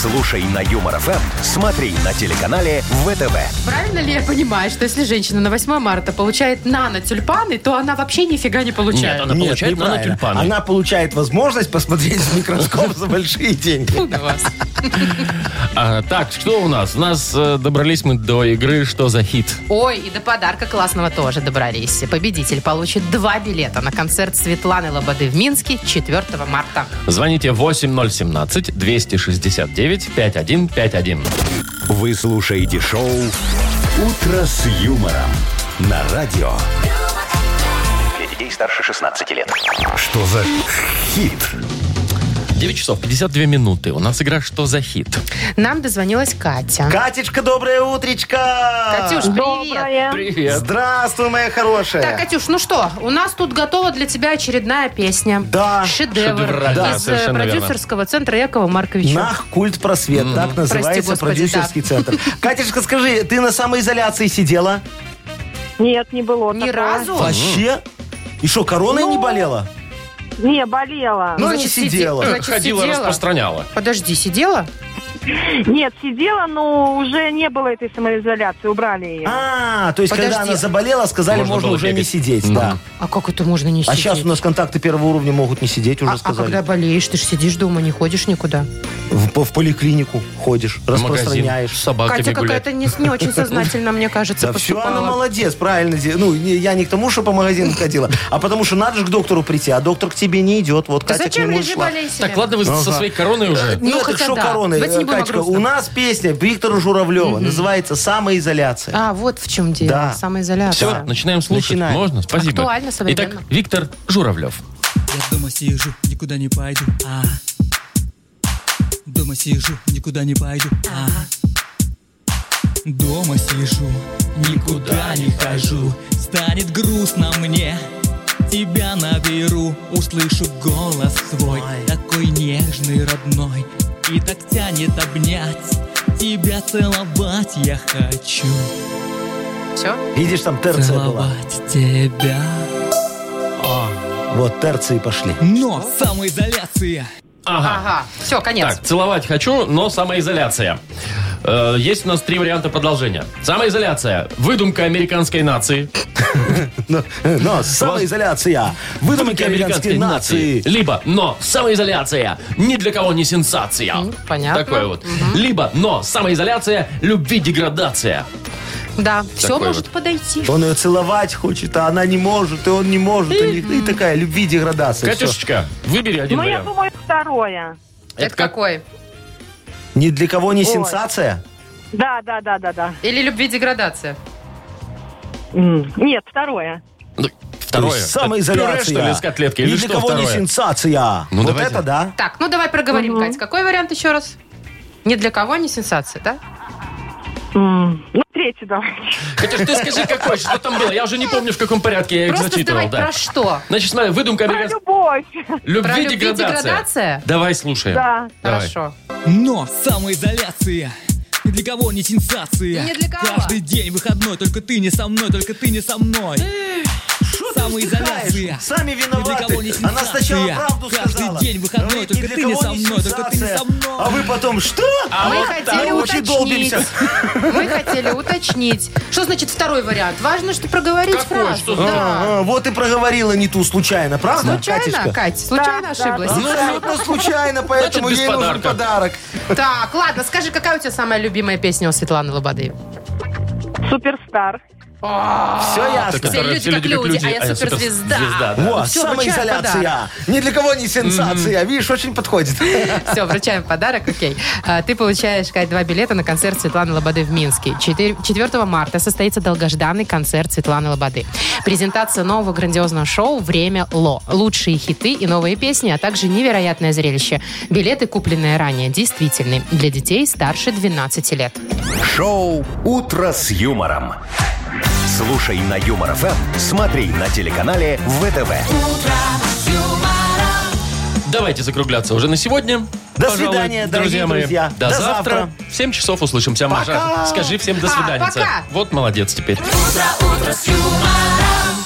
[SPEAKER 1] Слушай на Юмор ФМ, смотри на телеканале ВТВ.
[SPEAKER 3] Правильно ли я понимаю, что если женщина на 8 марта получает нано-тюльпаны, то она вообще нифига не получает?
[SPEAKER 2] Нет, она
[SPEAKER 4] Нет,
[SPEAKER 2] получает
[SPEAKER 4] неправильно.
[SPEAKER 2] нанотюльпаны.
[SPEAKER 4] Она получает возможность посмотреть в микроскоп за большие деньги.
[SPEAKER 3] Фу на вас.
[SPEAKER 2] А, так, что у нас? У нас э, добрались мы до игры «Что за хит?».
[SPEAKER 3] Ой, и до подарка классного тоже добрались. Победитель получит два билета на концерт Светланы Лободы в Минске 4 марта.
[SPEAKER 2] Звоните 8017-269-5151.
[SPEAKER 1] Вы слушаете шоу «Утро с юмором» на радио.
[SPEAKER 6] Для детей старше 16 лет.
[SPEAKER 1] Что за хит?
[SPEAKER 2] 9 часов 52 минуты. У нас игра «Что за хит?».
[SPEAKER 3] Нам дозвонилась Катя.
[SPEAKER 4] Катечка, доброе утречко!
[SPEAKER 3] Катюш, привет.
[SPEAKER 5] Доброе.
[SPEAKER 2] Привет.
[SPEAKER 4] Здравствуй, моя хорошая.
[SPEAKER 3] Так, Катюш, ну что, у нас тут готова для тебя очередная песня.
[SPEAKER 4] Да.
[SPEAKER 3] Шедевр
[SPEAKER 2] Шедевральная,
[SPEAKER 3] из э,
[SPEAKER 2] совершенно верно.
[SPEAKER 3] продюсерского центра Якова Марковича.
[SPEAKER 4] Нах культ просвет, так называется
[SPEAKER 3] Прости, господи,
[SPEAKER 4] продюсерский центр. Катюшка, скажи, ты на самоизоляции сидела?
[SPEAKER 5] Нет, не было
[SPEAKER 3] Ни
[SPEAKER 5] такого.
[SPEAKER 3] разу?
[SPEAKER 4] Вообще? И что, короной
[SPEAKER 3] Ну,
[SPEAKER 4] не болела?
[SPEAKER 5] Не, болела.
[SPEAKER 4] Ну, не
[SPEAKER 3] значит, сиди-
[SPEAKER 4] сидела.
[SPEAKER 3] значит,
[SPEAKER 2] Ходила,
[SPEAKER 3] сидела.
[SPEAKER 2] распространяла.
[SPEAKER 3] Подожди, сидела?
[SPEAKER 5] Нет, сидела, но уже не было этой самоизоляции, убрали ее.
[SPEAKER 4] А, то есть, когда
[SPEAKER 3] Подожди.
[SPEAKER 4] она заболела, сказали,
[SPEAKER 2] Можно
[SPEAKER 4] можно,
[SPEAKER 2] было
[SPEAKER 4] уже не
[SPEAKER 2] бегать.
[SPEAKER 4] сидеть,
[SPEAKER 2] Ну.
[SPEAKER 4] да.
[SPEAKER 3] А как это можно не
[SPEAKER 4] А
[SPEAKER 3] сидеть?
[SPEAKER 4] сейчас у нас контакты первого уровня могут не сидеть, уже
[SPEAKER 3] А- а
[SPEAKER 4] сказали.
[SPEAKER 3] когда болеешь, ты же сидишь дома, не ходишь никуда.
[SPEAKER 4] В, по- в поликлинику ходишь,
[SPEAKER 2] В магазин с
[SPEAKER 4] распространяешь.
[SPEAKER 2] собаками
[SPEAKER 3] Катя
[SPEAKER 2] А гулять.
[SPEAKER 3] какая-то не, не очень сознательно, мне кажется,
[SPEAKER 4] Да все,
[SPEAKER 3] поступала.
[SPEAKER 4] она молодец, правильно. де- Ну, не- я не к тому, что по магазинам ходила, а потому что надо же к доктору прийти, а доктор к тебе не идет. Вот
[SPEAKER 3] Да
[SPEAKER 4] Катя к
[SPEAKER 3] зачем
[SPEAKER 4] нему и
[SPEAKER 3] лежи
[SPEAKER 4] шла. Ну,
[SPEAKER 3] болей себе? Ну,
[SPEAKER 2] Так, ладно, вы со
[SPEAKER 4] Ага.
[SPEAKER 2] своей короной
[SPEAKER 3] Э,
[SPEAKER 2] уже.
[SPEAKER 4] Нет,
[SPEAKER 3] хотя
[SPEAKER 4] что
[SPEAKER 3] да.
[SPEAKER 4] короной,
[SPEAKER 3] Давайте не будем о
[SPEAKER 4] Катечка,
[SPEAKER 3] грустном.
[SPEAKER 4] Э, у нас песня Виктора Журавлева называется «Самоизоляция».
[SPEAKER 3] А, вот в чем дело.
[SPEAKER 4] Да.
[SPEAKER 3] Самоизоляция.
[SPEAKER 2] Все, начинаем слушать.
[SPEAKER 4] Начинаем.
[SPEAKER 2] Можно? Спасибо.
[SPEAKER 3] Актуально, современно.
[SPEAKER 2] Итак, Виктор Журавлев.
[SPEAKER 11] Я дома сижу, никуда не пойду. А. Дома сижу, никуда не пойду. А. Дома сижу, никуда не хожу. Станет грустно мне. Тебя наберу, услышу голос свой, такой нежный, родной, и так тянет обнять, тебя целовать я хочу,
[SPEAKER 3] Все?
[SPEAKER 4] Видишь, там терция была.
[SPEAKER 11] целовать тебя.
[SPEAKER 4] Вот терции пошли.
[SPEAKER 11] Но самоизоляция.
[SPEAKER 2] Ага.
[SPEAKER 3] Ага. Все, конец.
[SPEAKER 2] Так, целовать хочу, но самоизоляция. Э, Есть у нас три варианта продолжения. Самоизоляция. Выдумка американской нации.
[SPEAKER 4] Но, но самоизоляция. Выдумки американской нации.
[SPEAKER 2] Либо, но самоизоляция ни для кого не сенсация.
[SPEAKER 3] М, Ну, понятно.
[SPEAKER 2] Такое вот. Либо, но самоизоляция, любви деградация.
[SPEAKER 3] Да, все
[SPEAKER 2] Такой
[SPEAKER 3] может
[SPEAKER 2] вот.
[SPEAKER 3] подойти.
[SPEAKER 4] Он ее целовать хочет, а она не может, и он не может. И, не- и такая любви деградация. всё.
[SPEAKER 2] Катюшечка, выбери один
[SPEAKER 5] Ну, я
[SPEAKER 2] вариант.
[SPEAKER 5] думаю, второе.
[SPEAKER 3] Это,
[SPEAKER 2] как-
[SPEAKER 3] какой?
[SPEAKER 4] Ни для кого не
[SPEAKER 5] Ой.
[SPEAKER 4] сенсация.
[SPEAKER 5] Да, да, да, да, да.
[SPEAKER 3] Или любви деградация?
[SPEAKER 5] М, Нет, второе.
[SPEAKER 2] Ну, Второе. Пюре,
[SPEAKER 4] То есть
[SPEAKER 2] что ли,
[SPEAKER 4] самоизоляция.
[SPEAKER 2] из котлетки? Или
[SPEAKER 4] Ни для
[SPEAKER 2] что
[SPEAKER 4] кого не
[SPEAKER 2] второе?
[SPEAKER 4] сенсация.
[SPEAKER 2] Ну,
[SPEAKER 4] вот
[SPEAKER 2] давайте.
[SPEAKER 4] это да.
[SPEAKER 3] Так, ну давай проговорим, Кать. Какой вариант еще раз? Ни для кого не сенсация, да?
[SPEAKER 5] М, Ну, третье давайте.
[SPEAKER 2] Катюш, ты скажи, какой, что там было? Я уже не помню, в каком порядке я их
[SPEAKER 3] Просто
[SPEAKER 2] зачитывал.
[SPEAKER 3] давай
[SPEAKER 2] да.
[SPEAKER 3] про что?
[SPEAKER 2] Значит, смотри, выдумка
[SPEAKER 5] Про
[SPEAKER 2] американской...
[SPEAKER 5] любовь.
[SPEAKER 3] Про
[SPEAKER 2] Любви
[SPEAKER 3] любви
[SPEAKER 2] деградация.
[SPEAKER 3] деградация?
[SPEAKER 2] Давай слушаем.
[SPEAKER 5] Да.
[SPEAKER 2] Давай.
[SPEAKER 3] Хорошо.
[SPEAKER 11] Но самоизоляция ни для кого не сенсация.
[SPEAKER 3] Да ни для кого.
[SPEAKER 11] Каждый день выходной, только ты не со мной, только ты не со мной. Самоизоляция.
[SPEAKER 4] Сами
[SPEAKER 11] Ни для кого
[SPEAKER 4] виноваты.
[SPEAKER 11] не
[SPEAKER 4] Она сначала
[SPEAKER 11] сенсация.
[SPEAKER 4] правду
[SPEAKER 11] Каждый
[SPEAKER 4] сказала.
[SPEAKER 11] день выходной,
[SPEAKER 4] А вы
[SPEAKER 11] только
[SPEAKER 4] ни
[SPEAKER 11] ты
[SPEAKER 4] для
[SPEAKER 11] не
[SPEAKER 4] кого
[SPEAKER 11] со мной, только ты не
[SPEAKER 4] сенсация.
[SPEAKER 11] со мной.
[SPEAKER 4] А вы потом что?
[SPEAKER 3] Мы
[SPEAKER 2] А вот
[SPEAKER 3] хотели
[SPEAKER 4] так вот и
[SPEAKER 3] уточнить.
[SPEAKER 4] долбимся.
[SPEAKER 3] Мы хотели уточнить. Что значит второй вариант? Важно, что проговорить
[SPEAKER 2] Какой?
[SPEAKER 3] фразу.
[SPEAKER 2] Что
[SPEAKER 3] да.
[SPEAKER 4] А, вот и проговорила не ту случайно, правда,
[SPEAKER 3] Случайно,
[SPEAKER 4] Катюшка?
[SPEAKER 3] Кать? Случайно ошиблась?
[SPEAKER 4] Абсолютно случайно, поэтому
[SPEAKER 2] без
[SPEAKER 4] ей нужен
[SPEAKER 2] подарка.
[SPEAKER 4] подарок.
[SPEAKER 3] Так, ладно, скажи, какая у тебя самая любимая песня у Светланы Лободы?
[SPEAKER 5] Суперстар.
[SPEAKER 2] А,
[SPEAKER 4] Все ясно.
[SPEAKER 3] Все
[SPEAKER 2] Которая
[SPEAKER 3] люди как люди, а я суперзвезда.
[SPEAKER 2] суперзвезда, да.
[SPEAKER 4] Вот,
[SPEAKER 3] Всё,
[SPEAKER 4] самоизоляция. Ни для кого не сенсация. Видишь, очень подходит.
[SPEAKER 3] Все, вручаем подарок, окей. А, Ты получаешь, Кать, два билета на концерт Светланы Лободы в Минске. Четыр- 4 марта состоится долгожданный концерт Светланы Лободы. Презентация нового грандиозного шоу «Время Ло». Лучшие хиты и новые песни, а также невероятное зрелище. Билеты, купленные ранее, действительны для детей старше 12 лет.
[SPEAKER 1] Шоу «Утро с юмором». Слушай на Юмор ФМ, смотри на телеканале ВТВ.
[SPEAKER 2] Давайте закругляться уже на сегодня.
[SPEAKER 4] До
[SPEAKER 2] Пожалуй,
[SPEAKER 4] свидания, дорогие
[SPEAKER 2] мои.
[SPEAKER 4] друзья.
[SPEAKER 2] До,
[SPEAKER 4] До
[SPEAKER 2] завтра.
[SPEAKER 4] завтра.
[SPEAKER 2] В 7 часов услышимся, Маша. Скажи всем до
[SPEAKER 3] А,
[SPEAKER 2] свидания.
[SPEAKER 3] пока.
[SPEAKER 2] Вот молодец теперь.
[SPEAKER 10] Утро, утро с юмором.